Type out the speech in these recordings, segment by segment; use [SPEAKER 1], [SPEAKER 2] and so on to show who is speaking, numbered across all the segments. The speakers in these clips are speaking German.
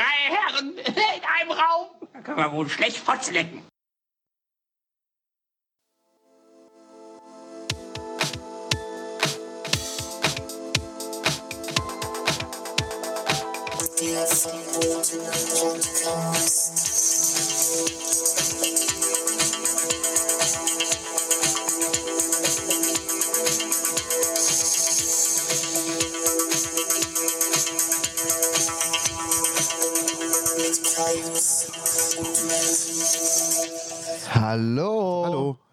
[SPEAKER 1] Herren in einem Raum. Da kann man wohl schlecht Fotz lecken.
[SPEAKER 2] Der verbotene Podcast. Mit Kaius und
[SPEAKER 3] Hallo.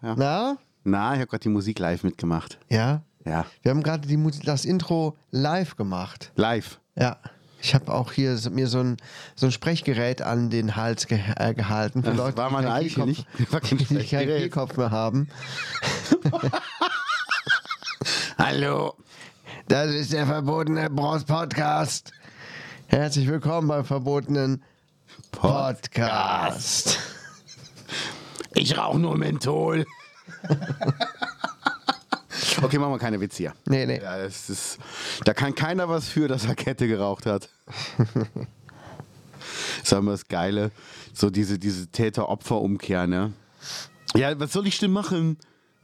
[SPEAKER 4] Hallo, ja.
[SPEAKER 3] Na?
[SPEAKER 4] Na, ich habe gerade die Musik live mitgemacht.
[SPEAKER 3] Ja?
[SPEAKER 4] Ja,
[SPEAKER 3] Wir haben gerade die Musik- das Intro live gemacht.
[SPEAKER 4] live.
[SPEAKER 3] Ja. Ich habe auch hier so, mir so ein, so ein Sprechgerät an den Hals ge äh, gehalten. Für
[SPEAKER 4] Das
[SPEAKER 3] Leute,
[SPEAKER 4] war
[SPEAKER 3] die
[SPEAKER 4] meine
[SPEAKER 3] keinen
[SPEAKER 4] Eiche,
[SPEAKER 3] Kehlkopf-
[SPEAKER 4] nicht? War kein
[SPEAKER 3] die keinen
[SPEAKER 4] Sprechgerät.
[SPEAKER 3] Kehlkopf mehr haben.
[SPEAKER 4] Hallo.
[SPEAKER 3] Das ist der verbotene Bros Podcast. Herzlich willkommen beim verbotenen Podcast.
[SPEAKER 4] Ich rauche nur Menthol. okay, machen wir keine Witze hier.
[SPEAKER 3] Nee, nee.
[SPEAKER 4] Ja, das ist, da kann keiner was für, dass er Kette geraucht hat. Das ist immer das Geile. So diese, diese Täter-Opfer-Umkehr, ne? Ja, was soll ich denn machen?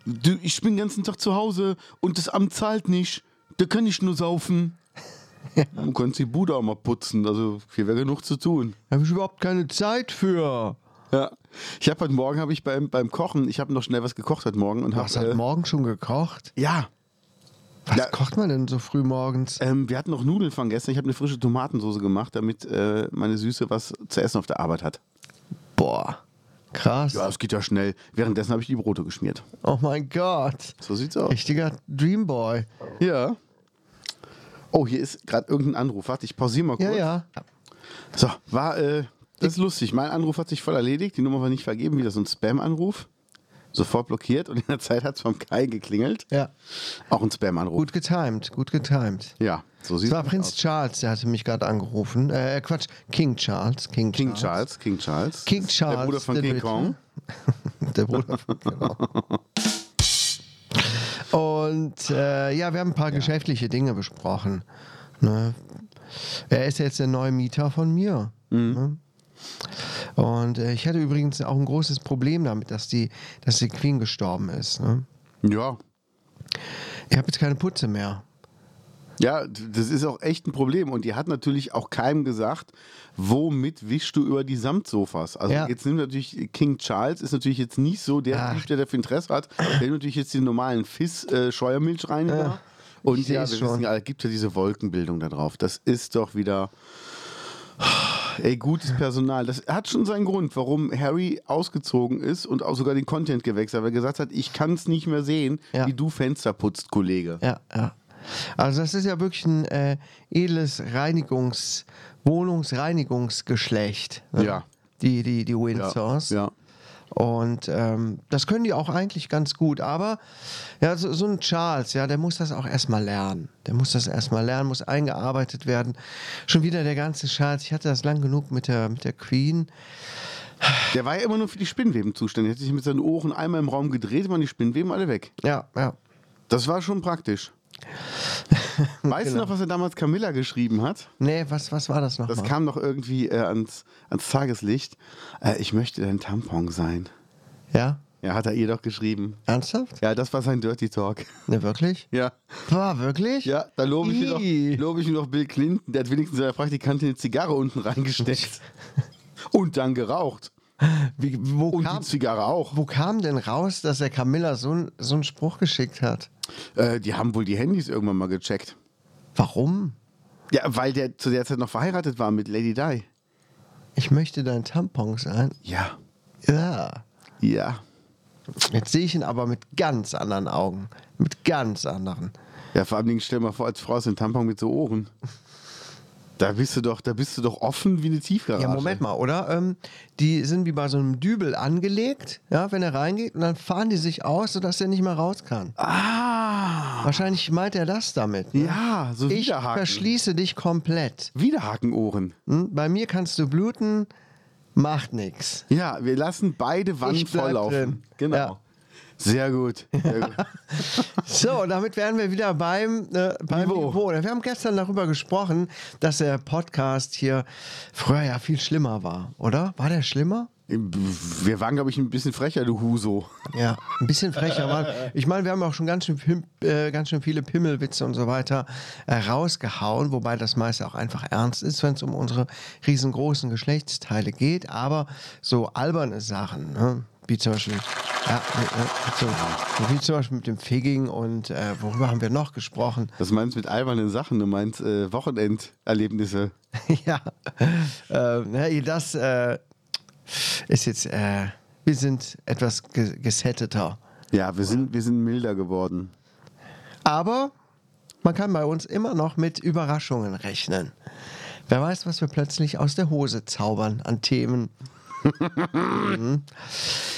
[SPEAKER 4] Du, ich bin den ganzen Tag zu Hause und das Amt zahlt nicht. Da kann ich nur saufen. Du kannst die Bude auch mal putzen. Also hier wäre genug zu tun.
[SPEAKER 3] Habe ich überhaupt keine Zeit für.
[SPEAKER 4] Ja. Ich habe heute Morgen, habe ich beim, beim Kochen, ich habe noch schnell was gekocht heute Morgen. und
[SPEAKER 3] Du
[SPEAKER 4] hab,
[SPEAKER 3] hast heute
[SPEAKER 4] äh,
[SPEAKER 3] Morgen schon gekocht?
[SPEAKER 4] Ja,
[SPEAKER 3] Was
[SPEAKER 4] Ja.
[SPEAKER 3] kocht man denn so früh morgens?
[SPEAKER 4] Ähm, wir hatten noch Nudeln von gestern. Ich habe eine frische Tomatensauce gemacht, damit äh, meine Süße was zu essen auf der Arbeit hat.
[SPEAKER 3] Boah, krass.
[SPEAKER 4] Ja, es geht ja schnell. Währenddessen habe ich die Brote geschmiert.
[SPEAKER 3] Oh mein Gott.
[SPEAKER 4] So sieht's aus.
[SPEAKER 3] Richtiger Dreamboy.
[SPEAKER 4] Ja. Oh, hier ist gerade irgendein Anruf. Warte, ich pausiere mal
[SPEAKER 3] Ja,
[SPEAKER 4] kurz.
[SPEAKER 3] ja.
[SPEAKER 4] So, war, äh, das ist lustig. Mein Anruf hat sich voll erledigt. Die Nummer war nicht vergeben. Wieder so ein Spam-Anruf. Sofort blockiert. Und in der Zeit hat es vom Kai geklingelt.
[SPEAKER 3] Ja.
[SPEAKER 4] Auch ein Spam-Anruf.
[SPEAKER 3] Gut getimed, gut getimed.
[SPEAKER 4] Ja, so
[SPEAKER 3] Es
[SPEAKER 4] sieht's
[SPEAKER 3] war
[SPEAKER 4] aus.
[SPEAKER 3] Prinz Charles, der hatte mich gerade angerufen. Äh, Quatsch, King Charles. King,
[SPEAKER 4] King Charles. King Charles.
[SPEAKER 3] King Charles.
[SPEAKER 4] Der Bruder von
[SPEAKER 3] der
[SPEAKER 4] King
[SPEAKER 3] Dritte.
[SPEAKER 4] Kong.
[SPEAKER 3] Der Bruder von genau. Und äh, ja, wir haben ein paar geschäftliche Dinge besprochen. Ne? Er ist jetzt der neue Mieter von mir.
[SPEAKER 4] Mhm.
[SPEAKER 3] Ne? Und äh, ich hatte übrigens auch ein großes Problem damit, dass die, dass die Queen gestorben ist. Ne?
[SPEAKER 4] Ja,
[SPEAKER 3] Ich habe jetzt keine Putze mehr.
[SPEAKER 4] Ja, d- das ist auch echt ein Problem. Und die hat natürlich auch keinem gesagt, womit wischst du über die Samtsofas? Also
[SPEAKER 3] Ja.
[SPEAKER 4] jetzt nimmt natürlich King Charles, ist natürlich jetzt nicht so der
[SPEAKER 3] Ach.
[SPEAKER 4] Typ, der dafür Interesse hat. Der nimmt natürlich jetzt den normalen Fiss-Scheuermilchreiniger. und
[SPEAKER 3] Äh, ich
[SPEAKER 4] ja,
[SPEAKER 3] seh's
[SPEAKER 4] wir
[SPEAKER 3] schon.
[SPEAKER 4] wissen ja, es gibt ja diese Wolkenbildung da drauf. Das ist doch wieder... Ey, gutes Personal. Das hat schon seinen Grund, warum Harry ausgezogen ist und auch sogar den Content gewechselt hat, weil er gesagt hat, ich kann es nicht mehr sehen,
[SPEAKER 3] Ja.
[SPEAKER 4] wie du Fenster putzt, Kollege.
[SPEAKER 3] Ja, ja. Also das ist ja wirklich ein äh, edles Reinigungs-, Wohnungsreinigungsgeschlecht. Ne?
[SPEAKER 4] Ja.
[SPEAKER 3] Die, die, die Windsors.
[SPEAKER 4] ja.
[SPEAKER 3] Und ähm, das können die auch eigentlich ganz gut. Aber ja, so, so ein Charles, ja, der muss das auch erstmal lernen. Der muss das erstmal lernen, muss eingearbeitet werden. Schon wieder der ganze Charles. Ich hatte das lang genug mit der, mit der Queen.
[SPEAKER 4] Der war ja immer nur für die Spinnweben zuständig. Er hat sich mit seinen Ohren einmal im Raum gedreht, waren die Spinnweben alle weg.
[SPEAKER 3] Ja, ja.
[SPEAKER 4] Das war schon praktisch.
[SPEAKER 3] Genau.
[SPEAKER 4] Weißt du noch, was er damals Camilla geschrieben hat?
[SPEAKER 3] Nee, was, was war das nochmal?
[SPEAKER 4] Das kam doch irgendwie äh, ans, ans Tageslicht. Äh, ich möchte dein Tampon sein.
[SPEAKER 3] Ja?
[SPEAKER 4] Ja, hat er ihr doch geschrieben.
[SPEAKER 3] Ernsthaft?
[SPEAKER 4] Ja, das war sein Dirty Talk.
[SPEAKER 3] Ne, wirklich?
[SPEAKER 4] Ja,
[SPEAKER 3] War wirklich?
[SPEAKER 4] ja da lobe ich, mir
[SPEAKER 3] Ih.
[SPEAKER 4] doch- lobe ich mir doch Bill Clinton. Der hat wenigstens seiner Praktikantin eine Zigarre unten reingesteckt. Und dann geraucht.
[SPEAKER 3] Wie, wo,
[SPEAKER 4] Und
[SPEAKER 3] kam,
[SPEAKER 4] die Zigarre auch.
[SPEAKER 3] wo kam denn raus, dass er Camilla so, n- so einen Spruch geschickt hat?
[SPEAKER 4] Äh, die haben wohl die Handys irgendwann mal gecheckt.
[SPEAKER 3] Warum?
[SPEAKER 4] Ja, weil der zu der Zeit noch verheiratet war mit Lady Di.
[SPEAKER 3] Ich möchte dein Tampon sein.
[SPEAKER 4] Ja.
[SPEAKER 3] Ja.
[SPEAKER 4] Ja.
[SPEAKER 3] Jetzt sehe ich ihn aber mit ganz anderen Augen. Mit ganz anderen.
[SPEAKER 4] Ja, vor allen Dingen stell mal vor, als Frau ist ein Tampon mit so Ohren. Da bist du doch, da bist du doch offen wie eine Tiefgarage.
[SPEAKER 3] Ja, Moment mal, oder? Ähm, die sind wie bei so einem Dübel angelegt, ja, wenn er reingeht, und dann fahren die sich aus, sodass er nicht mehr raus kann.
[SPEAKER 4] Ah.
[SPEAKER 3] Wahrscheinlich meint er das damit. Ne?
[SPEAKER 4] Ja, so
[SPEAKER 3] ich
[SPEAKER 4] Widerhaken.
[SPEAKER 3] verschließe dich komplett.
[SPEAKER 4] Widerhakenohren.
[SPEAKER 3] Hm? Bei mir kannst du bluten, macht nichts.
[SPEAKER 4] Ja, wir lassen beide Wannen
[SPEAKER 3] Ich bleib
[SPEAKER 4] volllaufen.
[SPEAKER 3] drin.
[SPEAKER 4] Genau.
[SPEAKER 3] Ja.
[SPEAKER 4] Sehr gut. Sehr gut.
[SPEAKER 3] So, damit wären wir wieder beim, äh, beim
[SPEAKER 4] Niveau.
[SPEAKER 3] Niveau. Wir haben gestern darüber gesprochen, dass der Podcast hier früher ja viel schlimmer war, oder? War der schlimmer?
[SPEAKER 4] Wir waren, glaube ich, ein bisschen frecher, du Huso.
[SPEAKER 3] Ja, ein bisschen frecher. Mann. Ich meine, wir haben auch schon ganz schön, pim- äh, ganz schön viele Pimmelwitze und so weiter äh, rausgehauen, wobei das meiste auch einfach ernst ist, wenn es um unsere riesengroßen Geschlechtsteile geht. Aber so alberne Sachen, ne? wie zum Beispiel. Ja, äh, äh, so, wie zum Beispiel mit dem Figging und äh, worüber haben wir noch gesprochen?
[SPEAKER 4] Das meinst mit albernen Sachen. Du meinst äh, Wochenenderlebnisse.
[SPEAKER 3] ja, äh, ne, das äh, ist jetzt, äh, wir sind etwas ge gesetteter.
[SPEAKER 4] Ja, wir sind, wir sind milder geworden.
[SPEAKER 3] Aber man kann bei uns immer noch mit Überraschungen rechnen. Wer weiß, was wir plötzlich aus der Hose zaubern an Themen.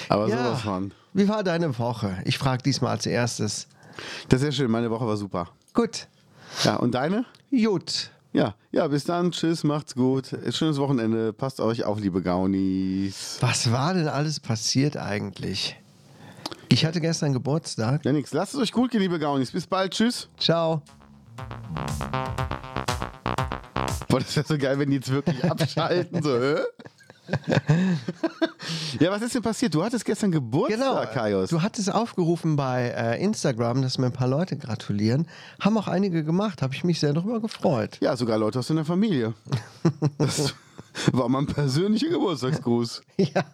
[SPEAKER 4] Aber sowas von.
[SPEAKER 3] Wie war deine Woche? Ich frage diesmal als erstes.
[SPEAKER 4] Das ist ja schön. Meine Woche war super.
[SPEAKER 3] Gut.
[SPEAKER 4] Ja, und deine?
[SPEAKER 3] Gut.
[SPEAKER 4] Ja, ja, bis dann. Tschüss, macht's gut. Schönes Wochenende. Passt euch auf, liebe Gaunis.
[SPEAKER 3] Was war denn alles passiert eigentlich? Ich hatte gestern Geburtstag.
[SPEAKER 4] Ja, nix. Lasst es euch gut gehen, liebe Gaunis. Bis bald. Tschüss.
[SPEAKER 3] Ciao.
[SPEAKER 4] Boah, das wäre so geil, wenn die jetzt wirklich abschalten. so, hä? ja, was ist denn passiert? Du hattest gestern Geburtstag,
[SPEAKER 3] Genau.
[SPEAKER 4] Kaios.
[SPEAKER 3] Du hattest aufgerufen bei äh, Instagram, dass mir ein paar Leute gratulieren. Haben auch einige gemacht. Habe ich mich sehr darüber gefreut.
[SPEAKER 4] Ja, sogar Leute aus deiner Familie. Das war mein persönlicher Geburtstagsgruß.
[SPEAKER 3] ja.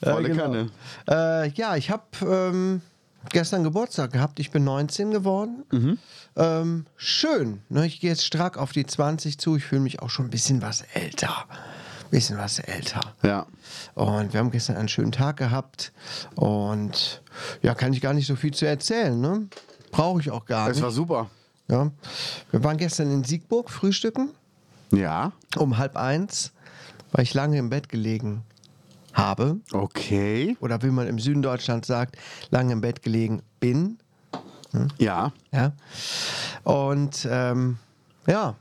[SPEAKER 3] genau.
[SPEAKER 4] Volle Kanne.
[SPEAKER 3] Äh, ja, ich habe ähm, gestern Geburtstag gehabt. Ich bin 19 geworden. Ähm, schön. Ne? Ich gehe jetzt stark auf die 20 zu. Ich fühle mich auch schon ein bisschen was älter. Bisschen was älter.
[SPEAKER 4] Ja.
[SPEAKER 3] Und wir haben gestern einen schönen Tag gehabt. Und ja, kann ich gar nicht so viel zu erzählen. Ne? Brauche ich auch gar
[SPEAKER 4] Es
[SPEAKER 3] nicht.
[SPEAKER 4] war super.
[SPEAKER 3] Ja. Wir waren gestern in Siegburg frühstücken
[SPEAKER 4] Ja.
[SPEAKER 3] um halb eins, weil ich lange im Bett gelegen habe
[SPEAKER 4] Okay.
[SPEAKER 3] oder wie man im Süden Deutschlands sagt, lange im Bett gelegen bin.
[SPEAKER 4] Ja.
[SPEAKER 3] Ja. Und ähm, ja,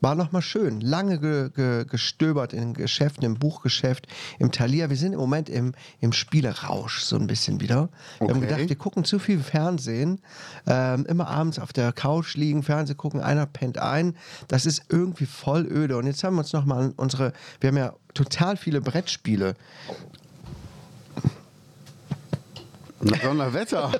[SPEAKER 3] war nochmal schön. Lange ge ge gestöbert in Geschäften, im Buchgeschäft, im Thalia. Wir sind im Moment im, im Spielerausch so ein bisschen wieder. Wir haben
[SPEAKER 4] Okay.
[SPEAKER 3] gedacht, wir gucken zu viel Fernsehen. Ähm, immer abends auf der Couch liegen, Fernsehen gucken, einer pennt ein. Das ist irgendwie voll öde. Und jetzt haben wir uns nochmal unsere, wir haben ja total viele Brettspiele.
[SPEAKER 4] Na, Donnerwetter.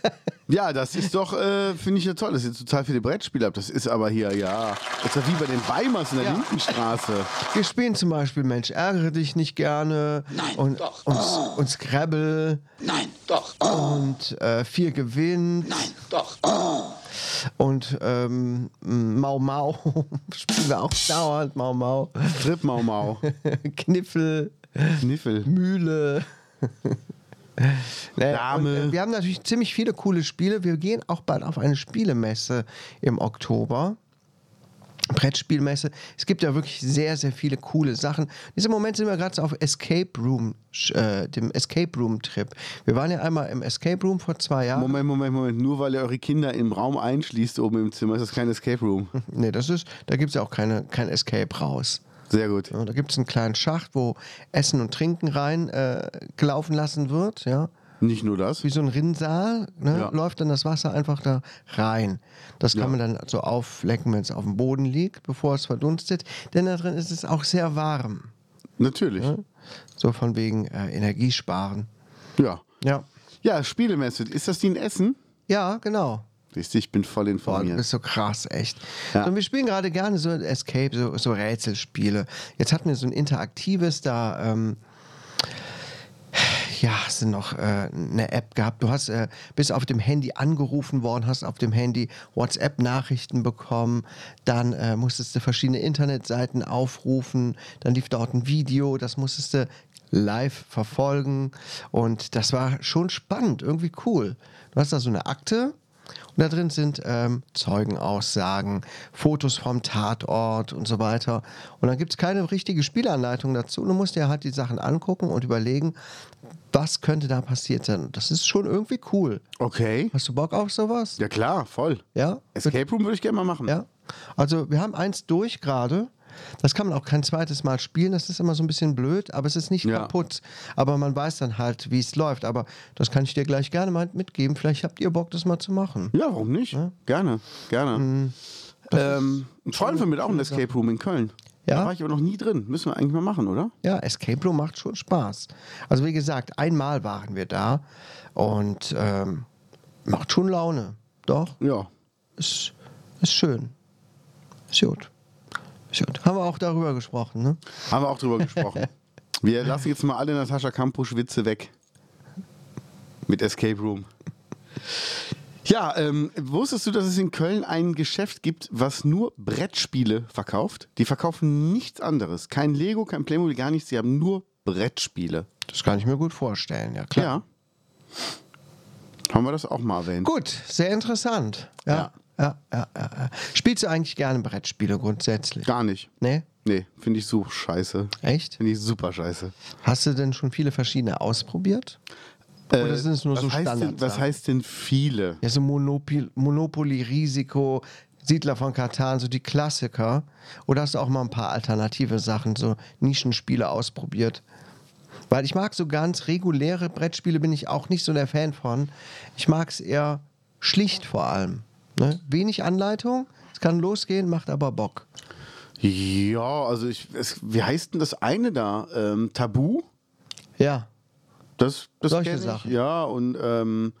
[SPEAKER 4] ja, das ist doch, äh, finde ich ja toll, dass ihr total viele Brettspiele habt. Das ist aber hier, ja. Das ist ja wie bei den Weimers in der
[SPEAKER 3] Ja.
[SPEAKER 4] Lindenstraße.
[SPEAKER 3] Wir spielen zum Beispiel Mensch, ärgere dich nicht gerne
[SPEAKER 1] Nein,
[SPEAKER 3] und,
[SPEAKER 1] doch. Oh.
[SPEAKER 3] und, und Scrabble
[SPEAKER 1] Nein, doch.
[SPEAKER 3] und äh, Vier gewinnt
[SPEAKER 1] Nein, doch.
[SPEAKER 3] und ähm, Mau Mau spielen wir auch dauernd, Mau Mau,
[SPEAKER 4] Trip Mau Mau.
[SPEAKER 3] Kniffel,
[SPEAKER 4] Kniffel.
[SPEAKER 3] Mühle. Naja,
[SPEAKER 4] Dame.
[SPEAKER 3] Und, äh, wir haben natürlich ziemlich viele coole Spiele. Wir gehen auch bald auf eine Spielemesse im Oktober. Brettspielmesse. Es gibt ja wirklich sehr, sehr viele coole Sachen. In diesem Moment sind wir gerade so auf Escape Room, sch- äh, dem Escape Room Trip. Wir waren ja einmal im Escape Room vor zwei Jahren.
[SPEAKER 4] Moment, Moment, Moment. Nur weil ihr eure Kinder im Raum einschließt oben im Zimmer, ist das kein Escape Room.
[SPEAKER 3] Nee, das ist, da gibt es ja auch keine, kein Escape raus.
[SPEAKER 4] Sehr gut.
[SPEAKER 3] Ja, da gibt es einen kleinen Schacht, wo Essen und Trinken rein äh, gelaufen lassen wird, ja.
[SPEAKER 4] Nicht nur das.
[SPEAKER 3] Wie so ein Rinnsal, ne?
[SPEAKER 4] Ja.
[SPEAKER 3] läuft dann das Wasser einfach da rein. Das kann man dann so auflecken, wenn es auf dem Boden liegt, bevor es verdunstet. Denn da drin ist es auch sehr warm.
[SPEAKER 4] Natürlich.
[SPEAKER 3] So von wegen äh, Energiesparen.
[SPEAKER 4] Ja.
[SPEAKER 3] Ja.
[SPEAKER 4] Ja, Spielemesse. Ist das die in Essen?
[SPEAKER 3] Ja, genau.
[SPEAKER 4] Siehst du, ich bin voll
[SPEAKER 3] Boah, du
[SPEAKER 4] informiert.
[SPEAKER 3] bist so krass, echt.
[SPEAKER 4] Ja.
[SPEAKER 3] So, und wir spielen gerade gerne so Escape, so, so Rätselspiele. Jetzt hatten wir so ein interaktives, da ähm, ja, hast du noch äh, eine App gehabt. Du hast äh, bist auf dem Handy angerufen worden, hast auf dem Handy WhatsApp-Nachrichten bekommen, dann äh, musstest du verschiedene Internetseiten aufrufen, dann lief dort ein Video, das musstest du live verfolgen und das war schon spannend, irgendwie cool. Du hast da so eine Akte und da drin sind ähm, Zeugenaussagen, Fotos vom Tatort und so weiter. Und dann gibt es keine richtige Spielanleitung dazu. Du musst dir halt die Sachen angucken und überlegen, was könnte da passiert sein. Und Das ist schon irgendwie cool.
[SPEAKER 4] Okay.
[SPEAKER 3] Hast du Bock auf sowas?
[SPEAKER 4] Ja klar, voll.
[SPEAKER 3] Ja?
[SPEAKER 4] Escape Room würde ich gerne mal machen.
[SPEAKER 3] Ja. Also wir haben eins durch gerade. Das kann man auch kein zweites Mal spielen. Das ist immer so ein bisschen blöd, aber es ist nicht
[SPEAKER 4] Ja.
[SPEAKER 3] kaputt. Aber man weiß dann halt, wie es läuft. Aber das kann ich dir gleich gerne mal mitgeben. Vielleicht habt ihr Bock, das mal zu machen.
[SPEAKER 4] Ja, Mhm. warum nicht? Gerne, gerne. Ähm, ein Freund von mir hat auch ein Escape Room in Köln.
[SPEAKER 3] Ja?
[SPEAKER 4] Da war ich aber noch nie drin. Müssen wir eigentlich mal machen, oder?
[SPEAKER 3] Ja, Escape Room macht schon Spaß. Also wie gesagt, einmal waren wir da und ähm, macht schon Laune. Doch,
[SPEAKER 4] Ja.
[SPEAKER 3] ist, ist schön. Ist gut. Ist gut. Haben wir auch darüber gesprochen, ne?
[SPEAKER 4] Haben wir auch drüber gesprochen. Wir lassen jetzt mal alle Natascha Kampusch-Witze weg. Mit Escape Room. Ja, ähm, wusstest du, dass es in Köln ein Geschäft gibt, was nur Brettspiele verkauft? Die verkaufen nichts anderes. Kein Lego, kein Playmobil, gar nichts. Die haben nur Brettspiele.
[SPEAKER 3] Das kann ich mir gut vorstellen, ja klar.
[SPEAKER 4] Ja. Haben wir das auch mal erwähnt?
[SPEAKER 3] Gut, sehr interessant. Ja. Ja. Ja, ja, ja. Spielst du eigentlich gerne Brettspiele grundsätzlich?
[SPEAKER 4] Gar nicht.
[SPEAKER 3] Nee?
[SPEAKER 4] Nee, finde ich so scheiße.
[SPEAKER 3] Echt?
[SPEAKER 4] Finde ich super scheiße.
[SPEAKER 3] Hast du denn schon viele verschiedene ausprobiert? Oder sind es nur
[SPEAKER 4] Äh, was
[SPEAKER 3] so
[SPEAKER 4] heißt denn,
[SPEAKER 3] Standards?
[SPEAKER 4] Was heißt denn viele?
[SPEAKER 3] Ja, so Monopi- Monopoly, Risiko, Siedler von Katan, so die Klassiker. Oder hast du auch mal ein paar alternative Sachen, so Nischenspiele ausprobiert? Weil ich mag so ganz reguläre Brettspiele, bin ich auch nicht so der Fan von. Ich mag es eher schlicht vor allem. Ne? Wenig Anleitung, es kann losgehen, macht aber Bock.
[SPEAKER 4] Ja, also ich, es, wie heißt denn das eine da? Ähm, Tabu?
[SPEAKER 3] Ja,
[SPEAKER 4] Das, das
[SPEAKER 3] Solche
[SPEAKER 4] kenn ich.
[SPEAKER 3] Sachen.
[SPEAKER 4] Ja, und ähm,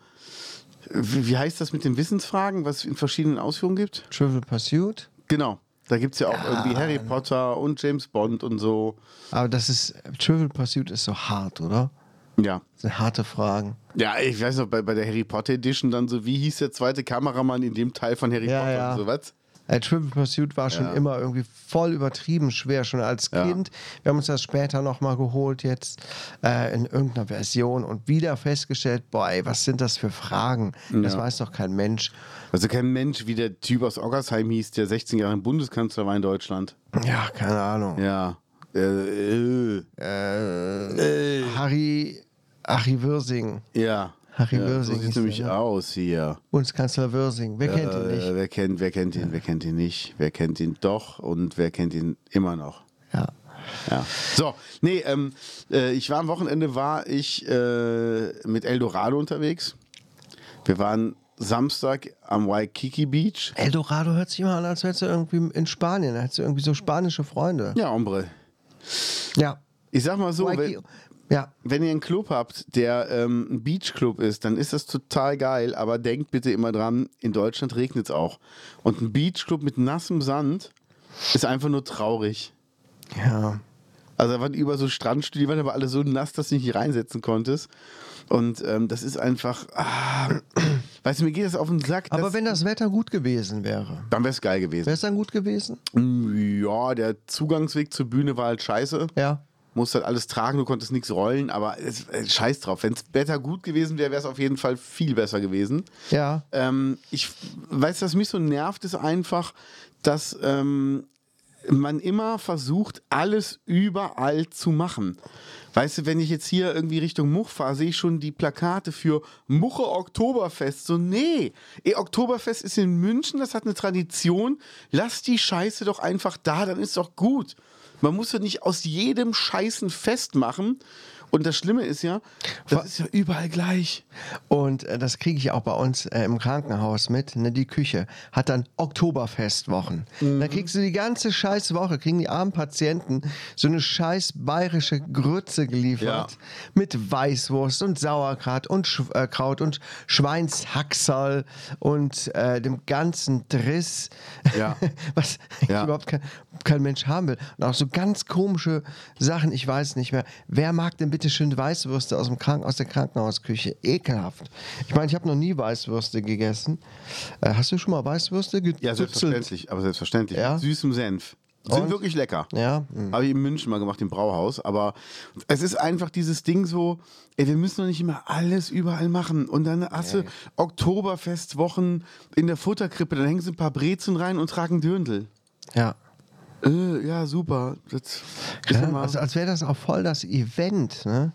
[SPEAKER 4] wie, wie heißt das mit den Wissensfragen, was es in verschiedenen Ausführungen gibt?
[SPEAKER 3] Trivial Pursuit.
[SPEAKER 4] Genau. Da gibt es ja auch irgendwie Harry Potter und James Bond und so.
[SPEAKER 3] Aber das ist, Trivial Pursuit ist so hart, oder?
[SPEAKER 4] Ja.
[SPEAKER 3] Das sind harte Fragen.
[SPEAKER 4] Ja, ich weiß noch, bei, bei der Harry Potter Edition dann so, wie hieß der zweite Kameramann in dem Teil von Harry
[SPEAKER 3] Ja,
[SPEAKER 4] Potter
[SPEAKER 3] ja.
[SPEAKER 4] und sowas?
[SPEAKER 3] Äh, Triple Pursuit war schon
[SPEAKER 4] Ja.
[SPEAKER 3] immer irgendwie voll übertrieben schwer, schon als
[SPEAKER 4] Ja.
[SPEAKER 3] Kind. Wir haben uns das später nochmal geholt, jetzt äh, in irgendeiner Version und wieder festgestellt: Boah, ey, was sind das für Fragen? Das
[SPEAKER 4] Ja.
[SPEAKER 3] weiß doch kein Mensch.
[SPEAKER 4] Also kein Mensch, wie der Typ aus Oggersheim hieß, der 16 Jahre Bundeskanzler war in Deutschland.
[SPEAKER 3] Ja, keine Ahnung.
[SPEAKER 4] Ja. Äh, äh.
[SPEAKER 3] Äh. Harry, Harry Wirsing,
[SPEAKER 4] Ja.
[SPEAKER 3] Harry
[SPEAKER 4] ja, so
[SPEAKER 3] Wirsing hieß
[SPEAKER 4] sieht
[SPEAKER 3] der,
[SPEAKER 4] nämlich
[SPEAKER 3] ne?
[SPEAKER 4] aus hier.
[SPEAKER 3] Bundeskanzler Wirsing, wer kennt ihn
[SPEAKER 4] Äh,
[SPEAKER 3] nicht?
[SPEAKER 4] Wer kennt, wer kennt ihn, wer kennt ihn nicht, wer kennt ihn doch und wer kennt ihn immer noch.
[SPEAKER 3] Ja.
[SPEAKER 4] Ja. So, nee, ähm, äh, ich war am Wochenende war ich äh, mit Eldorado unterwegs. Wir waren Samstag am Waikiki Beach.
[SPEAKER 3] Eldorado hört sich immer an, als wärst du irgendwie in Spanien, als hättest du irgendwie so spanische Freunde.
[SPEAKER 4] Ja, Ombre.
[SPEAKER 3] Ja.
[SPEAKER 4] Ich sag mal so,
[SPEAKER 3] Waikiki-
[SPEAKER 4] wenn,
[SPEAKER 3] ja.
[SPEAKER 4] wenn ihr einen Club habt, der ähm, ein Beachclub ist, dann ist das total geil, aber denkt bitte immer dran, in Deutschland regnet es auch. Und ein Beachclub mit nassem Sand ist einfach nur traurig.
[SPEAKER 3] Ja.
[SPEAKER 4] Also da waren über so Strandstühle, die waren aber alle so nass, dass du dich nicht reinsetzen konntest. Und ähm, das ist einfach, ah, weißt du, mir geht das auf den Sack.
[SPEAKER 3] Aber
[SPEAKER 4] das,
[SPEAKER 3] wenn das Wetter gut gewesen wäre,
[SPEAKER 4] dann wäre es geil gewesen.
[SPEAKER 3] wäre es dann gut gewesen?
[SPEAKER 4] Ja, der Zugangsweg zur Bühne war halt scheiße.
[SPEAKER 3] Ja.
[SPEAKER 4] Musst halt alles tragen, du konntest nichts rollen, aber es, äh, scheiß drauf. Wenn es Wetter gut gewesen wäre, wäre es auf jeden Fall viel besser gewesen.
[SPEAKER 3] Ja.
[SPEAKER 4] Ähm, ich weiß, was mich so nervt, ist einfach, dass ähm, man immer versucht, alles überall zu machen. Weißt du, wenn ich jetzt hier irgendwie Richtung Much fahre, sehe ich schon die Plakate für Muche Oktoberfest. So, nee, Ey, Oktoberfest ist in München, das hat eine Tradition. Lass die Scheiße doch einfach da, dann ist doch gut. Man muss doch nicht aus jedem Scheißen festmachen. Und das Schlimme ist ja, das ist ja überall gleich.
[SPEAKER 3] Und äh, das kriege ich auch bei uns äh, im Krankenhaus mit. Ne? Die Küche hat dann Oktoberfestwochen.
[SPEAKER 4] Mhm.
[SPEAKER 3] Da kriegst du die ganze scheiß Woche, kriegen die armen Patienten so eine scheiß bayerische Grütze geliefert.
[SPEAKER 4] Ja.
[SPEAKER 3] Mit Weißwurst und Sauerkraut und, Sch äh, Kraut und Schweinshaxal und äh, dem ganzen Driss,
[SPEAKER 4] Ja.
[SPEAKER 3] was eigentlich
[SPEAKER 4] Ja.
[SPEAKER 3] überhaupt kein, kein Mensch haben will. Und auch so ganz komische Sachen, ich weiß nicht mehr. Wer mag denn bitte schön Weißwürste aus, dem Kranken aus der Krankenhausküche? Ekelhaft. Ich meine, ich habe noch nie Weißwürste gegessen. Äh, hast du schon mal Weißwürste gegessen?
[SPEAKER 4] Ja, selbstverständlich, aber selbstverständlich.
[SPEAKER 3] Ja.
[SPEAKER 4] Mit süßem Senf. Sind
[SPEAKER 3] Und?
[SPEAKER 4] wirklich lecker.
[SPEAKER 3] Ja. hm.
[SPEAKER 4] Habe ich in München mal gemacht, im Brauhaus. Aber es ist einfach dieses Ding so, ey, wir müssen doch nicht immer alles überall machen. Und dann hast du Oktoberfestwochen in der Futterkrippe, dann hängen sie ein paar Brezen rein und tragen Dürndl.
[SPEAKER 3] Ja.
[SPEAKER 4] Äh, ja, super. Das ist
[SPEAKER 3] Ja,
[SPEAKER 4] immer-
[SPEAKER 3] also als wäre das auch voll das Event, ne?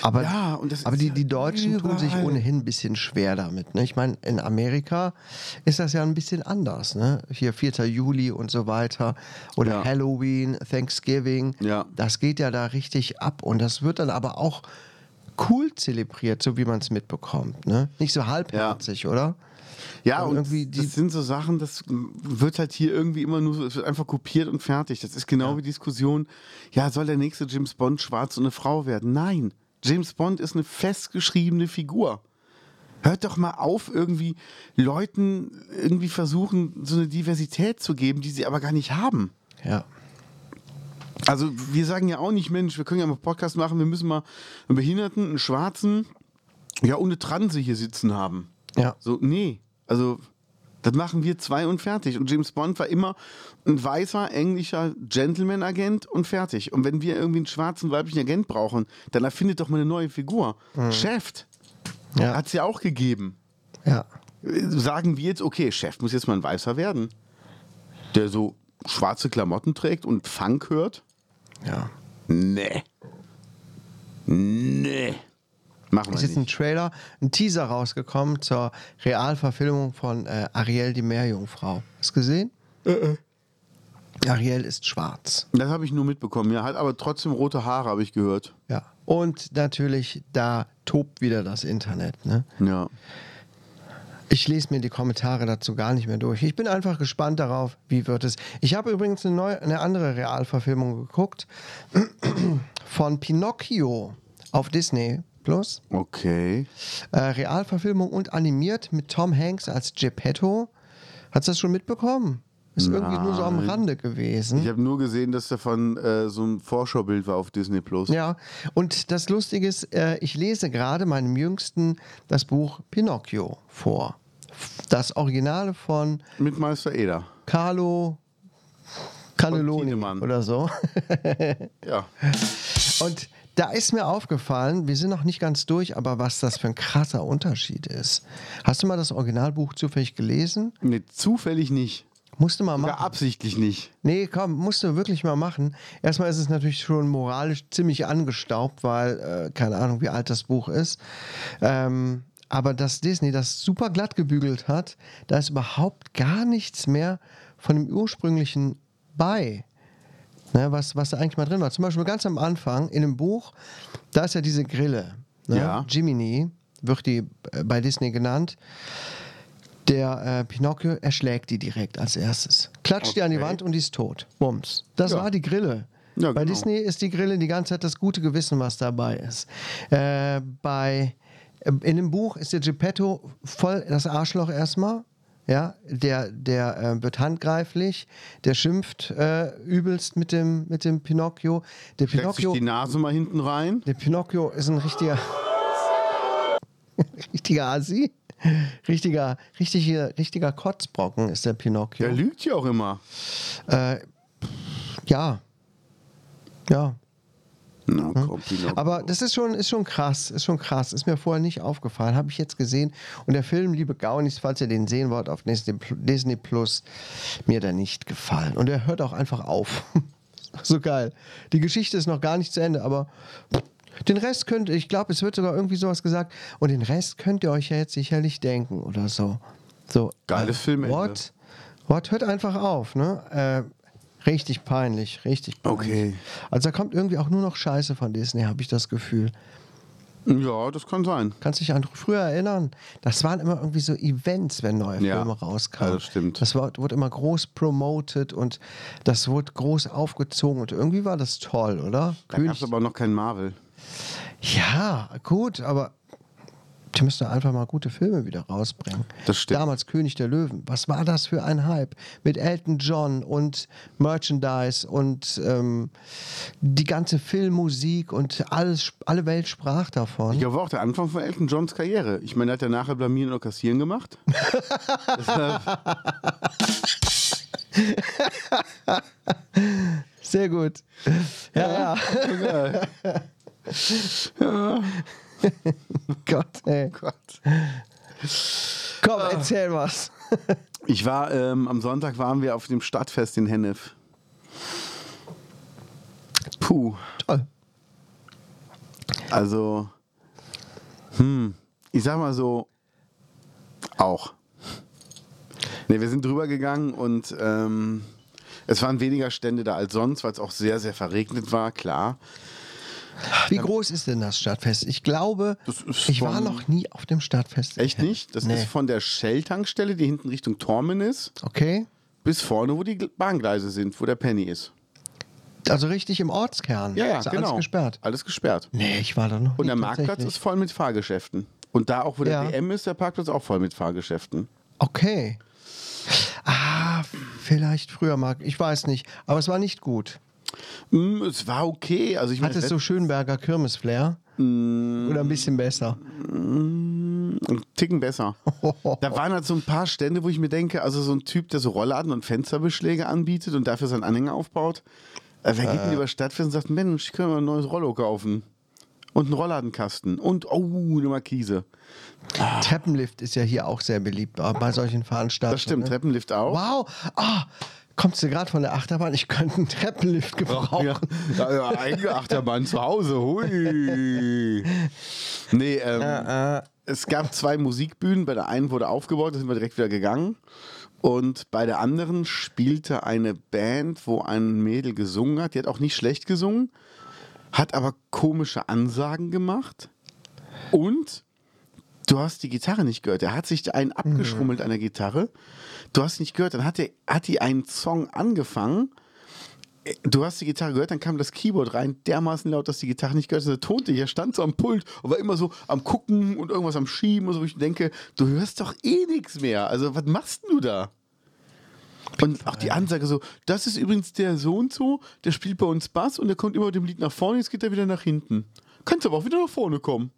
[SPEAKER 3] Aber,
[SPEAKER 4] Ja, und das
[SPEAKER 3] aber
[SPEAKER 4] ist
[SPEAKER 3] die,
[SPEAKER 4] halt
[SPEAKER 3] die Deutschen tun sich
[SPEAKER 4] überall.
[SPEAKER 3] ohnehin ein bisschen schwer damit. Ne? Ich meine, in Amerika ist das ja ein bisschen anders. Ne? Hier 4. Juli und so weiter. Oder
[SPEAKER 4] Ja.
[SPEAKER 3] Halloween, Thanksgiving.
[SPEAKER 4] Ja.
[SPEAKER 3] Das geht ja da richtig ab. Und das wird dann aber auch cool zelebriert, so wie man es mitbekommt. Ne? Nicht so halbherzig, oder?
[SPEAKER 4] Ja,
[SPEAKER 3] Und
[SPEAKER 4] und
[SPEAKER 3] Also irgendwie die-
[SPEAKER 4] das sind so Sachen, das wird halt hier irgendwie immer nur so, es wird einfach kopiert und fertig. Das ist genau wie die Diskussion, ja, soll der nächste James Bond schwarz und eine Frau werden? Nein, James Bond ist eine festgeschriebene Figur. Hört doch mal auf, irgendwie Leuten irgendwie versuchen, so eine Diversität zu geben, die sie aber gar nicht haben.
[SPEAKER 3] Ja.
[SPEAKER 4] Also wir sagen ja auch nicht, Mensch, wir können ja mal Podcast machen, wir müssen mal einen Behinderten, einen Schwarzen, ja, ohne Transe hier sitzen haben.
[SPEAKER 3] Ja.
[SPEAKER 4] So, nee. Also, das machen wir zwei und fertig. Und James Bond war immer ein weißer, englischer Gentleman-Agent und fertig. Und wenn wir irgendwie einen schwarzen, weiblichen Agent brauchen, dann erfindet doch mal eine neue Figur. Chef
[SPEAKER 3] Hm. Ja.
[SPEAKER 4] hat es ja auch gegeben.
[SPEAKER 3] ja.
[SPEAKER 4] Äh, Sagen wir jetzt, okay, Chef muss jetzt mal ein Weißer werden, der so schwarze Klamotten trägt und Funk hört.
[SPEAKER 3] ja.
[SPEAKER 4] Nee. Nee. Machen
[SPEAKER 3] Es
[SPEAKER 4] wir
[SPEAKER 3] ist ein
[SPEAKER 4] nicht.
[SPEAKER 3] Trailer, ein Teaser rausgekommen zur Realverfilmung von äh, Ariel die Meerjungfrau. Hast du gesehen? Ariel ist schwarz.
[SPEAKER 4] Das habe ich nur mitbekommen. Ja, hat aber trotzdem rote Haare, habe ich gehört.
[SPEAKER 3] Ja. Und natürlich, da tobt wieder das Internet. Ne?
[SPEAKER 4] Ja.
[SPEAKER 3] Ich lese mir die Kommentare dazu gar nicht mehr durch. Ich bin einfach gespannt darauf, wie wird es. Ich habe übrigens eine, neue, eine andere Realverfilmung geguckt von Pinocchio auf Disney Plus.
[SPEAKER 4] Okay.
[SPEAKER 3] Äh, Realverfilmung und animiert mit Tom Hanks als Geppetto. Hast du das schon mitbekommen? Ist irgendwie nur so am Rande gewesen.
[SPEAKER 4] Ich habe nur gesehen, dass davon äh, so ein Vorschaubild war auf Disney Plus.
[SPEAKER 3] Ja, und das Lustige ist, äh, ich lese gerade meinem Jüngsten das Buch Pinocchio vor. Das Original von
[SPEAKER 4] Mit Meister Eder.
[SPEAKER 3] Carlo Cannelloni
[SPEAKER 4] Tiedemann.
[SPEAKER 3] oder so.
[SPEAKER 4] Ja.
[SPEAKER 3] Und da ist mir aufgefallen, wir sind noch nicht ganz durch, aber was das für ein krasser Unterschied ist. Hast du mal das Originalbuch zufällig gelesen?
[SPEAKER 4] Nee, zufällig nicht.
[SPEAKER 3] Musst du mal
[SPEAKER 4] Oder
[SPEAKER 3] machen.
[SPEAKER 4] absichtlich nicht.
[SPEAKER 3] Nee, komm, musst du wirklich mal machen. Erstmal ist es natürlich schon moralisch ziemlich angestaubt, weil äh, keine Ahnung, wie alt das Buch ist. Ähm, aber dass Disney das super glatt gebügelt hat, da ist überhaupt gar nichts mehr von dem ursprünglichen bei. Ne, was, was da eigentlich mal drin war. Zum Beispiel ganz am Anfang in dem Buch, da ist ja diese Grille. Ne?
[SPEAKER 4] Ja.
[SPEAKER 3] Jiminy wird die äh, bei Disney genannt. Der äh, Pinocchio erschlägt die direkt als erstes. Klatscht die an die
[SPEAKER 4] Okay.
[SPEAKER 3] Wand und die ist tot. Bums. Das war die Grille.
[SPEAKER 4] Ja,
[SPEAKER 3] bei
[SPEAKER 4] genau.
[SPEAKER 3] Disney ist die Grille die ganze Zeit das gute Gewissen, was dabei ist. Äh, bei, äh, in dem Buch ist der Geppetto voll das Arschloch erstmal. Ja, der, der äh, wird handgreiflich, der schimpft äh, übelst mit dem, mit dem Pinocchio. Der
[SPEAKER 4] Steckt sich
[SPEAKER 3] Pinocchio,
[SPEAKER 4] die Nase mal hinten rein.
[SPEAKER 3] der Pinocchio ist ein richtiger. richtiger Asi. Richtiger, richtiger, richtiger Kotzbrocken ist der Pinocchio.
[SPEAKER 4] Der lügt ja auch immer.
[SPEAKER 3] Ja. Ja.
[SPEAKER 4] Na komm, Pinocchio.
[SPEAKER 3] Hm? Aber das ist schon, ist schon krass, ist schon krass. Ist mir vorher nicht aufgefallen, habe ich jetzt gesehen. Und der Film, liebe Gaunis, falls ihr den sehen wollt, auf Disney Pl- Disney Plus, mir da nicht gefallen. Und er hört auch einfach auf. so geil. Die Geschichte ist noch gar nicht zu Ende, aber den Rest könnt, ich glaube, es wird sogar irgendwie sowas gesagt. Und den Rest könnt ihr euch ja jetzt sicherlich denken oder so. So. äh,
[SPEAKER 4] Geiles Filmende.
[SPEAKER 3] What? What? Hört einfach auf, ne? Äh, richtig peinlich, richtig peinlich.
[SPEAKER 4] Okay.
[SPEAKER 3] Also da kommt irgendwie auch nur noch Scheiße von Disney, habe ich das Gefühl.
[SPEAKER 4] ja, das kann sein.
[SPEAKER 3] Kannst dich an früher erinnern? Das waren immer irgendwie so Events, wenn neue
[SPEAKER 4] Ja,
[SPEAKER 3] Filme rauskamen.
[SPEAKER 4] ja, das stimmt.
[SPEAKER 3] Das war, wurde immer groß promoted und das wurde groß aufgezogen und irgendwie war das toll, oder?
[SPEAKER 4] Da gab es aber noch kein Marvel.
[SPEAKER 3] Hm? Ja, gut, aber die müssen einfach mal gute Filme wieder rausbringen.
[SPEAKER 4] Das stimmt.
[SPEAKER 3] Damals König der Löwen. Was war das für ein Hype? Mit Elton John und Merchandise und ähm, die ganze Filmmusik und alles, alle Welt sprach davon.
[SPEAKER 4] Ich glaube auch der Anfang von Elton Johns Karriere. Ich meine, er hat ja nachher Blamieren und Kassieren gemacht.
[SPEAKER 3] Sehr gut. Ja, ja. Oh Gott, ey.
[SPEAKER 4] Gott.
[SPEAKER 3] Komm, erzähl was.
[SPEAKER 4] Ich war, ähm, am Sonntag waren wir auf dem Stadtfest in Hennef. Puh.
[SPEAKER 3] Toll.
[SPEAKER 4] Also, hm, ich sag mal so, auch. Ne, wir sind drüber gegangen und ähm, es waren weniger Stände da als sonst, weil es auch sehr, sehr verregnet war, klar.
[SPEAKER 3] Wie groß ist denn das Stadtfest? Ich glaube,
[SPEAKER 4] Das ist
[SPEAKER 3] ich war
[SPEAKER 4] von-
[SPEAKER 3] noch nie auf dem Stadtfest.
[SPEAKER 4] Echt nicht? Das
[SPEAKER 3] Nee.
[SPEAKER 4] ist von der Shell-Tankstelle, die hinten Richtung Tormen ist,
[SPEAKER 3] Okay.
[SPEAKER 4] bis vorne, wo die Gl- Bahngleise sind, wo der Penny ist.
[SPEAKER 3] Also richtig im Ortskern.
[SPEAKER 4] Ja, ja,
[SPEAKER 3] ist
[SPEAKER 4] genau.
[SPEAKER 3] alles gesperrt.
[SPEAKER 4] Alles gesperrt.
[SPEAKER 3] Nee, ich war da noch
[SPEAKER 4] Und
[SPEAKER 3] nie
[SPEAKER 4] der Marktplatz
[SPEAKER 3] tatsächlich.
[SPEAKER 4] ist voll mit Fahrgeschäften. Und da auch, wo
[SPEAKER 3] Ja.
[SPEAKER 4] der DM ist, der Parkplatz auch voll mit Fahrgeschäften.
[SPEAKER 3] Okay. Ah, vielleicht früher mal. Ich weiß nicht. Aber es war nicht gut.
[SPEAKER 4] Hm, es war okay. Also ich
[SPEAKER 3] Hat
[SPEAKER 4] meine,
[SPEAKER 3] es so Schönberger Kirmes-Flair?
[SPEAKER 4] Mm.
[SPEAKER 3] Oder ein bisschen besser?
[SPEAKER 4] Ein Ticken besser. Da waren halt so ein paar Stände, wo ich mir denke, also so ein Typ, der so Rollladen und Fensterbeschläge anbietet und dafür seinen Anhänger aufbaut. Äh, wer geht denn über Stadtfest und sagt, Mensch, ich könnte mal ein neues Rollo kaufen. Und einen Rollladenkasten. Und, oh, eine Markise.
[SPEAKER 3] Treppenlift ist ja hier auch sehr beliebt bei solchen Veranstaltungen.
[SPEAKER 4] Das stimmt,
[SPEAKER 3] ne?
[SPEAKER 4] Treppenlift auch.
[SPEAKER 3] Wow. Ah, kommst du gerade von der Achterbahn? Ich könnte einen Treppenlift gebrauchen.
[SPEAKER 4] Ja, also eigene Achterbahn zu Hause. Hui. Nee, ähm, es gab zwei Musikbühnen. Bei der einen wurde aufgebaut, da sind wir direkt wieder gegangen. Und bei der anderen spielte eine Band, wo ein Mädel gesungen hat. Die hat auch nicht schlecht gesungen, hat aber komische Ansagen gemacht. Und du hast die Gitarre nicht gehört. Er hat sich einen abgeschrummelt an der Gitarre. Du hast nicht gehört. Dann hat, der, hat die einen Song angefangen du hast die Gitarre gehört, dann kam das Keyboard rein, dermaßen laut, dass die Gitarre nicht gehört hat. Der tonte, ich stand so am Pult und war immer so am Gucken und irgendwas am Schieben und so, wo ich denke, du hörst doch eh nichts mehr. Also, was machst denn du da? Und auch die Ansage so, das ist übrigens der so und so, der spielt bei uns Bass und der kommt immer mit dem Lied nach vorne, jetzt geht er wieder nach hinten. Kannst aber auch wieder nach vorne kommen.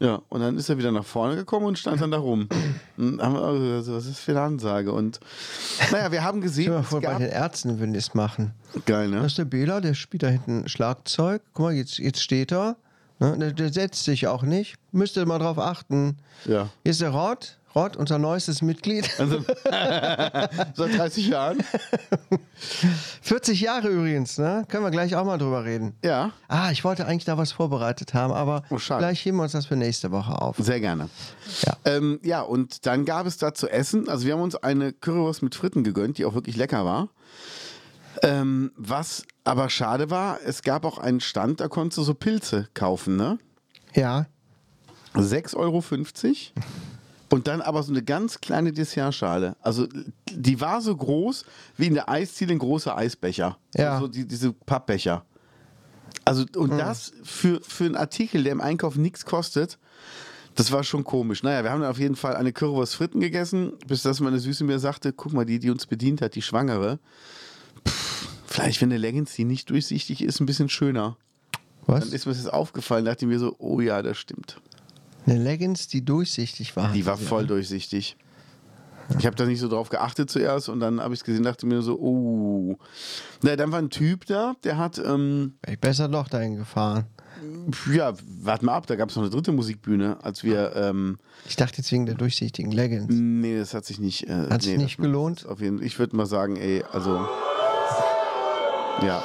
[SPEAKER 4] Ja, und dann ist er wieder nach vorne gekommen und stand dann da rum. Und haben wir, also, was ist für eine Ansage? Und naja, wir haben
[SPEAKER 3] Stell
[SPEAKER 4] gesehen,
[SPEAKER 3] dir mal
[SPEAKER 4] es
[SPEAKER 3] vor, bei
[SPEAKER 4] gab,
[SPEAKER 3] den Ärzten würden die es machen.
[SPEAKER 4] geil, ne?
[SPEAKER 3] Das ist der Bela, der spielt da hinten Schlagzeug. Guck mal, jetzt, jetzt steht er. Ne? Der, der setzt sich auch nicht. Müsst ihr mal drauf achten.
[SPEAKER 4] Ja.
[SPEAKER 3] Hier ist der Rod. Rod, unser neuestes Mitglied.
[SPEAKER 4] Seit 30 Jahren?
[SPEAKER 3] 40 Jahre übrigens, ne? Können wir gleich auch mal drüber reden.
[SPEAKER 4] Ja.
[SPEAKER 3] Ah, ich wollte eigentlich da was vorbereitet haben, aber
[SPEAKER 4] Oh, schade.
[SPEAKER 3] gleich heben wir uns das für nächste Woche auf.
[SPEAKER 4] Sehr gerne.
[SPEAKER 3] Ja.
[SPEAKER 4] Ähm, ja, und dann gab es da zu essen, also wir haben uns eine Currywurst mit Fritten gegönnt, die auch wirklich lecker war. Ähm, was aber schade war, es gab auch einen Stand, da konntest du so Pilze kaufen, ne?
[SPEAKER 3] Ja.
[SPEAKER 4] 6,50 Euro. Und dann aber so eine ganz kleine Dessertschale. Also die war so groß wie in der Eisziele ein großer Eisbecher.
[SPEAKER 3] Ja.
[SPEAKER 4] So, so die, diese Pappbecher. Also und das für, für einen Artikel, der im Einkauf nichts kostet, das war schon komisch. Naja, wir haben dann auf jeden Fall eine Currywurst Fritten gegessen, bis das meine Süße mir sagte, guck mal, die, die uns bedient hat, die Schwangere. Pff, vielleicht, wenn der Leggings, die nicht durchsichtig ist, ein bisschen schöner. Dann
[SPEAKER 3] Was?
[SPEAKER 4] ist mir das aufgefallen, dachte mir so, oh ja, das stimmt.
[SPEAKER 3] Eine Leggings, die durchsichtig war.
[SPEAKER 4] Die war voll durchsichtig. Ich habe da nicht so drauf geachtet zuerst und dann habe ich es gesehen, dachte mir so, oh. Na, dann war ein Typ da, der hat, ähm,
[SPEAKER 3] Wär ich besser doch dahin gefahren.
[SPEAKER 4] ja, warte mal ab, da gab es noch eine dritte Musikbühne, als wir, ähm,
[SPEAKER 3] Ich dachte jetzt wegen der durchsichtigen Leggings.
[SPEAKER 4] nee, das hat sich nicht, äh,
[SPEAKER 3] Hat sich
[SPEAKER 4] Hm. nee,
[SPEAKER 3] nicht
[SPEAKER 4] das-
[SPEAKER 3] gelohnt?
[SPEAKER 4] Auf jeden, ich würde mal sagen, ey, also, ja.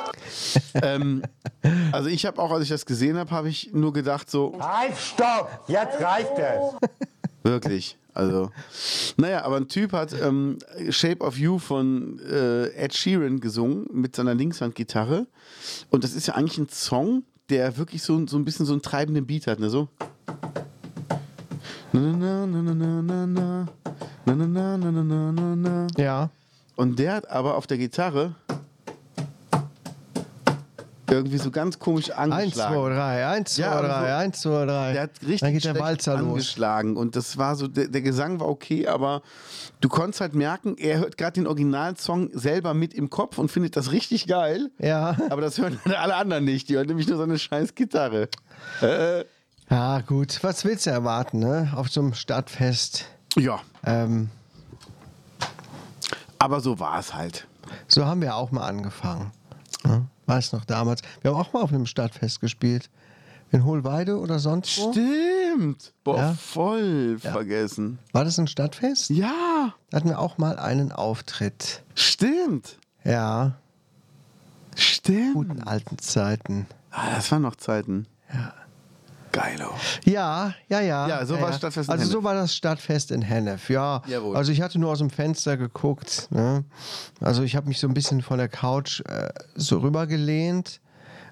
[SPEAKER 4] ähm, also ich habe auch, als ich das gesehen habe, habe ich nur gedacht so,
[SPEAKER 5] Halt, stopp! Jetzt reicht es!
[SPEAKER 4] Wirklich. Also, naja, aber ein Typ hat ähm, Shape of You von äh, Ed Sheeran gesungen mit seiner Linkshandgitarre. Und das ist ja eigentlich ein Song, der wirklich so, so ein bisschen so einen treibenden Beat hat. Ne? So. Na, na, na, na, na, na, na. Na, na, na, na, na, na, na, na.
[SPEAKER 3] Ja.
[SPEAKER 4] Und der hat aber auf der Gitarre irgendwie so ganz komisch angeschlagen.
[SPEAKER 3] Eins, zwei, drei, eins,
[SPEAKER 4] Ja,
[SPEAKER 3] zwei,
[SPEAKER 4] aber
[SPEAKER 3] drei,
[SPEAKER 4] so-
[SPEAKER 3] eins, zwei, drei.
[SPEAKER 4] Der hat richtig
[SPEAKER 3] Dann geht der
[SPEAKER 4] schlecht
[SPEAKER 3] Walzer los.
[SPEAKER 4] angeschlagen und das war so, der, der Gesang war okay, aber du konntest halt merken, er hört gerade den Originalsong selber mit im Kopf und findet das richtig geil.
[SPEAKER 3] Ja.
[SPEAKER 4] Aber das hören halt alle anderen nicht. Die hören nämlich nur so eine scheiß Gitarre.
[SPEAKER 3] Ja, gut. Was willst du erwarten, ne? Auf so einem Stadtfest.
[SPEAKER 4] Ja,
[SPEAKER 3] Ähm,
[SPEAKER 4] aber so war es halt.
[SPEAKER 3] so haben wir auch mal angefangen. Ne? Weiß noch damals. Wir haben auch mal auf einem Stadtfest gespielt. In Hohlweide oder sonst wo.
[SPEAKER 4] Stimmt. Boah,
[SPEAKER 3] Oh. Ja.
[SPEAKER 4] voll vergessen.
[SPEAKER 3] War das ein Stadtfest?
[SPEAKER 4] Ja,
[SPEAKER 3] Da hatten wir auch mal einen Auftritt.
[SPEAKER 4] stimmt.
[SPEAKER 3] Ja,
[SPEAKER 4] Stimmt.
[SPEAKER 3] guten alten Zeiten.
[SPEAKER 4] Ah, das waren noch Zeiten. Geil, oh.
[SPEAKER 3] Ja, ja, ja.
[SPEAKER 4] Ja, so
[SPEAKER 3] ja,
[SPEAKER 4] war
[SPEAKER 3] ja.
[SPEAKER 4] Stadtfest in
[SPEAKER 3] Also so
[SPEAKER 4] Hennef.
[SPEAKER 3] war das Stadtfest in Hennef, ja.
[SPEAKER 4] Jawohl.
[SPEAKER 3] Also ich hatte nur aus dem Fenster geguckt. Ne? Also ich habe mich so ein bisschen von der Couch äh, so rübergelehnt,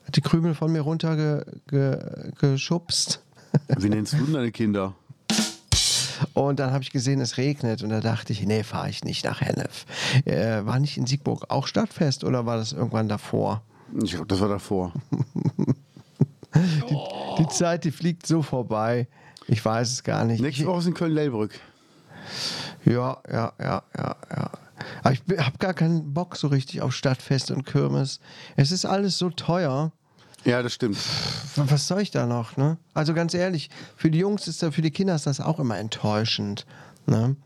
[SPEAKER 3] hat die Krümel von mir runtergeschubst ge, geschubst.
[SPEAKER 4] Wie nennst du denn deine Kinder?
[SPEAKER 3] und dann habe ich gesehen, es regnet und da dachte ich, nee, fahre ich nicht nach Hennef. Äh, war nicht in Siegburg auch Stadtfest oder war das irgendwann davor?
[SPEAKER 4] Ich glaube, das war davor. Oh.
[SPEAKER 3] Die Zeit, die fliegt so vorbei. Ich weiß es gar nicht.
[SPEAKER 4] Nächste
[SPEAKER 3] Ich-
[SPEAKER 4] Woche ist in Köln-Lellbrück.
[SPEAKER 3] Ja, ja, ja, ja, ja. Aber ich habe gar keinen Bock so richtig auf Stadtfest und Kirmes. Es ist alles so teuer.
[SPEAKER 4] Ja, das stimmt.
[SPEAKER 3] Was soll ich da noch, ne? Also ganz ehrlich, für die Jungs ist das, für die Kinder ist das auch immer enttäuschend. Ne?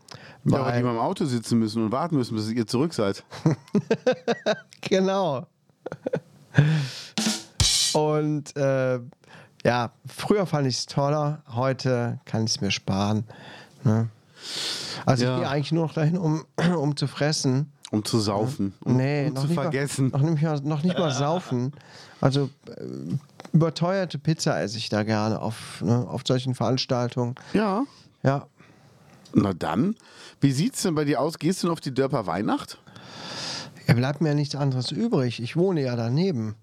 [SPEAKER 4] Ja, aber die
[SPEAKER 3] Weil-
[SPEAKER 4] mal im Auto sitzen müssen und warten müssen, bis ihr zurück seid.
[SPEAKER 3] genau. Und äh, ja, früher fand ich es toller, heute kann ich es mir sparen. Ne? Also
[SPEAKER 4] Ja.
[SPEAKER 3] ich gehe eigentlich nur noch dahin, um, um zu fressen.
[SPEAKER 4] Um zu saufen. Um,
[SPEAKER 3] Nee,
[SPEAKER 4] um
[SPEAKER 3] noch
[SPEAKER 4] zu
[SPEAKER 3] nicht
[SPEAKER 4] vergessen.
[SPEAKER 3] Mal, noch, nicht mal, noch nicht mal saufen. Also äh, überteuerte Pizza esse ich da gerne auf, ne, auf solchen Veranstaltungen.
[SPEAKER 4] Ja.
[SPEAKER 3] Ja.
[SPEAKER 4] Na dann. Wie sieht's denn bei dir aus? Gehst du denn auf die Dörper Weihnacht?
[SPEAKER 3] Ja, bleibt mir ja nichts anderes übrig. Ich wohne ja daneben.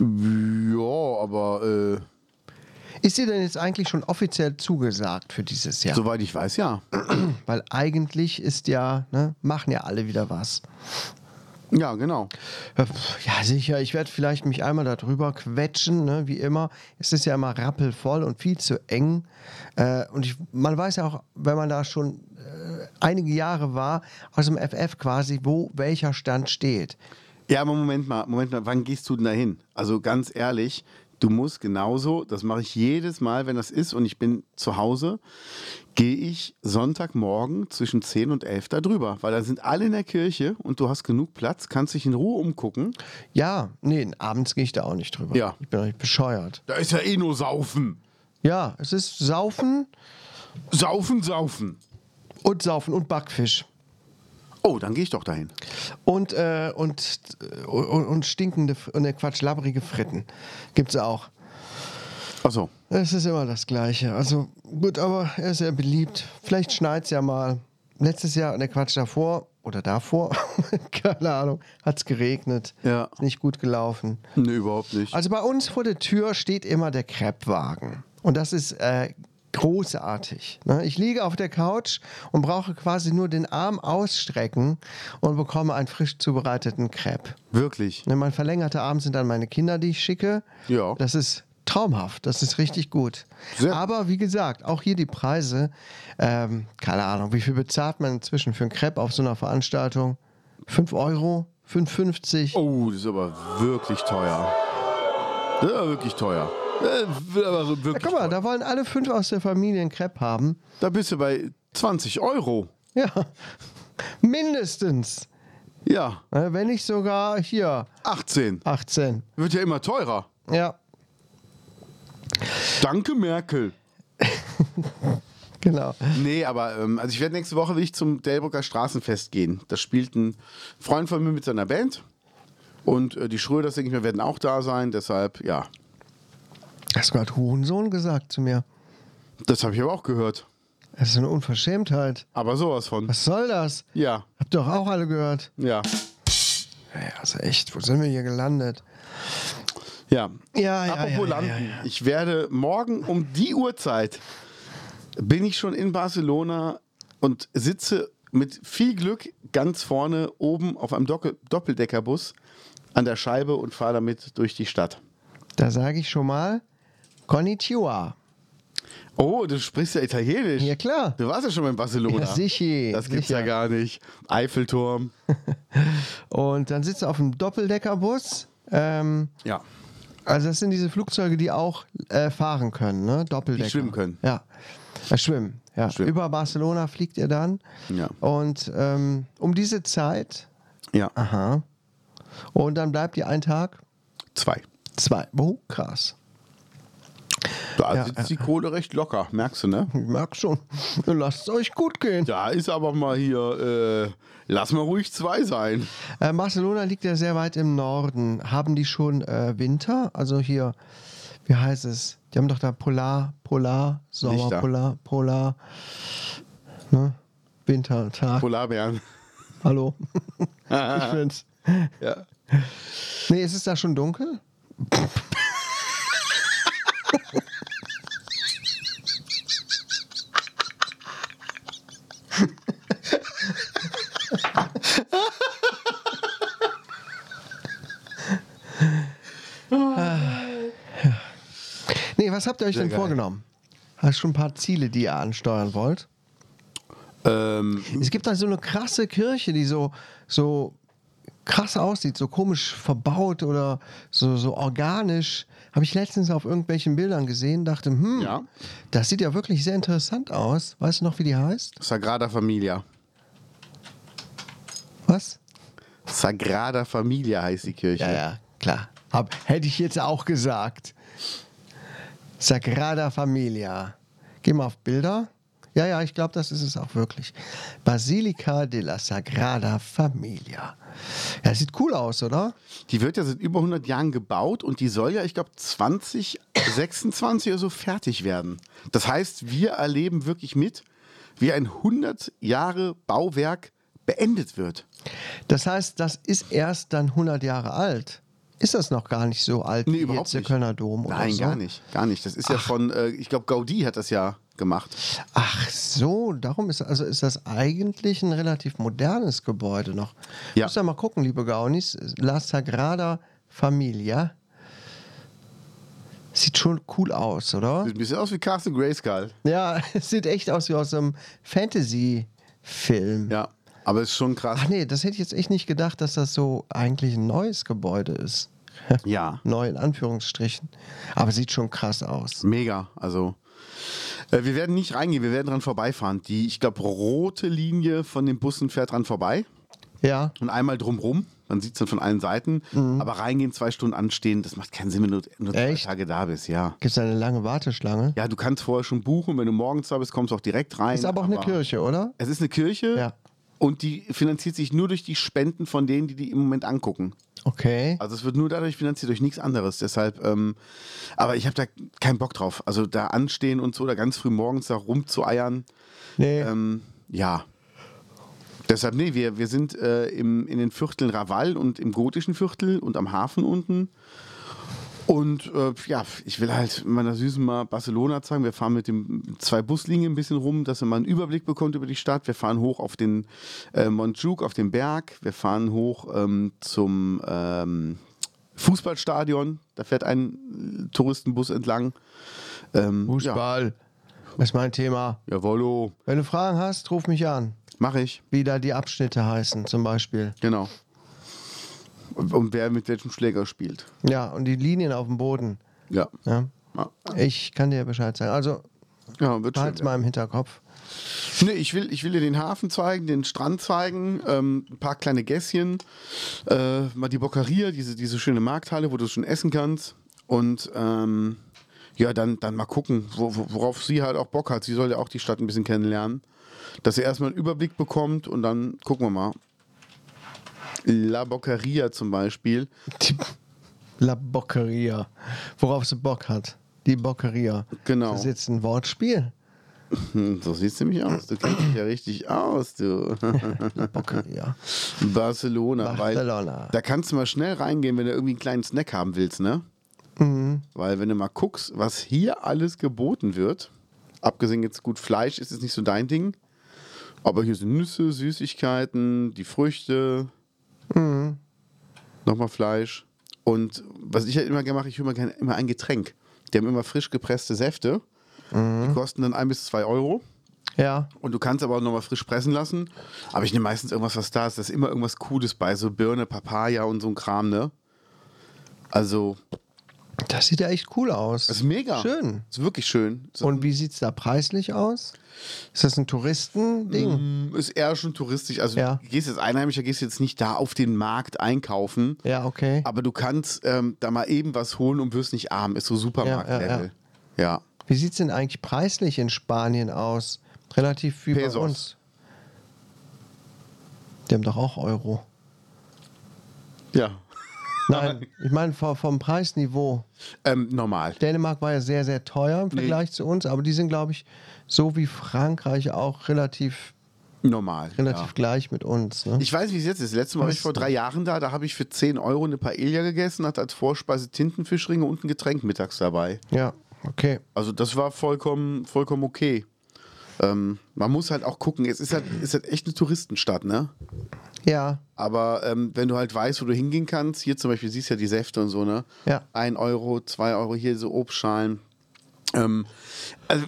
[SPEAKER 4] Ja, aber äh,
[SPEAKER 3] Ist dir denn jetzt eigentlich schon offiziell zugesagt für dieses Jahr?
[SPEAKER 4] soweit ich weiß, ja.
[SPEAKER 3] Weil eigentlich ist ja, ne, machen ja alle wieder was.
[SPEAKER 4] Ja, genau.
[SPEAKER 3] Ja, pf, Äh, Ja, sicher. Ich werde vielleicht mich einmal darüber quetschen, ne? wie immer. Es ist ja immer rappelvoll und viel zu eng. Äh, und ich, man weiß ja auch, wenn man da schon äh, einige Jahre war, aus dem FF quasi, wo welcher Stand steht.
[SPEAKER 4] Ja, aber Moment mal, Moment mal, wann gehst du denn dahin? Also ganz ehrlich, du musst genauso, das mache ich jedes Mal, wenn das ist und ich bin zu Hause, gehe ich Sonntagmorgen zwischen 10 und 11 da drüber, weil da sind alle in der Kirche und du hast genug Platz, kannst dich in Ruhe umgucken.
[SPEAKER 3] Ja, nee, abends gehe ich da auch nicht drüber.
[SPEAKER 4] Ja.
[SPEAKER 3] Ich bin doch nicht bescheuert.
[SPEAKER 4] Da ist ja eh nur Saufen.
[SPEAKER 3] Ja, es ist Saufen
[SPEAKER 4] Saufen, saufen.
[SPEAKER 3] und Saufen und Backfisch.
[SPEAKER 4] Oh, dann gehe ich doch dahin.
[SPEAKER 3] Und, äh, und, und, und stinkende, F- und ne, Quatsch, labbrige Fritten gibt's auch.
[SPEAKER 4] Achso.
[SPEAKER 3] Es ist immer das Gleiche. Also gut, aber er ist ja beliebt. Vielleicht schneit es ja mal. Letztes Jahr, der Quatsch davor oder davor, keine Ahnung, hat es geregnet.
[SPEAKER 4] Ja.
[SPEAKER 3] Ist nicht gut gelaufen.
[SPEAKER 4] Nee, überhaupt nicht.
[SPEAKER 3] Also bei uns vor der Tür steht immer der Kreppwagen. Und das ist äh, großartig. Ne? Ich liege auf der Couch und brauche quasi nur den Arm ausstrecken und bekomme einen frisch zubereiteten Crepe.
[SPEAKER 4] Wirklich.
[SPEAKER 3] Ne, mein verlängerter Arm sind dann meine Kinder, die ich schicke.
[SPEAKER 4] Ja.
[SPEAKER 3] Das ist traumhaft, das ist richtig gut.
[SPEAKER 4] Sehr-
[SPEAKER 3] Aber wie gesagt, auch hier die Preise, ähm, keine Ahnung, wie viel bezahlt man inzwischen für einen Crepe auf so einer Veranstaltung? 5 Euro? 5,50?
[SPEAKER 4] Oh, das ist aber wirklich teuer. Das ist aber wirklich teuer. Das ist aber wirklich
[SPEAKER 3] ja, guck mal,
[SPEAKER 4] teuer.
[SPEAKER 3] da wollen alle fünf aus der Familie einen Crepe haben.
[SPEAKER 4] Da bist du bei 20 Euro.
[SPEAKER 3] Ja, mindestens.
[SPEAKER 4] Ja,
[SPEAKER 3] Ne, Wenn nicht sogar hier
[SPEAKER 4] 18.
[SPEAKER 3] 18.
[SPEAKER 4] Wird ja immer teurer.
[SPEAKER 3] Ja,
[SPEAKER 4] Danke, Merkel.
[SPEAKER 3] genau.
[SPEAKER 4] Nee, aber ähm, also ich werde nächste Woche will ich zum Delbrücker Straßenfest gehen. Da spielt ein Freund von mir mit seiner Band. Und äh, die Schröders, denke ich mir, werden auch da sein. Deshalb, ja.
[SPEAKER 3] Hast du gerade Hurensohn gesagt zu mir.
[SPEAKER 4] Das habe ich aber auch gehört.
[SPEAKER 3] Das ist eine Unverschämtheit.
[SPEAKER 4] Aber sowas von.
[SPEAKER 3] Was soll das?
[SPEAKER 4] Ja,
[SPEAKER 3] Habt ihr doch auch alle gehört.
[SPEAKER 4] ja,
[SPEAKER 3] Ja, also echt, wo sind wir hier gelandet?
[SPEAKER 4] ja.
[SPEAKER 3] Ja, ja,
[SPEAKER 4] Apropos
[SPEAKER 3] ja, ja,
[SPEAKER 4] Landen.
[SPEAKER 3] ja, ja.
[SPEAKER 4] Ich werde morgen um die Uhrzeit bin ich schon in Barcelona und sitze mit viel Glück ganz vorne oben auf einem Doppel Doppeldeckerbus an der Scheibe und fahre damit durch die Stadt.
[SPEAKER 3] Da sage ich schon mal, Konnichiwa.
[SPEAKER 4] Oh, du sprichst ja Italienisch.
[SPEAKER 3] Ja, klar.
[SPEAKER 4] Du warst ja schon mal in Barcelona.
[SPEAKER 3] Ja, sicher,
[SPEAKER 4] Das gibt's
[SPEAKER 3] sicher.
[SPEAKER 4] ja gar nicht. Eiffelturm.
[SPEAKER 3] Und dann sitzt du auf einem Doppeldeckerbus. Ähm,
[SPEAKER 4] Ja.
[SPEAKER 3] also das sind diese Flugzeuge, die auch äh, fahren können, ne? Doppeldecker.
[SPEAKER 4] Die schwimmen können.
[SPEAKER 3] Ja, äh, schwimmen. Ja.
[SPEAKER 4] Schwimmen.
[SPEAKER 3] Über Barcelona fliegt ihr dann.
[SPEAKER 4] Ja.
[SPEAKER 3] Und ähm, um diese Zeit,
[SPEAKER 4] Ja.
[SPEAKER 3] aha. Und dann bleibt ihr ein Tag,
[SPEAKER 4] Zwei.
[SPEAKER 3] zwei. Oh, krass.
[SPEAKER 4] Da
[SPEAKER 3] Ja,
[SPEAKER 4] also sitzt
[SPEAKER 3] ja,
[SPEAKER 4] die Kohle recht locker, merkst du, ne?
[SPEAKER 3] Ich merk schon. Lasst es euch gut gehen.
[SPEAKER 4] Da ist aber mal hier, äh, lass mal ruhig zwei sein.
[SPEAKER 3] Äh, Barcelona liegt ja sehr weit im Norden. Haben die schon äh, Winter? Also hier, wie heißt es? Die haben doch da Polar, Polar, Sommer,
[SPEAKER 4] Lichter.
[SPEAKER 3] Polar, Polar, ne? Wintertag.
[SPEAKER 4] Polarbären.
[SPEAKER 3] Hallo.
[SPEAKER 4] Ah,
[SPEAKER 3] ich bin's.
[SPEAKER 4] Ja.
[SPEAKER 3] Nee, ist es da schon dunkel? Ah, ja. Nee, was habt ihr euch denn
[SPEAKER 4] geil.
[SPEAKER 3] vorgenommen? Hast schon ein paar Ziele, die ihr ansteuern wollt?
[SPEAKER 4] Ähm,
[SPEAKER 3] Es gibt da so eine krasse Kirche, die so, so krass aussieht, so komisch verbaut oder so, so organisch. Habe ich letztens auf irgendwelchen Bildern gesehen, dachte, hm,
[SPEAKER 4] Ja.
[SPEAKER 3] das sieht ja wirklich sehr interessant aus. Weißt du noch, wie die heißt?
[SPEAKER 4] Sagrada Familia.
[SPEAKER 3] Was?
[SPEAKER 4] Sagrada Familia heißt die Kirche.
[SPEAKER 3] Ja, ja, klar. Hab, hätte ich jetzt auch gesagt. Sagrada Familia. Geh mal auf Bilder. Ja, ja, ich glaube, das ist es auch wirklich. Basilica de la Sagrada Familia. Ja, sieht cool aus, oder?
[SPEAKER 4] Die wird ja seit über 100 Jahren gebaut und die soll ja, ich glaube, 2026 oder so fertig werden. Das heißt, wir erleben wirklich mit, wie ein 100 Jahre Bauwerk beendet wird.
[SPEAKER 3] Das heißt, das ist erst dann 100 Jahre alt. Ist das noch gar nicht so alt wie jetzt der Kölner Dom oder
[SPEAKER 4] Nein,
[SPEAKER 3] so?
[SPEAKER 4] gar nicht. Gar nicht. Das ist ja von, äh, ich glaube, Gaudi hat das ja gemacht.
[SPEAKER 3] Ach so, darum ist also ist das eigentlich ein relativ modernes Gebäude noch.
[SPEAKER 4] Ja.
[SPEAKER 3] Muss ja mal gucken, liebe Gaunis, La Sagrada Familia. Sieht schon cool aus, oder?
[SPEAKER 4] Sieht ein bisschen aus wie Castle Grayskull.
[SPEAKER 3] Ja, es sieht echt aus wie aus einem Fantasy Film.
[SPEAKER 4] Ja, aber ist schon krass.
[SPEAKER 3] Ach nee, das hätte ich jetzt echt nicht gedacht, dass das so eigentlich ein neues Gebäude ist.
[SPEAKER 4] Ja.
[SPEAKER 3] Neu in Anführungsstrichen. Aber sieht schon krass aus.
[SPEAKER 4] Mega, also. Äh, wir werden nicht reingehen, wir werden dran vorbeifahren. Die, ich glaube, rote Linie von den Bussen fährt dran vorbei.
[SPEAKER 3] Ja.
[SPEAKER 4] und einmal drumrum. Man sieht es dann von allen Seiten. Aber reingehen, zwei Stunden anstehen, das macht keinen Sinn, wenn du nur zwei
[SPEAKER 3] Mhm. Echt?
[SPEAKER 4] Tage da bist, ja.
[SPEAKER 3] Gibt es eine lange Warteschlange?
[SPEAKER 4] Ja, du kannst vorher schon buchen, wenn du morgens da bist, kommst du auch direkt rein.
[SPEAKER 3] Ist aber auch eine Kirche, oder?
[SPEAKER 4] Es ist eine Kirche
[SPEAKER 3] Ja.
[SPEAKER 4] und die finanziert sich nur durch die Spenden von denen, die die im Moment angucken.
[SPEAKER 3] Okay.
[SPEAKER 4] Also es wird nur dadurch finanziert, durch nichts anderes. Deshalb, ähm, aber ich habe da keinen Bock drauf. Also da anstehen und so, da ganz früh morgens da rumzueiern.
[SPEAKER 3] Nee.
[SPEAKER 4] Ähm, ja. Deshalb, nee, wir, wir sind äh, im, in den Vierteln Raval und im gotischen Viertel und am Hafen unten. Und äh, ja, ich will halt meiner Süßen mal Barcelona zeigen. Wir fahren mit den zwei Buslinien ein bisschen rum, dass man mal einen Überblick bekommt über die Stadt. Wir fahren hoch auf den äh, Montjuic, auf den Berg. Wir fahren hoch ähm, zum ähm, Fußballstadion. Da fährt ein äh, Touristenbus entlang. Ähm,
[SPEAKER 3] Fußball. Das ist mein Thema.
[SPEAKER 4] Ja. Jawollo,
[SPEAKER 3] Wenn du Fragen hast, ruf mich an.
[SPEAKER 4] mach ich.
[SPEAKER 3] Wie da die Abschnitte heißen, zum Beispiel.
[SPEAKER 4] Genau. Und, und wer mit welchem Schläger spielt.
[SPEAKER 3] Ja, und die Linien auf dem Boden.
[SPEAKER 4] Ja.
[SPEAKER 3] Ja.
[SPEAKER 4] Ja,
[SPEAKER 3] Ich kann dir Bescheid sagen. Also,
[SPEAKER 4] ja wird schön.
[SPEAKER 3] behalt's mal im Hinterkopf.
[SPEAKER 4] Nee, ich will, ich will dir den Hafen zeigen, den Strand zeigen, ähm, ein paar kleine Gässchen, äh, mal die Bockeria, diese, diese schöne Markthalle, wo du schon essen kannst. Und ähm, ja, dann, dann mal gucken, wo, wo- worauf sie halt auch Bock hat. Sie soll ja auch die Stadt ein bisschen kennenlernen. Dass sie erstmal einen Überblick bekommt und dann gucken wir mal. La Bockeria zum Beispiel.
[SPEAKER 3] Die La Bockeria. Worauf sie Bock hat. Die Bockeria.
[SPEAKER 4] Genau.
[SPEAKER 3] Das ist jetzt ein Wortspiel.
[SPEAKER 4] Hm, So sieht's nämlich aus. Du kennst dich ja richtig aus, du.
[SPEAKER 3] Bockeria.
[SPEAKER 4] Barcelona,
[SPEAKER 3] Barcelona.
[SPEAKER 4] weil da kannst du mal schnell reingehen, wenn du irgendwie einen kleinen Snack haben willst, ne? Weil wenn du mal guckst, was hier alles geboten wird, abgesehen jetzt gut Fleisch ist es nicht so dein Ding, aber hier sind Nüsse, Süßigkeiten, die Früchte, nochmal Fleisch und was ich halt immer gerne mache, ich hole mir gerne immer ein Getränk. Die haben immer frisch gepresste Säfte, die kosten dann ein bis zwei Euro.
[SPEAKER 3] Ja.
[SPEAKER 4] Und du kannst aber auch nochmal frisch pressen lassen. Aber ich nehme meistens irgendwas, was da ist. Da ist immer irgendwas Cooles bei. So Birne, Papaya und so ein Kram, ne? Also,
[SPEAKER 3] Das sieht ja echt cool aus.
[SPEAKER 4] das ist mega.
[SPEAKER 3] Schön.
[SPEAKER 4] Ist wirklich schön. Ist,
[SPEAKER 3] Und wie sieht es da preislich aus? Ist das ein
[SPEAKER 4] Hm.
[SPEAKER 3] Touristending?
[SPEAKER 4] mm, ist eher schon touristisch. Also,
[SPEAKER 3] Ja.
[SPEAKER 4] du gehst jetzt Einheimischer, gehst jetzt nicht da auf den Markt einkaufen.
[SPEAKER 3] Ja, okay.
[SPEAKER 4] Aber du kannst ähm, da mal eben was holen und wirst nicht arm. Ist so Supermarkt-Level. Ja.
[SPEAKER 3] Wie sieht es denn eigentlich preislich in Spanien aus? Relativ viel bei
[SPEAKER 4] Pesos.
[SPEAKER 3] uns. Die haben doch auch Euro.
[SPEAKER 4] Ja.
[SPEAKER 3] Nein, ich meine vom, vom Preisniveau.
[SPEAKER 4] Ähm, normal.
[SPEAKER 3] Dänemark war ja sehr, sehr teuer im Vergleich zu uns, aber die sind, glaube ich, so wie Frankreich auch relativ,
[SPEAKER 4] Normal.
[SPEAKER 3] relativ
[SPEAKER 4] ja.
[SPEAKER 3] gleich mit uns. Ne?
[SPEAKER 4] Ich weiß, wie es jetzt ist. Letztes Mal war ich vor drei Jahren da, da habe ich für 10 Euro eine Paella gegessen, hatte als Vorspeise Tintenfischringe und ein Getränk mittags dabei.
[SPEAKER 3] ja, okay.
[SPEAKER 4] Also das war vollkommen, vollkommen okay. Ähm, man muss halt auch gucken, es ist halt, ist halt echt eine Touristenstadt, ne?
[SPEAKER 3] Ja,
[SPEAKER 4] Aber ähm, wenn du halt weißt, wo du hingehen kannst, hier zum Beispiel siehst du ja die Säfte und so, ne?
[SPEAKER 3] Ja.
[SPEAKER 4] Ein Euro, zwei Euro, hier so Obstschalen. Ähm, also,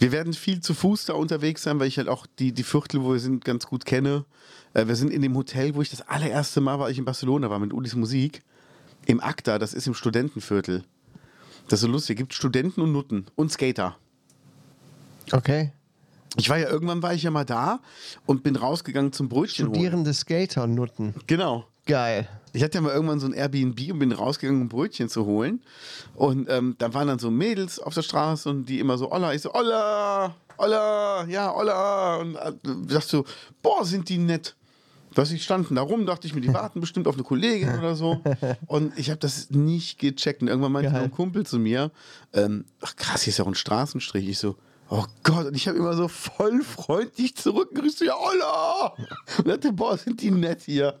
[SPEAKER 4] wir werden viel zu Fuß da unterwegs sein, weil ich halt auch die, die Viertel, wo wir sind, ganz gut kenne. Äh, wir sind in dem Hotel, wo ich das allererste Mal war, ich in Barcelona war, mit Ulis Musik. Im ACTA, das ist im Studentenviertel. Das ist so lustig, gibt Studenten und Nutten und Skater.
[SPEAKER 3] okay.
[SPEAKER 4] Ich war ja irgendwann war ich ja mal da und bin rausgegangen zum Brötchen holen.
[SPEAKER 3] Studierende Skater-Nutten.
[SPEAKER 4] Genau.
[SPEAKER 3] Geil.
[SPEAKER 4] Ich hatte ja mal irgendwann so ein Airbnb und bin rausgegangen, um Brötchen zu holen. Und ähm, da waren dann so Mädels auf der Straße und die immer so, Olla, ich so, Olla, Olla, ja, Olla. Und äh, dachte so, boah, sind die nett. Was ich standen da rum, dachte ich mir, die warten bestimmt auf eine Kollegin oder so. Und ich habe das nicht gecheckt. Und irgendwann meinte
[SPEAKER 3] Geil.
[SPEAKER 4] ein Kumpel zu mir, ähm, ach krass, hier ist ja auch ein Straßenstrich. Ich so, oh Gott, und ich habe immer so voll freundlich zurückgerüstet, ja, Olla. Und dachte, boah, sind die nett hier.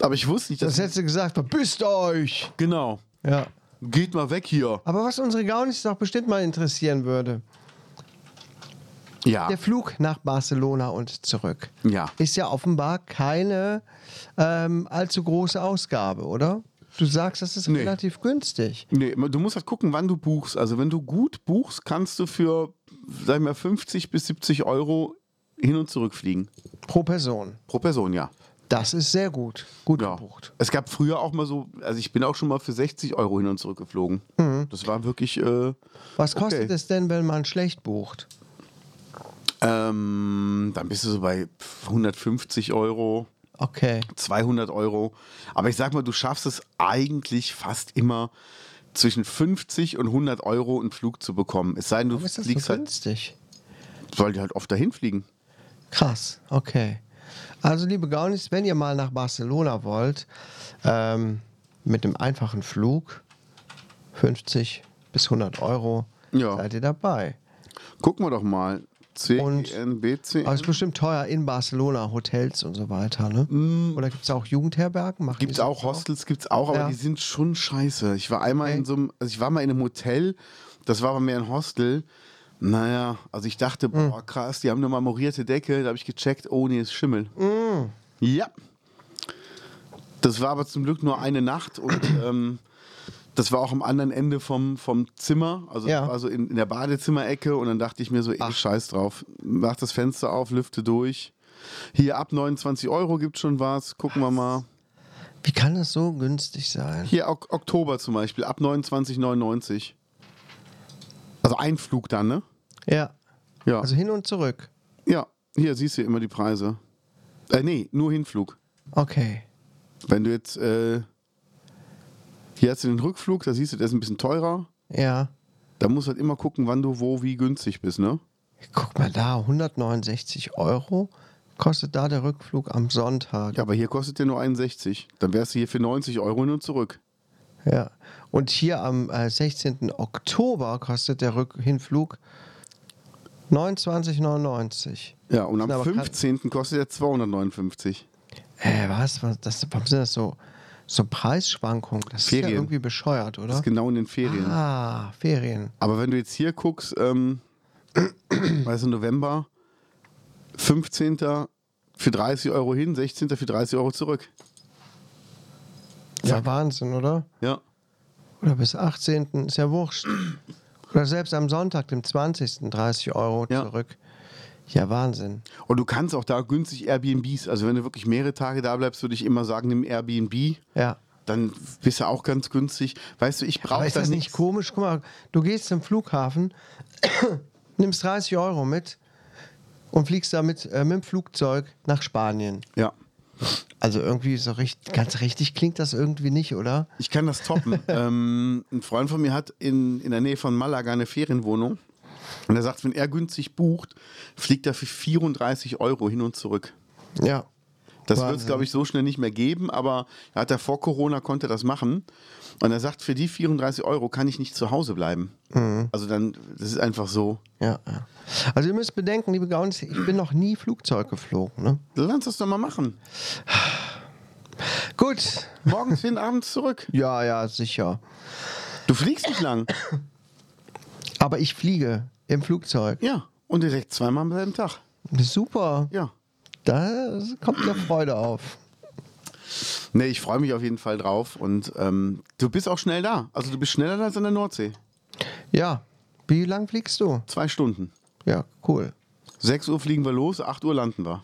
[SPEAKER 4] Aber ich wusste nicht, dass
[SPEAKER 3] Das hättest du gesagt, verbüßt euch.
[SPEAKER 4] Genau.
[SPEAKER 3] Ja.
[SPEAKER 4] Geht mal weg hier.
[SPEAKER 3] Aber was unsere Gaunis doch bestimmt mal interessieren würde,
[SPEAKER 4] Ja.
[SPEAKER 3] der Flug nach Barcelona und zurück.
[SPEAKER 4] Ah. Ja.
[SPEAKER 3] Ist ja offenbar keine ähm, allzu große Ausgabe, oder? Du sagst, das ist
[SPEAKER 4] Nee.
[SPEAKER 3] relativ günstig.
[SPEAKER 4] Nee, du musst halt gucken, wann du buchst. Also, wenn du gut buchst, kannst du für, sag ich mal, 50 bis 70 Euro hin und zurück fliegen.
[SPEAKER 3] Pro Person.
[SPEAKER 4] Pro Person, ja.
[SPEAKER 3] Das ist sehr gut. Gut
[SPEAKER 4] ja.
[SPEAKER 3] gebucht.
[SPEAKER 4] Es gab früher auch mal so, also ich bin auch schon mal für 60 Euro hin und zurück geflogen. Das war wirklich, äh,
[SPEAKER 3] Mhm. Was kostet
[SPEAKER 4] Okay.
[SPEAKER 3] es denn, wenn man schlecht bucht?
[SPEAKER 4] ähm, dann bist du so bei 150 Euro.
[SPEAKER 3] Okay.
[SPEAKER 4] 200 Euro. Aber ich sag mal, du schaffst es eigentlich fast immer zwischen 50 und 100 Euro einen Flug zu bekommen. Es sei denn, du
[SPEAKER 3] Warum ist das so
[SPEAKER 4] fliegst halt,
[SPEAKER 3] günstig?
[SPEAKER 4] weil die halt oft dahin fliegen.
[SPEAKER 3] Krass, okay. Also, liebe Gaunis, wenn ihr mal nach Barcelona wollt, ähm, mit einem einfachen Flug, 50 bis 100 Euro,
[SPEAKER 4] Ja.
[SPEAKER 3] seid ihr dabei.
[SPEAKER 4] Gucken wir doch mal.
[SPEAKER 3] Und-
[SPEAKER 4] CNBC.
[SPEAKER 3] Aber es ist bestimmt teuer in Barcelona, Hotels und so weiter, ne? Oder gibt es auch Jugendherbergen? Machen die
[SPEAKER 4] Mm. Gibt's
[SPEAKER 3] so-
[SPEAKER 4] auch Hostels, gibt's auch, aber
[SPEAKER 3] Ja.
[SPEAKER 4] die sind schon scheiße. Ich war einmal in so einem, also ich war mal in einem Hotel, das war aber mehr ein Hostel. Naja, also ich dachte, boah, krass, die haben eine marmorierte Decke, da habe ich gecheckt, oh nee, ist Schimmel. Hm. Ja. Das war aber zum Glück nur eine Nacht und ähm, das war auch am anderen Ende vom, vom Zimmer, also
[SPEAKER 3] Ja.
[SPEAKER 4] das war so in, in der Badezimmerecke und dann dachte ich mir so, ey, scheiß drauf, mach das Fenster auf, lüfte durch. Hier ab 29 Euro gibt schon was, gucken wir mal.
[SPEAKER 3] Wie kann das so günstig sein?
[SPEAKER 4] Hier Ok- Oktober zum Beispiel, ab 29,99. Also ein Flug dann, ne?
[SPEAKER 3] Ja.
[SPEAKER 4] Ja.
[SPEAKER 3] Also hin und zurück.
[SPEAKER 4] ja, hier siehst du immer die Preise. Äh, nee, nur Hinflug.
[SPEAKER 3] Okay.
[SPEAKER 4] Wenn du jetzt, äh, hier hast du den Rückflug, da siehst du, der ist ein bisschen teurer.
[SPEAKER 3] Ja.
[SPEAKER 4] Da musst du halt immer gucken, wann du wo wie günstig bist, ne?
[SPEAKER 3] Guck mal da, 169 Euro kostet da der Rückflug am Sonntag.
[SPEAKER 4] Ja, aber hier kostet der nur 61. Dann wärst du hier für 90 Euro hin und zurück.
[SPEAKER 3] Ja. Und hier am äh, 16. Oktober kostet der Rück Hinflug 29,99.
[SPEAKER 4] Ja, und am
[SPEAKER 3] Aber kann-
[SPEAKER 4] 15. kostet der 259.
[SPEAKER 3] Äh, was? was das, warum sind das so, so Preisschwankungen? Das ist
[SPEAKER 4] Ferien.
[SPEAKER 3] ja irgendwie bescheuert,
[SPEAKER 4] Das
[SPEAKER 3] oder?
[SPEAKER 4] ist genau in den Ferien.
[SPEAKER 3] Ah, Ferien.
[SPEAKER 4] Aber wenn du jetzt hier guckst, ähm, weißt du, November, 15. für 30 Euro hin, 16. für 30 Euro zurück.
[SPEAKER 3] Ja, Wahnsinn, oder?
[SPEAKER 4] Ja.
[SPEAKER 3] Oder bis 18. ist ja wurscht. Oder selbst am Sonntag, dem 20. 30 Euro
[SPEAKER 4] Ja.
[SPEAKER 3] zurück. Ja, Wahnsinn.
[SPEAKER 4] Und du kannst auch da günstig Airbnbs, also wenn du wirklich mehrere Tage da bleibst, würde ich immer sagen, nimm Airbnb,
[SPEAKER 3] Ja.
[SPEAKER 4] dann bist du auch ganz günstig. Weißt du, ich
[SPEAKER 3] Aber
[SPEAKER 4] brauche
[SPEAKER 3] ist das nicht komisch? Guck mal, du gehst zum Flughafen, nimmst 30 Euro mit und fliegst damit äh, mit dem Flugzeug nach Spanien.
[SPEAKER 4] Ja.
[SPEAKER 3] Also irgendwie so richtig, ganz richtig klingt das irgendwie nicht, oder?
[SPEAKER 4] Ich kann das toppen. ähm, ein Freund von mir hat in, in der Nähe von Malaga eine Ferienwohnung. Und er sagt, wenn er günstig bucht, fliegt er für 34 Euro hin und zurück.
[SPEAKER 3] Ja.
[SPEAKER 4] Das
[SPEAKER 3] Wahnsinn.
[SPEAKER 4] wird es, glaube ich, so schnell nicht mehr geben, aber er hat er vor Corona konnte das machen. Und er sagt, für die 34 Euro kann ich nicht zu Hause bleiben. Also dann, das ist einfach so.
[SPEAKER 3] Ja, ja. Also ihr müsst bedenken, liebe Gaunis, ich bin noch nie Flugzeug geflogen. Ne?
[SPEAKER 4] Lass uns das doch mal machen.
[SPEAKER 3] Gut.
[SPEAKER 4] Morgens hin, abends zurück.
[SPEAKER 3] Ja, ja, sicher.
[SPEAKER 4] Du fliegst nicht lang.
[SPEAKER 3] Aber ich fliege im Flugzeug.
[SPEAKER 4] Ja. Und direkt zweimal am selben Tag.
[SPEAKER 3] Super.
[SPEAKER 4] Ja.
[SPEAKER 3] Da kommt noch Freude auf.
[SPEAKER 4] Nee, ich freue mich auf jeden Fall drauf. Und ähm, du bist auch schnell da. Also du bist schneller da als an der Nordsee.
[SPEAKER 3] Ja. Wie lang fliegst du?
[SPEAKER 4] Zwei Stunden.
[SPEAKER 3] Ja, cool.
[SPEAKER 4] 6 Uhr fliegen wir los, 8 Uhr landen wir.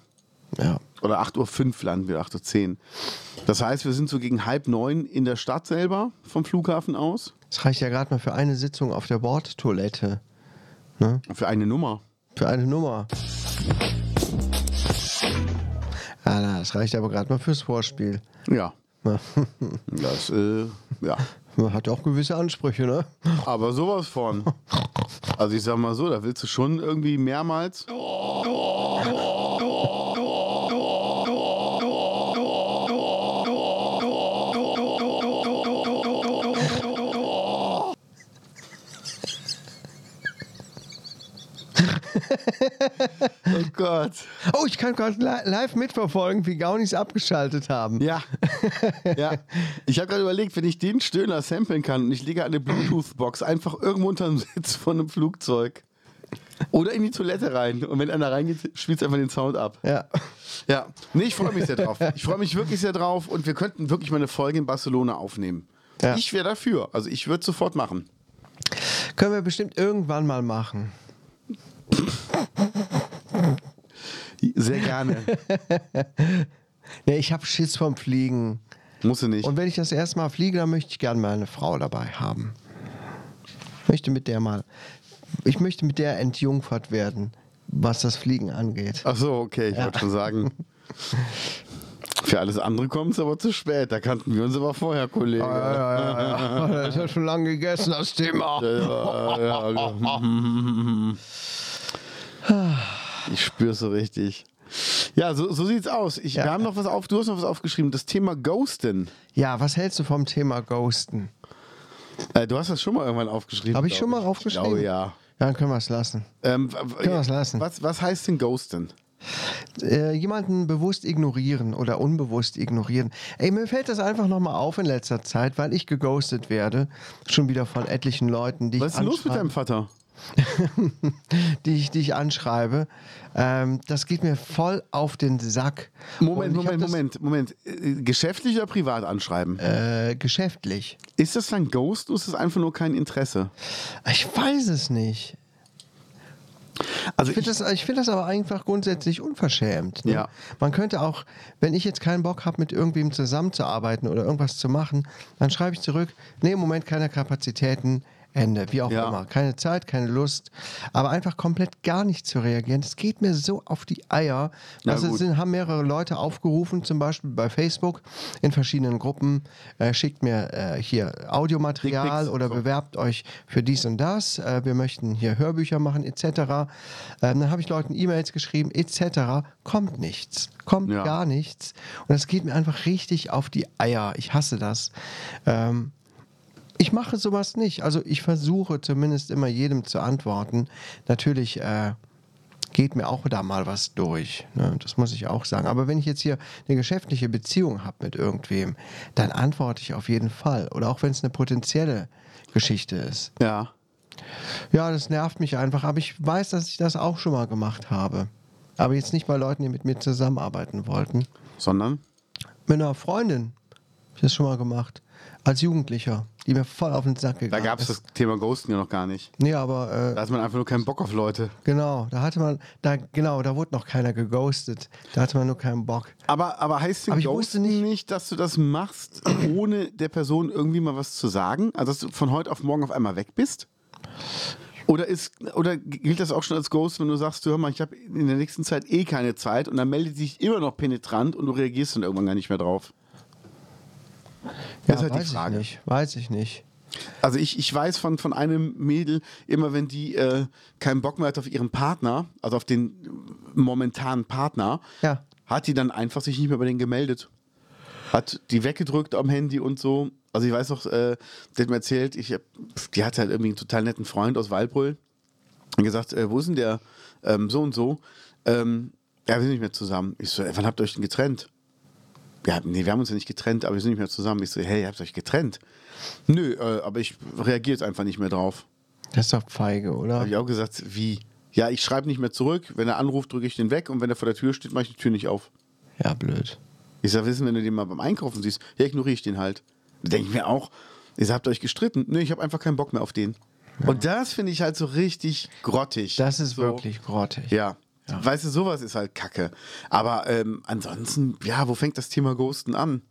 [SPEAKER 3] Ja.
[SPEAKER 4] Oder 8.05 Uhr landen wir, 8.10 Uhr. Das heißt, wir sind so gegen halb neun in der Stadt selber, vom Flughafen aus.
[SPEAKER 3] Das reicht ja gerade mal für eine Sitzung auf der Bordtoilette.
[SPEAKER 4] Für eine Nummer.
[SPEAKER 3] Für eine Nummer. Ah, na, das reicht aber gerade mal fürs Vorspiel.
[SPEAKER 4] Ja. Das, äh, ja.
[SPEAKER 3] Man hat auch gewisse Ansprüche, ne?
[SPEAKER 4] Aber sowas von. Also ich sag mal so, da willst du schon irgendwie mehrmals. Oh Oh Gott.
[SPEAKER 3] Oh, ich kann gerade li live mitverfolgen, wie Gaunis abgeschaltet haben.
[SPEAKER 4] Ja. ja. Ich habe gerade überlegt, wenn ich den Stöhner samplen kann und ich lege eine Bluetooth-Box einfach irgendwo unter dem Sitz von einem Flugzeug oder in die Toilette rein und wenn einer reingeht, spielt einfach den Sound ab.
[SPEAKER 3] Ja.
[SPEAKER 4] Ja. Nee, ich freue mich sehr drauf. Ich freue mich wirklich sehr drauf und wir könnten wirklich mal eine Folge in Barcelona aufnehmen.
[SPEAKER 3] Ja.
[SPEAKER 4] Ich wäre dafür. Also ich würde sofort machen.
[SPEAKER 3] Können wir bestimmt irgendwann mal machen.
[SPEAKER 4] Sehr gerne.
[SPEAKER 3] Nee, ich habe Schiss vom Fliegen.
[SPEAKER 4] Musst du nicht.
[SPEAKER 3] Und wenn ich das erste Mal fliege, dann möchte ich gerne mal eine Frau dabei haben. Ich möchte mit der mal. Ich möchte mit der entjungfert werden, was das Fliegen angeht.
[SPEAKER 4] Ach so, okay, ich wollte schon sagen. Für alles andere kommt es aber zu spät. Da kannten wir uns aber vorher, Kollege.
[SPEAKER 3] ja, ja. Das hat schon lange gegessen, das Thema.
[SPEAKER 4] Ja, ja, ja. Ich spüre so richtig. Ja, so, so sieht's aus. Ich, Wir haben noch was auf, du hast noch was aufgeschrieben. Das Thema Ghosten.
[SPEAKER 3] Ja, was hältst du vom Thema Ghosten?
[SPEAKER 4] Äh, du hast das schon mal irgendwann aufgeschrieben.
[SPEAKER 3] Habe ich
[SPEAKER 4] glaub
[SPEAKER 3] schon mal
[SPEAKER 4] Ich
[SPEAKER 3] aufgeschrieben?
[SPEAKER 4] glaube, ja.
[SPEAKER 3] Ja, dann können wir es lassen.
[SPEAKER 4] Ähm, w-
[SPEAKER 3] wir es lassen.
[SPEAKER 4] was, was heißt denn Ghosten?
[SPEAKER 3] äh, jemanden bewusst ignorieren oder unbewusst ignorieren. Ey, mir fällt das einfach nochmal auf in letzter Zeit, weil ich geghostet werde. Schon wieder von etlichen Leuten, die
[SPEAKER 4] Was ist
[SPEAKER 3] ich
[SPEAKER 4] denn los mit deinem Vater?
[SPEAKER 3] die ich, die ich anschreibe. Ähm, das geht mir voll auf den Sack.
[SPEAKER 4] Moment,
[SPEAKER 3] Und ich hab
[SPEAKER 4] Moment, Moment, Moment. Äh, Geschäftlich oder privat anschreiben?
[SPEAKER 3] Das, äh, geschäftlich.
[SPEAKER 4] Ist das dann Ghost oder ist das einfach nur kein Interesse?
[SPEAKER 3] Ich weiß es nicht.
[SPEAKER 4] Also
[SPEAKER 3] Ich finde das, ich find das aber einfach grundsätzlich unverschämt. Ne?
[SPEAKER 4] Ja.
[SPEAKER 3] Man könnte auch, wenn ich jetzt keinen Bock habe, mit irgendwem zusammenzuarbeiten oder irgendwas zu machen, dann schreibe ich zurück, nee, im Moment keine Kapazitäten, Ende, wie auch
[SPEAKER 4] Ja.
[SPEAKER 3] immer. Keine Zeit, keine Lust. Aber einfach komplett gar nicht zu reagieren, das geht mir so auf die Eier.
[SPEAKER 4] Na
[SPEAKER 3] Also
[SPEAKER 4] gut.
[SPEAKER 3] es sind, haben mehrere Leute aufgerufen, zum Beispiel bei Facebook in verschiedenen Gruppen, äh, schickt mir äh, hier Audiomaterial
[SPEAKER 4] Dickpics,
[SPEAKER 3] oder
[SPEAKER 4] so.
[SPEAKER 3] bewerbt euch für dies und das, äh, wir möchten hier Hörbücher machen etc. Ähm, dann habe ich Leuten E-Mails geschrieben etc. Kommt nichts, kommt
[SPEAKER 4] Ja.
[SPEAKER 3] gar nichts. Und das geht mir einfach richtig auf die Eier. Ich hasse das. Ähm, ich mache sowas nicht. Also ich versuche zumindest immer jedem zu antworten. Natürlich äh, geht mir auch da mal was durch. Ne? Das muss ich auch sagen. Aber wenn ich jetzt hier eine geschäftliche Beziehung habe mit irgendwem, dann antworte ich auf jeden Fall. Oder auch wenn es eine potenzielle Geschichte ist.
[SPEAKER 4] ja.
[SPEAKER 3] Ja, das nervt mich einfach. Aber ich weiß, dass ich das auch schon mal gemacht habe. Aber jetzt nicht bei Leuten, die mit mir zusammenarbeiten wollten.
[SPEAKER 4] Sondern?
[SPEAKER 3] Mit einer Freundin habe ich das schon mal gemacht. Als Jugendlicher, die mir voll auf den Sack
[SPEAKER 4] Da
[SPEAKER 3] gegangen
[SPEAKER 4] gab es
[SPEAKER 3] ist.
[SPEAKER 4] das Thema Ghosten ja noch gar nicht.
[SPEAKER 3] Nee, aber äh,
[SPEAKER 4] Da hat man einfach nur keinen Bock auf Leute.
[SPEAKER 3] Genau, da hatte man, da, genau, da wurde noch keiner geghostet. Da hatte man nur keinen Bock.
[SPEAKER 4] Aber, aber heißt denn
[SPEAKER 3] Aber ich wusste
[SPEAKER 4] Ghosten nicht,
[SPEAKER 3] nicht-
[SPEAKER 4] dass du das machst, ohne der Person irgendwie mal was zu sagen? Also, dass du von heute auf morgen auf einmal weg bist? Oder, ist, oder gilt das auch schon als Ghost, wenn du sagst, du, hör mal, ich habe in der nächsten Zeit eh keine Zeit und dann meldet sich immer noch penetrant und du reagierst dann irgendwann gar nicht mehr drauf? Das ist halt die
[SPEAKER 3] weiß
[SPEAKER 4] Frage.
[SPEAKER 3] Ich nicht, weiß ich nicht.
[SPEAKER 4] Also ich, ich weiß von, von einem Mädel, immer wenn die äh, keinen Bock mehr hat auf ihren Partner, also auf den momentanen Partner,
[SPEAKER 3] Ja.
[SPEAKER 4] hat die dann einfach sich nicht mehr bei denen gemeldet. Hat die weggedrückt am Handy und so. Also ich weiß noch, äh, der hat mir erzählt, ich, hab- pf, die hatte halt irgendwie einen total netten Freund aus Walbrüll und gesagt, äh, wo ist denn der ähm, so und so? Ähm, ja, wir sind nicht mehr zusammen. Ich so, äh, wann habt ihr euch denn getrennt? Ja, nee, wir haben uns ja nicht getrennt, aber wir sind nicht mehr zusammen. Ich so, hey, ihr habt euch getrennt? Nö, äh, aber ich reagiere jetzt einfach nicht mehr drauf.
[SPEAKER 3] Das ist doch feige, oder?
[SPEAKER 4] Habe ich auch gesagt, wie? Ja, ich schreibe nicht mehr zurück. Wenn er anruft, drücke ich den weg. Und wenn er vor der Tür steht, mache ich die Tür nicht auf.
[SPEAKER 3] Ja, blöd.
[SPEAKER 4] Ich sage, wissen, wenn du den mal beim Einkaufen siehst, ja, ignoriere ich den halt. Da denke ich mir auch, ihr habt euch gestritten. Nee, ich habe einfach keinen Bock mehr auf den. Und das finde ich halt so richtig grottig.
[SPEAKER 3] Das ist
[SPEAKER 4] so,
[SPEAKER 3] wirklich grottig.
[SPEAKER 4] Ja. Weißt du, sowas ist halt Kacke. Aber ähm, ansonsten, ja, wo fängt das Thema Ghosten an?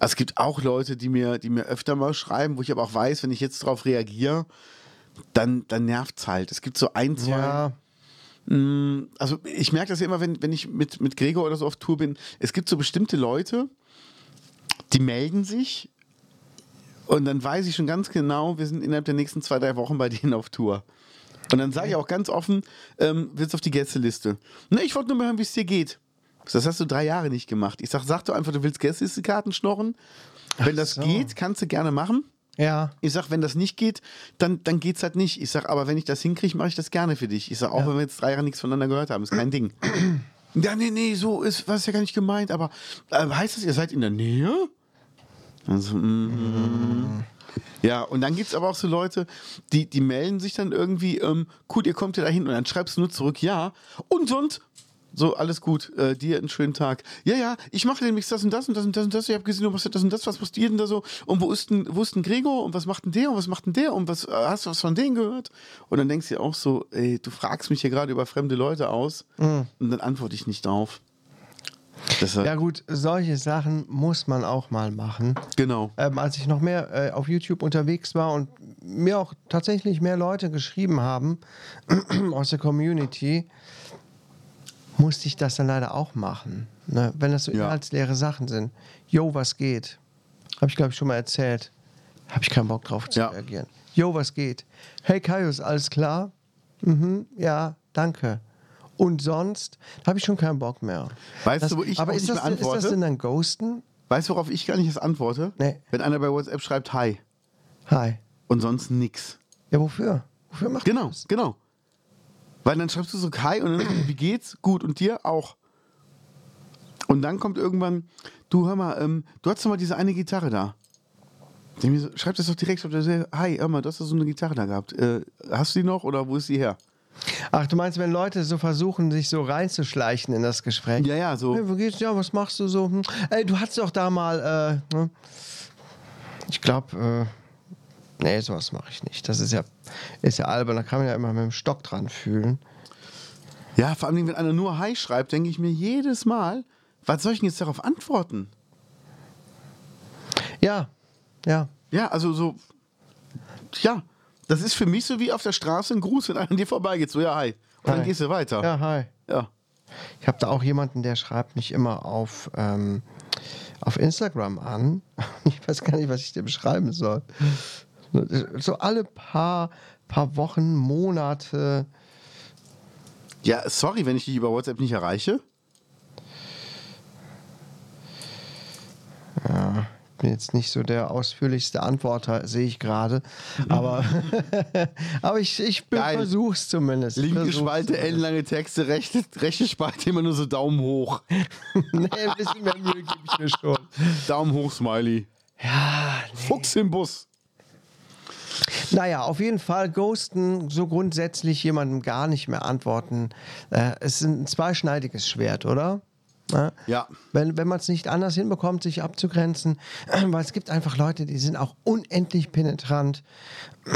[SPEAKER 4] Also es gibt auch Leute, die mir, die mir öfter mal schreiben, wo ich aber auch weiß, wenn ich jetzt darauf reagiere, dann, dann nervt es halt. Es gibt so ein, zwei.
[SPEAKER 3] Ja,
[SPEAKER 4] Also ich merke das ja immer, wenn, wenn ich mit, mit Gregor oder so auf Tour bin. Es gibt so bestimmte Leute, die melden sich und dann weiß ich schon ganz genau, wir sind innerhalb der nächsten zwei, drei Wochen bei denen auf Tour. Und dann sage ich auch ganz offen, ähm, willst auf die Gästeliste? Ne, ich wollte nur mal hören, wie es dir geht. Das hast du drei Jahre nicht gemacht. Ich sag, sag doch einfach, du willst Gästelistekarten schnorren. Wenn das
[SPEAKER 3] so.
[SPEAKER 4] geht, kannst du gerne machen.
[SPEAKER 3] ja.
[SPEAKER 4] Ich sag, wenn das nicht geht, dann, dann geht's halt nicht. Ich sag, aber wenn ich das hinkriege, mache ich das gerne für dich. Ich sag, auch wenn wir jetzt drei Jahre nichts voneinander gehört haben, ist kein Ding. Ja, nee, nee, so ist, was ist ja gar nicht gemeint, aber äh, heißt das, ihr seid in der Nähe? Also, mm, ja, und dann gibt's aber auch so Leute, die, die melden sich dann irgendwie, ähm, gut, ihr kommt ja dahin und dann schreibst du nur zurück, ja, und sonst, so, alles gut, äh, dir einen schönen Tag. Ja, ja, ich mache nämlich das und das und das und das und das, ich habe gesehen, du machst ja das und das, was machst ihr denn da so? Und wo ist denn, wo ist denn Gregor und was macht denn der und was macht denn der und was, äh, hast du was von denen gehört? Und dann denkst du dir auch so, ey, du fragst mich hier gerade über fremde Leute aus und dann antworte ich nicht drauf. Deshalb,
[SPEAKER 3] Ja gut, solche Sachen muss man auch mal machen.
[SPEAKER 4] Genau.
[SPEAKER 3] Ähm, als ich noch mehr äh, auf YouTube unterwegs war und mir auch tatsächlich mehr Leute geschrieben haben aus der Community, musste ich das dann leider auch machen. Ne? Wenn das so
[SPEAKER 4] Ja.
[SPEAKER 3] inhaltsleere Sachen sind. Yo, was geht? Habe ich, glaube ich, schon mal erzählt. Habe ich keinen Bock drauf zu
[SPEAKER 4] Ja.
[SPEAKER 3] reagieren. Yo, was geht? Hey Kaius, alles klar? Mhm, ja, danke. Und sonst habe ich schon keinen Bock mehr.
[SPEAKER 4] Weißt
[SPEAKER 3] das,
[SPEAKER 4] du, wo ich
[SPEAKER 3] aber
[SPEAKER 4] auch
[SPEAKER 3] ist,
[SPEAKER 4] nicht
[SPEAKER 3] das,
[SPEAKER 4] mehr
[SPEAKER 3] denn- ist das
[SPEAKER 4] antworte?
[SPEAKER 3] denn dann Ghosten?
[SPEAKER 4] Weißt du, worauf ich gar nicht erst antworte?
[SPEAKER 3] Nee.
[SPEAKER 4] Wenn einer bei WhatsApp schreibt Hi
[SPEAKER 3] Hi.
[SPEAKER 4] und sonst nix.
[SPEAKER 3] Ja, wofür? Wofür macht
[SPEAKER 4] Genau,
[SPEAKER 3] das?
[SPEAKER 4] genau. Weil dann schreibst du so Hi und dann, wie geht's? Gut, und dir auch. Und dann kommt irgendwann, du hör mal, ähm, du hast doch mal diese eine Gitarre da. Ich denk mir so, Schreib das doch direkt auf der Seite. Hi, hör mal, du hast doch so eine Gitarre da gehabt. Äh, hast du die noch oder wo ist die her?
[SPEAKER 3] Ach, du meinst, wenn Leute so versuchen, sich so reinzuschleichen in das Gespräch?
[SPEAKER 4] Ja, ja, so.
[SPEAKER 3] Hey, wo geht's? Ja, was machst du so? Hm. Ey, du hattest doch da mal. Äh, ne? Ich glaube, äh, nee, sowas mache ich nicht. Das ist ja, ist ja albern. Da kann man ja immer mit dem Stock dran fühlen.
[SPEAKER 4] Ja, vor allem, wenn einer nur Hi schreibt, denke ich mir jedes Mal, was soll ich denn jetzt darauf antworten?
[SPEAKER 3] Ja, ja.
[SPEAKER 4] Ja, also so. Ja, das ist für mich so wie auf der Straße ein Gruß, wenn einer an dir vorbeigeht. So, ja, hi. Und dann
[SPEAKER 3] Hi.
[SPEAKER 4] gehst du weiter.
[SPEAKER 3] Ja, hi.
[SPEAKER 4] ja.
[SPEAKER 3] Ich habe da auch jemanden, der schreibt mich immer auf, ähm, auf Instagram an. Ich weiß gar nicht, was ich dem schreiben soll. So alle paar, paar Wochen, Monate.
[SPEAKER 4] Ja, sorry, wenn ich dich über WhatsApp nicht erreiche.
[SPEAKER 3] Ja, ich bin jetzt nicht so der ausführlichste Antworter, sehe ich gerade. Aber, aber ich, ich bin,
[SPEAKER 4] Geil.
[SPEAKER 3] versuch's zumindest. Ich
[SPEAKER 4] Linke
[SPEAKER 3] versuch's
[SPEAKER 4] Spalte,
[SPEAKER 3] zumindest.
[SPEAKER 4] ellenlange Texte, rechte, rechte Spalte immer nur so Daumen hoch.
[SPEAKER 3] Nee, ein bisschen mehr Mühe gebe ich mir schon.
[SPEAKER 4] Daumen hoch, Smiley.
[SPEAKER 3] Ja,
[SPEAKER 4] Fuchs im Bus.
[SPEAKER 3] Naja, auf jeden Fall ghosten, so grundsätzlich jemandem gar nicht mehr antworten. Äh, es ist ein zweischneidiges Schwert, oder? Na?
[SPEAKER 4] Ja.
[SPEAKER 3] Wenn, wenn man es nicht anders hinbekommt, sich abzugrenzen, weil es gibt einfach Leute, die sind auch unendlich penetrant.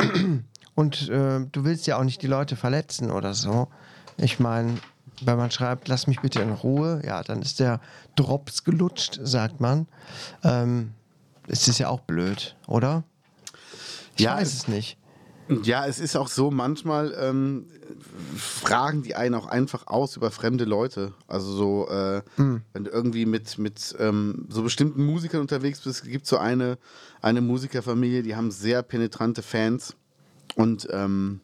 [SPEAKER 3] Und äh, du willst ja auch nicht die Leute verletzen oder so. Ich meine, wenn man schreibt, lass mich bitte in Ruhe, ja, dann ist der Drops gelutscht, sagt man. Ähm, es ist ja auch blöd, oder? Ich
[SPEAKER 4] Ja,
[SPEAKER 3] weiß
[SPEAKER 4] es-
[SPEAKER 3] es nicht.
[SPEAKER 4] Ja, es ist auch so, manchmal ähm, fragen die einen auch einfach aus über fremde Leute. Also so, äh, wenn du irgendwie mit, mit ähm, so bestimmten Musikern unterwegs bist, gibt so eine, eine Musikerfamilie, die haben sehr penetrante Fans. Und ähm,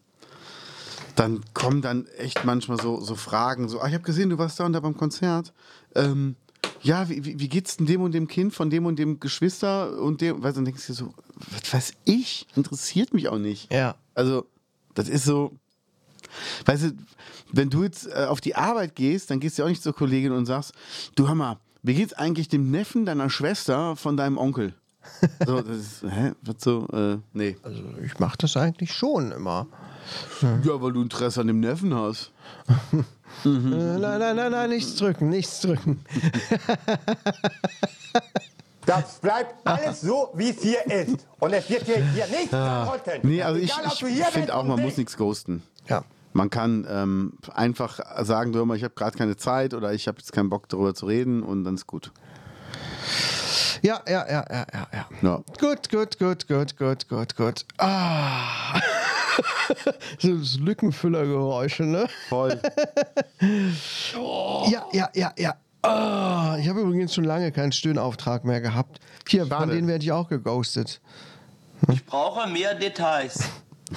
[SPEAKER 4] dann kommen dann echt manchmal so, so Fragen, so, ah, ich habe gesehen, du warst da und da beim Konzert. Ähm, ja, wie, wie wie geht's denn dem und dem Kind von dem und dem Geschwister und dem, weil dann denkst du dir so, was weiß ich, interessiert mich auch nicht.
[SPEAKER 3] Ja.
[SPEAKER 4] Also, das ist so, weißt du, wenn du jetzt äh, auf die Arbeit gehst, dann gehst du ja auch nicht zur Kollegin und sagst, du Hammer, wie geht's eigentlich dem Neffen deiner Schwester von deinem Onkel? So, das ist, hä, was so, äh, nee.
[SPEAKER 3] Also ich mache das eigentlich schon immer.
[SPEAKER 5] Hm?
[SPEAKER 4] Ja, weil du Interesse an dem Neffen hast.
[SPEAKER 3] Äh, nein, nein, nein, nein, nichts drücken, nichts drücken.
[SPEAKER 5] Das bleibt alles so, wie es hier ist. Und es wird hier, hier nichts verrotten.
[SPEAKER 4] Nee, also ich,
[SPEAKER 5] Egal, ob du
[SPEAKER 4] ich
[SPEAKER 5] hier bist
[SPEAKER 4] finde auch,
[SPEAKER 5] und
[SPEAKER 4] man muss
[SPEAKER 5] nicht.
[SPEAKER 4] nichts ghosten.
[SPEAKER 3] Ja.
[SPEAKER 4] Man kann ähm, einfach sagen, du hör mal, ich habe gerade keine Zeit oder ich habe jetzt keinen Bock darüber zu reden und dann ist gut.
[SPEAKER 3] Ja, ja, ja, ja, ja, ja.
[SPEAKER 4] Ja.
[SPEAKER 3] Gut, gut, gut, gut, gut, gut, gut. Ah. so das Lückenfüllergeräusche, ne?
[SPEAKER 4] Voll.
[SPEAKER 3] Ja, ja, ja, ja. Ah. Ich habe übrigens schon lange keinen Stöhnauftrag mehr gehabt. Hier, von
[SPEAKER 4] Schade.
[SPEAKER 3] denen werde ich auch geghostet.
[SPEAKER 6] Ich brauche mehr Details.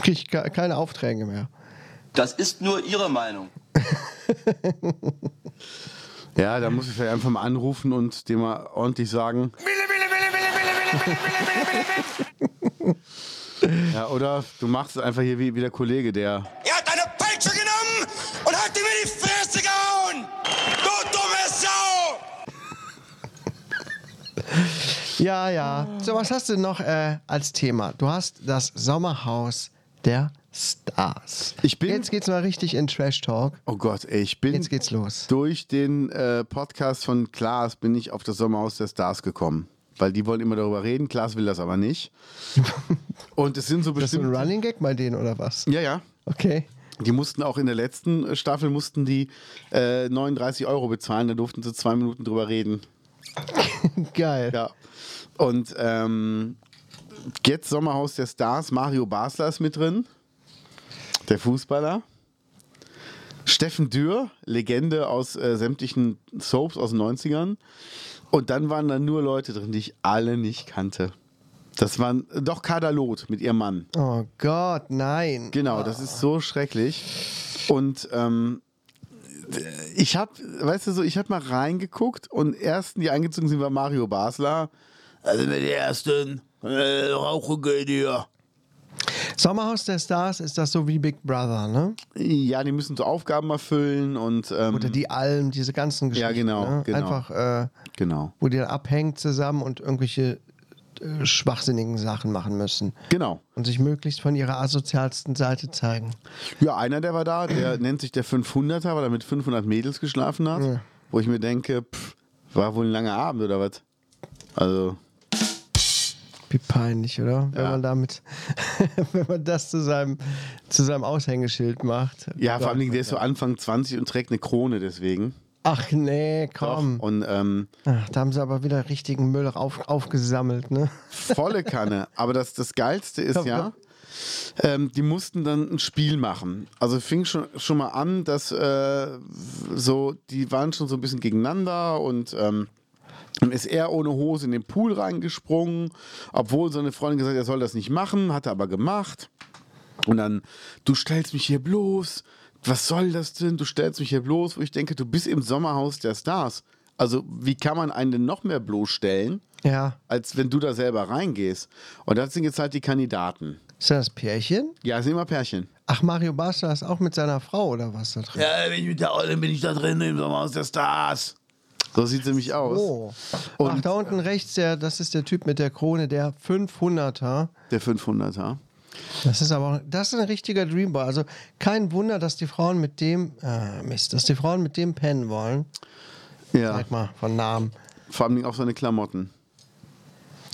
[SPEAKER 3] Kriege ich ke- keine Aufträge mehr.
[SPEAKER 6] Das ist nur Ihre Meinung.
[SPEAKER 4] Ja, da muss ich vielleicht einfach mal anrufen und dem mal ordentlich sagen. Ja, oder du machst es einfach hier wie, wie der Kollege, der.
[SPEAKER 2] Er hat eine Peitsche genommen und hat ihm in die Fresse gehauen! Du dumme Sau!
[SPEAKER 3] Ja, ja. So, was hast du noch äh, als Thema? Du hast das Sommerhaus der Stars.
[SPEAKER 4] Ich bin-
[SPEAKER 3] Jetzt geht's mal richtig in Trash Talk.
[SPEAKER 4] Oh Gott, ey, ich bin.
[SPEAKER 3] Jetzt geht's los.
[SPEAKER 4] Durch den äh, Podcast von Klaas bin ich auf das Sommerhaus der Stars gekommen. Weil die wollen immer darüber reden, Klaas will das aber nicht. Und es sind so
[SPEAKER 3] Das ist ein
[SPEAKER 4] bestimmt.
[SPEAKER 3] Running Gag bei denen oder was?
[SPEAKER 4] Ja, ja.
[SPEAKER 3] Okay.
[SPEAKER 4] Die mussten auch in der letzten äh, Staffel mussten die äh, 39 Euro bezahlen, da durften sie zwei Minuten drüber reden.
[SPEAKER 3] Geil.
[SPEAKER 4] Ja. Und ähm, jetzt Sommerhaus der Stars, Mario Basler ist mit drin. Der Fußballer. Steffen Dürr, Legende aus äh, sämtlichen Soaps aus den 90ern. Und dann waren da nur Leute drin, die ich alle nicht kannte. Das waren äh, doch Kadalot mit ihrem Mann.
[SPEAKER 3] Oh Gott, nein.
[SPEAKER 4] Genau, das ist so schrecklich. Und ähm, ich habe, weißt du so, ich habe mal reingeguckt und ersten, die eingezogen sind, war Mario Basler. Also mit der ersten äh, rauchige dir.
[SPEAKER 3] Sommerhaus der Stars ist das so wie Big Brother, ne?
[SPEAKER 4] Ja, die müssen so Aufgaben erfüllen und ähm,
[SPEAKER 3] Oder die Alm, diese ganzen Geschichten.
[SPEAKER 4] Ja, genau,
[SPEAKER 3] Ne?
[SPEAKER 4] genau.
[SPEAKER 3] Einfach, äh,
[SPEAKER 4] genau,
[SPEAKER 3] wo die dann abhängen zusammen und irgendwelche äh, schwachsinnigen Sachen machen müssen.
[SPEAKER 4] genau.
[SPEAKER 3] Und sich möglichst von ihrer asozialsten Seite zeigen.
[SPEAKER 4] Ja, einer, der war da, der nennt sich der 500er, weil er mit 500 Mädels geschlafen hat. Wo ich mir denke, pff, war wohl ein langer Abend oder was? Also
[SPEAKER 3] Wie peinlich, oder? Wenn
[SPEAKER 4] Ja.
[SPEAKER 3] man damit, wenn man das zu seinem, zu seinem Aushängeschild macht.
[SPEAKER 4] ja, vor allen Dingen der ist so Anfang 20 und trägt eine Krone deswegen.
[SPEAKER 3] Ach nee, komm.
[SPEAKER 4] Und ähm,
[SPEAKER 3] Ach, da haben sie aber wieder richtigen Müll auf, aufgesammelt, ne?
[SPEAKER 4] volle Kanne. Aber das, das Geilste ist
[SPEAKER 3] Komm,
[SPEAKER 4] ja, ähm, die mussten dann ein Spiel machen. Also fing schon, schon mal an, dass äh, so, die waren schon so ein bisschen gegeneinander und ähm, dann ist er ohne Hose in den Pool reingesprungen, obwohl seine Freundin gesagt hat, er soll das nicht machen, hat er aber gemacht. Und dann, du stellst mich hier bloß, was soll das denn? Du stellst mich hier bloß, wo ich denke, du bist im Sommerhaus der Stars. Also, wie kann man einen denn noch mehr bloßstellen?
[SPEAKER 3] Ja.
[SPEAKER 4] als wenn du da selber reingehst. Und das sind jetzt halt die Kandidaten.
[SPEAKER 3] Ist das das Pärchen?
[SPEAKER 4] Ja, sind immer Pärchen.
[SPEAKER 3] Ach, Mario Basler ist auch mit seiner Frau oder was da drin?
[SPEAKER 4] Ja, bin ich mit der Olle, bin ich da drin im Sommerhaus der Stars. So sieht sie nämlich aus.
[SPEAKER 3] Oh.
[SPEAKER 4] Und-
[SPEAKER 3] Ach, da unten rechts, der, das ist der Typ mit der Krone, der 500er.
[SPEAKER 4] Der 500er.
[SPEAKER 3] Das ist aber, auch- das ist ein richtiger Dreamboy. Also kein Wunder, dass die Frauen mit dem, äh, Mist, dass die Frauen mit dem pennen wollen.
[SPEAKER 4] Ja,
[SPEAKER 3] Sag mal, von Namen.
[SPEAKER 4] vor allem auch seine Klamotten.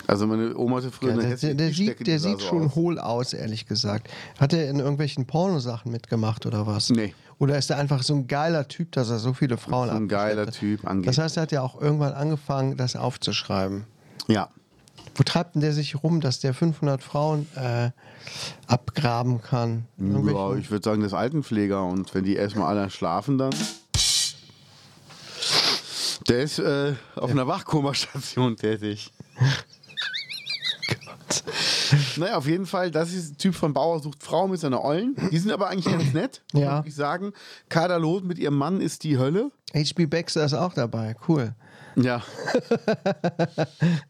[SPEAKER 4] Also meine Oma hatte früher
[SPEAKER 3] Ja,
[SPEAKER 4] eine
[SPEAKER 3] der, der,
[SPEAKER 4] hässliche
[SPEAKER 3] der
[SPEAKER 4] Tischdecke,
[SPEAKER 3] sieht,
[SPEAKER 4] die
[SPEAKER 3] der
[SPEAKER 4] sah
[SPEAKER 3] sieht
[SPEAKER 4] so
[SPEAKER 3] schon
[SPEAKER 4] aus.
[SPEAKER 3] hohl aus, ehrlich gesagt. Hat er in irgendwelchen Pornosachen mitgemacht oder was?
[SPEAKER 4] Nee.
[SPEAKER 3] Oder ist er einfach so ein geiler Typ, dass er so viele Frauen
[SPEAKER 4] So ein geiler
[SPEAKER 3] abgeschleppt
[SPEAKER 4] Typ,
[SPEAKER 3] hat?
[SPEAKER 4] angeblich.
[SPEAKER 3] Das heißt, er hat ja auch irgendwann angefangen, das aufzuschreiben.
[SPEAKER 4] Ja.
[SPEAKER 3] Wo treibt denn der sich rum, dass der 500 Frauen äh, abgraben kann? In
[SPEAKER 4] ja,
[SPEAKER 3] irgendwelchen-
[SPEAKER 4] ich würde sagen, das Altenpfleger. Und wenn die erstmal alle schlafen, dann. Der ist äh, auf einer Wachkomastation tätig. Naja, Ne, auf jeden Fall, das ist ein Typ von Bauer sucht Frau mit seiner Eulen. Die sind aber eigentlich ganz nett, muss
[SPEAKER 3] Ja.
[SPEAKER 4] ich sagen. Kader Loth mit ihrem Mann ist die Hölle.
[SPEAKER 3] HB Baxter ist auch dabei, cool.
[SPEAKER 4] Ja.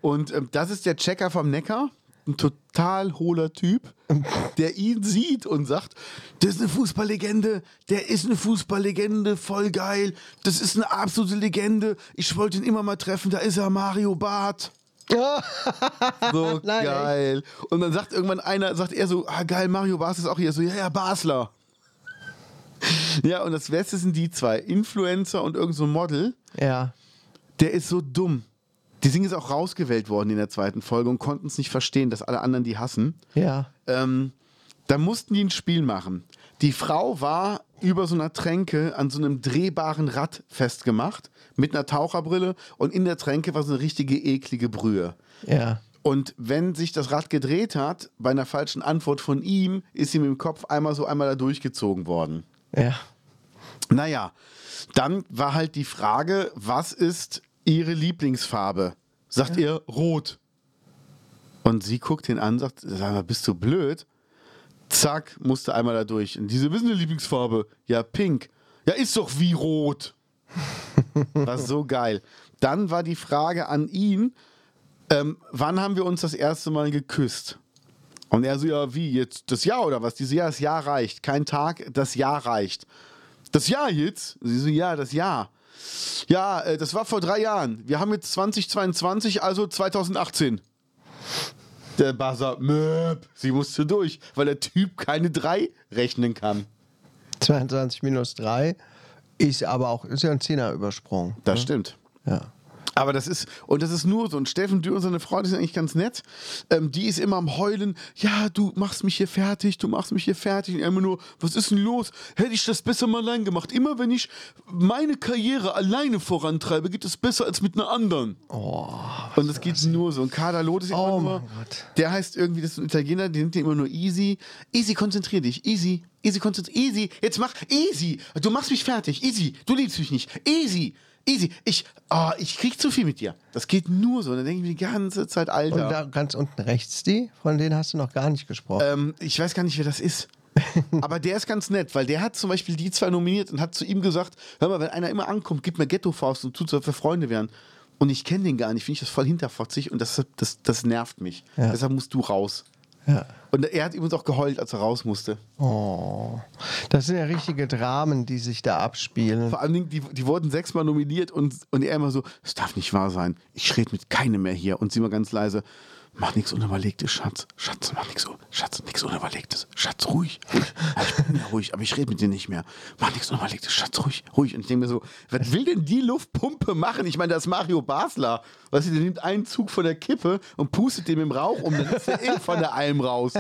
[SPEAKER 4] Und ähm, das ist der Checker vom Neckar. Ein total hohler Typ, der ihn sieht und sagt: Das ist eine Fußballlegende, der ist eine Fußballlegende, voll geil, das ist eine absolute Legende, ich wollte ihn immer mal treffen, da ist er, Mario Barth. So
[SPEAKER 3] Nein,
[SPEAKER 4] geil. Und dann sagt irgendwann einer, sagt er so, ah geil, Mario Bas ist auch hier. So, ja, ja, Basler. Ja, und das Beste sind die zwei, Influencer und irgend so ein Model,
[SPEAKER 3] Ja.
[SPEAKER 4] der ist so dumm. Die sind jetzt auch rausgewählt worden in der zweiten Folge und konnten es nicht verstehen, dass alle anderen die hassen.
[SPEAKER 3] Ja.
[SPEAKER 4] Ähm, da mussten die ein Spiel machen. Die Frau war über so einer Tränke an so einem drehbaren Rad festgemacht mit einer Taucherbrille und in der Tränke war so eine richtige eklige Brühe.
[SPEAKER 3] Ja.
[SPEAKER 4] Und wenn sich das Rad gedreht hat, bei einer falschen Antwort von ihm, ist ihm im Kopf einmal so einmal da durchgezogen worden.
[SPEAKER 3] Ja.
[SPEAKER 4] Naja, dann war halt die Frage, was ist ihre Lieblingsfarbe? Sagt ihr rot. Und sie guckt ihn an, sagt, sag mal, bist du blöd? Zack, musste einmal da durch. Und diese wissen eine Lieblingsfarbe. Ja, pink. Ja, ist doch wie rot. War so geil. Dann war die Frage an ihn, ähm, wann haben wir uns das erste Mal geküsst? Und er so, ja, wie, jetzt das Jahr oder was? Diese, ja, das Jahr reicht. Kein Tag, das Jahr reicht. Das Jahr jetzt? Sie so, ja, das Jahr. Ja, äh, das war vor drei Jahren. Wir haben jetzt 2022, also 2018. Der Buzzer, möp, sie musste durch, weil der Typ keine drei rechnen kann.
[SPEAKER 3] 22 minus 3 ist aber auch, ist ja ein Zehner-Übersprung.
[SPEAKER 4] Das stimmt.
[SPEAKER 3] Ja.
[SPEAKER 4] Aber das ist, und das ist nur so. Und Steffen Dürr und seine Frau, die sind eigentlich ganz nett. Ähm, die ist immer am Heulen. Ja, du machst mich hier fertig, du machst mich hier fertig. Und er immer nur, was ist denn los? Hätte ich das besser mal allein gemacht. Immer wenn ich meine Karriere alleine vorantreibe, geht es besser als mit einer anderen. und das geht nur so. Und Kader Loth ist immer
[SPEAKER 3] Oh
[SPEAKER 4] nur,
[SPEAKER 3] mein Gott.
[SPEAKER 4] der heißt irgendwie, das ist ein Italiener, die nennt den immer nur Easy. Easy, konzentrier dich. Easy. Easy, konzentrier Easy. Jetzt mach. Easy. Du machst mich fertig. Easy. Du liebst mich nicht. Easy. Easy. Ich, ah, ich krieg zu viel mit dir. Das geht nur so. Und dann denke ich mir die ganze Zeit,
[SPEAKER 3] Und
[SPEAKER 4] Alter.
[SPEAKER 3] da ganz unten rechts die, von denen hast du noch gar nicht gesprochen.
[SPEAKER 4] Ähm, ich weiß gar nicht, wer das ist. Aber der ist ganz nett, weil der hat zum Beispiel die zwei nominiert und hat zu ihm gesagt: Hör mal, wenn einer immer ankommt, gib mir Ghetto-Faust und tut so, als ob wir Freunde wären. Und ich kenne den gar nicht, finde ich das voll hinterfotzig und das, das, das nervt mich.
[SPEAKER 3] Ja.
[SPEAKER 4] Deshalb musst du raus.
[SPEAKER 3] ja.
[SPEAKER 4] Und er hat übrigens auch geheult, als er raus musste.
[SPEAKER 3] Oh. Das sind ja richtige Dramen, die sich da abspielen.
[SPEAKER 4] Vor allen Dingen, die, die wurden sechsmal nominiert und, und er immer so, es darf nicht wahr sein, ich rede mit keinem mehr hier. Und sie immer ganz leise, mach nichts Unüberlegtes, Schatz. Schatz, mach nichts, Schatz, nichts Unüberlegtes. Schatz, ruhig. ruhig. Ja, Ich bin ja ruhig, aber ich rede mit dir nicht mehr. Mach nichts Unüberlegtes, Schatz, ruhig, ruhig. Und ich denke mir so, was will denn die Luftpumpe machen? Ich meine, das ist Mario Basler. Was sie, der nimmt einen Zug von der Kippe und pustet dem im Rauch um, dann ist er eh von der Alm raus.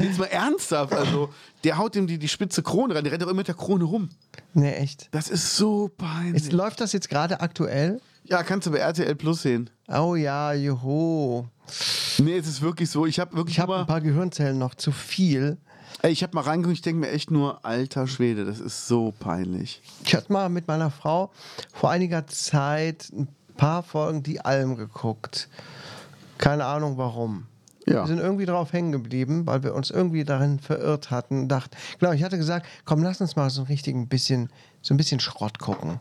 [SPEAKER 4] Jetzt mal ernsthaft, also, der haut ihm die, die spitze Krone rein, der rennt doch immer mit der Krone rum.
[SPEAKER 3] Ne, echt.
[SPEAKER 4] Das ist so peinlich.
[SPEAKER 3] Jetzt läuft das jetzt gerade aktuell?
[SPEAKER 4] ja, kannst du bei RTL Plus sehen.
[SPEAKER 3] Oh ja, juhu.
[SPEAKER 4] Nee, es ist wirklich so. Ich habe wirklich
[SPEAKER 3] Ich habe
[SPEAKER 4] mal,
[SPEAKER 3] ein paar Gehirnzellen noch zu viel.
[SPEAKER 4] ey, ich hab mal reingeguckt, ich denke mir echt nur, alter Schwede, das ist so peinlich.
[SPEAKER 3] Ich hatte mal mit meiner Frau vor einiger Zeit ein paar Folgen Die Alm geguckt. Keine Ahnung warum.
[SPEAKER 4] Ja.
[SPEAKER 3] Wir sind irgendwie drauf hängen geblieben, weil wir uns irgendwie darin verirrt hatten. und Dachten, genau, ich hatte gesagt, komm, lass uns mal so ein richtigen bisschen, so ein bisschen Schrott gucken.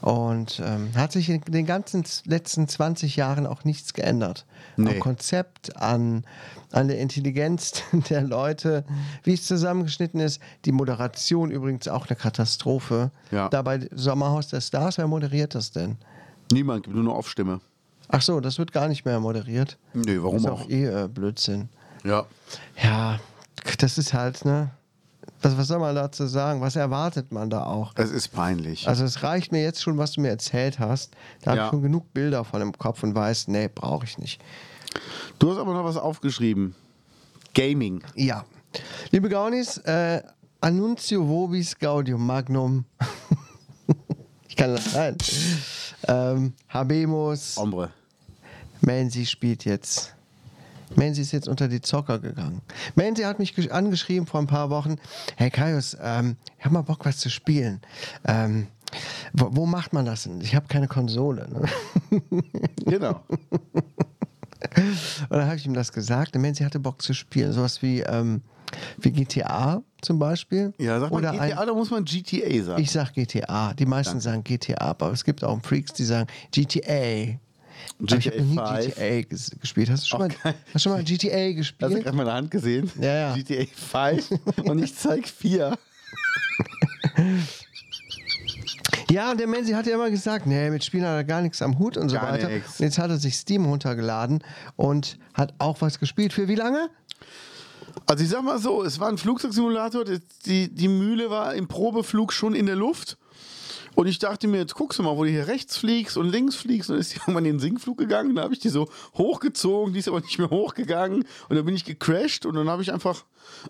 [SPEAKER 3] Und ähm, hat sich in den ganzen z- letzten 20 Jahren auch nichts geändert.
[SPEAKER 4] Nee.
[SPEAKER 3] Am Konzept, an, an der Intelligenz der Leute, wie es zusammengeschnitten ist. Die Moderation übrigens auch eine Katastrophe.
[SPEAKER 4] Ja.
[SPEAKER 3] Dabei Sommerhaus der Stars, wer moderiert das denn?
[SPEAKER 4] Niemand gibt nur eine Aufstimme.
[SPEAKER 3] Ach so, das wird gar nicht mehr moderiert.
[SPEAKER 4] Nee, warum
[SPEAKER 3] ist
[SPEAKER 4] auch?
[SPEAKER 3] auch eh äh, Blödsinn.
[SPEAKER 4] Ja.
[SPEAKER 3] Ja, das ist halt, ne? Was, was soll man dazu sagen? Was erwartet man da auch?
[SPEAKER 4] Es ist peinlich.
[SPEAKER 3] Also es reicht mir jetzt schon, was du mir erzählt hast. Da habe
[SPEAKER 4] Ja.
[SPEAKER 3] ich schon genug Bilder von im Kopf und weiß, nee, brauche ich nicht.
[SPEAKER 4] du hast aber noch was aufgeschrieben. Gaming.
[SPEAKER 3] Ja. Liebe Gaunis, äh, Annunzio Vobis Gaudium Magnum. ich kann das rein. Ähm, Habemus.
[SPEAKER 4] Ombre.
[SPEAKER 3] Mansi spielt jetzt. Mansi ist jetzt unter die Zocker gegangen. Mansi hat mich gesch- angeschrieben vor ein paar Wochen. Hey Kaius, ähm, ich habe mal Bock, was zu spielen. Ähm, wo, wo macht man das denn? Ich habe keine Konsole. Ne?
[SPEAKER 4] Genau.
[SPEAKER 3] Und dann habe ich ihm das gesagt. Und Menzi hatte Bock zu spielen. Sowas wie, ähm, wie GTA zum Beispiel.
[SPEAKER 4] Ja, sag mal
[SPEAKER 3] Oder
[SPEAKER 4] GTA,
[SPEAKER 3] ein,
[SPEAKER 4] da muss man GTA sagen.
[SPEAKER 3] ich sag GTA. Die meisten sagen GTA, aber es gibt auch Freaks, die sagen GTA. aber ich habe noch nie
[SPEAKER 4] GTA five.
[SPEAKER 3] GTA ges gespielt. Hast du schon, mal,
[SPEAKER 4] Okay. Also
[SPEAKER 3] hast du schon mal GTA
[SPEAKER 4] Hast du
[SPEAKER 3] gespielt?
[SPEAKER 4] gerade meine Hand gesehen?
[SPEAKER 3] Ja, ja.
[SPEAKER 4] GTA 5 und ich zeig 4.
[SPEAKER 3] Ja, und der Menzi hat ja immer gesagt, nee, mit Spielen hat er gar nichts am Hut und so
[SPEAKER 4] Gar
[SPEAKER 3] weiter.
[SPEAKER 4] nix.
[SPEAKER 3] Und jetzt hat er sich Steam runtergeladen und hat auch was gespielt. Für wie lange?
[SPEAKER 4] Also ich sag mal so, es war ein Flugzeugsimulator, die- die, die Mühle war im Probeflug schon in der Luft. Und ich dachte mir, jetzt guckst du mal, wo du hier rechts fliegst und links fliegst. Und ist die irgendwann in den Sinkflug gegangen. Da habe ich die so hochgezogen, die ist aber nicht mehr hochgegangen. Und dann bin ich gecrashed und dann habe ich einfach